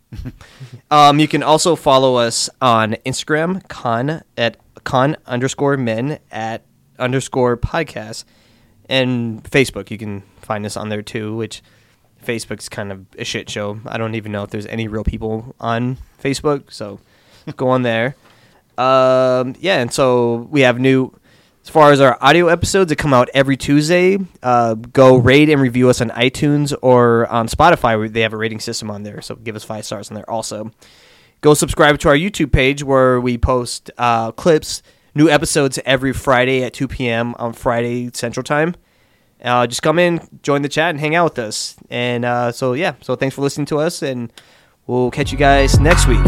D: um, you can also follow us on Instagram, con at con underscore men at underscore podcast, and Facebook. You can find us on there too, which Facebook's kind of a shit show. I don't even know if there's any real people on Facebook, so go on there. Um, yeah, and so we have new. As far as our audio episodes that come out every Tuesday, uh, go rate and review us on iTunes or on Spotify. where They have a rating system on there, so give us five stars on there also. Go subscribe to our YouTube page where we post uh, clips, new episodes every Friday at 2 p.m. on Friday Central Time. Uh, just come in, join the chat, and hang out with us. And uh, so, yeah, so thanks for listening to us, and we'll catch you guys next week.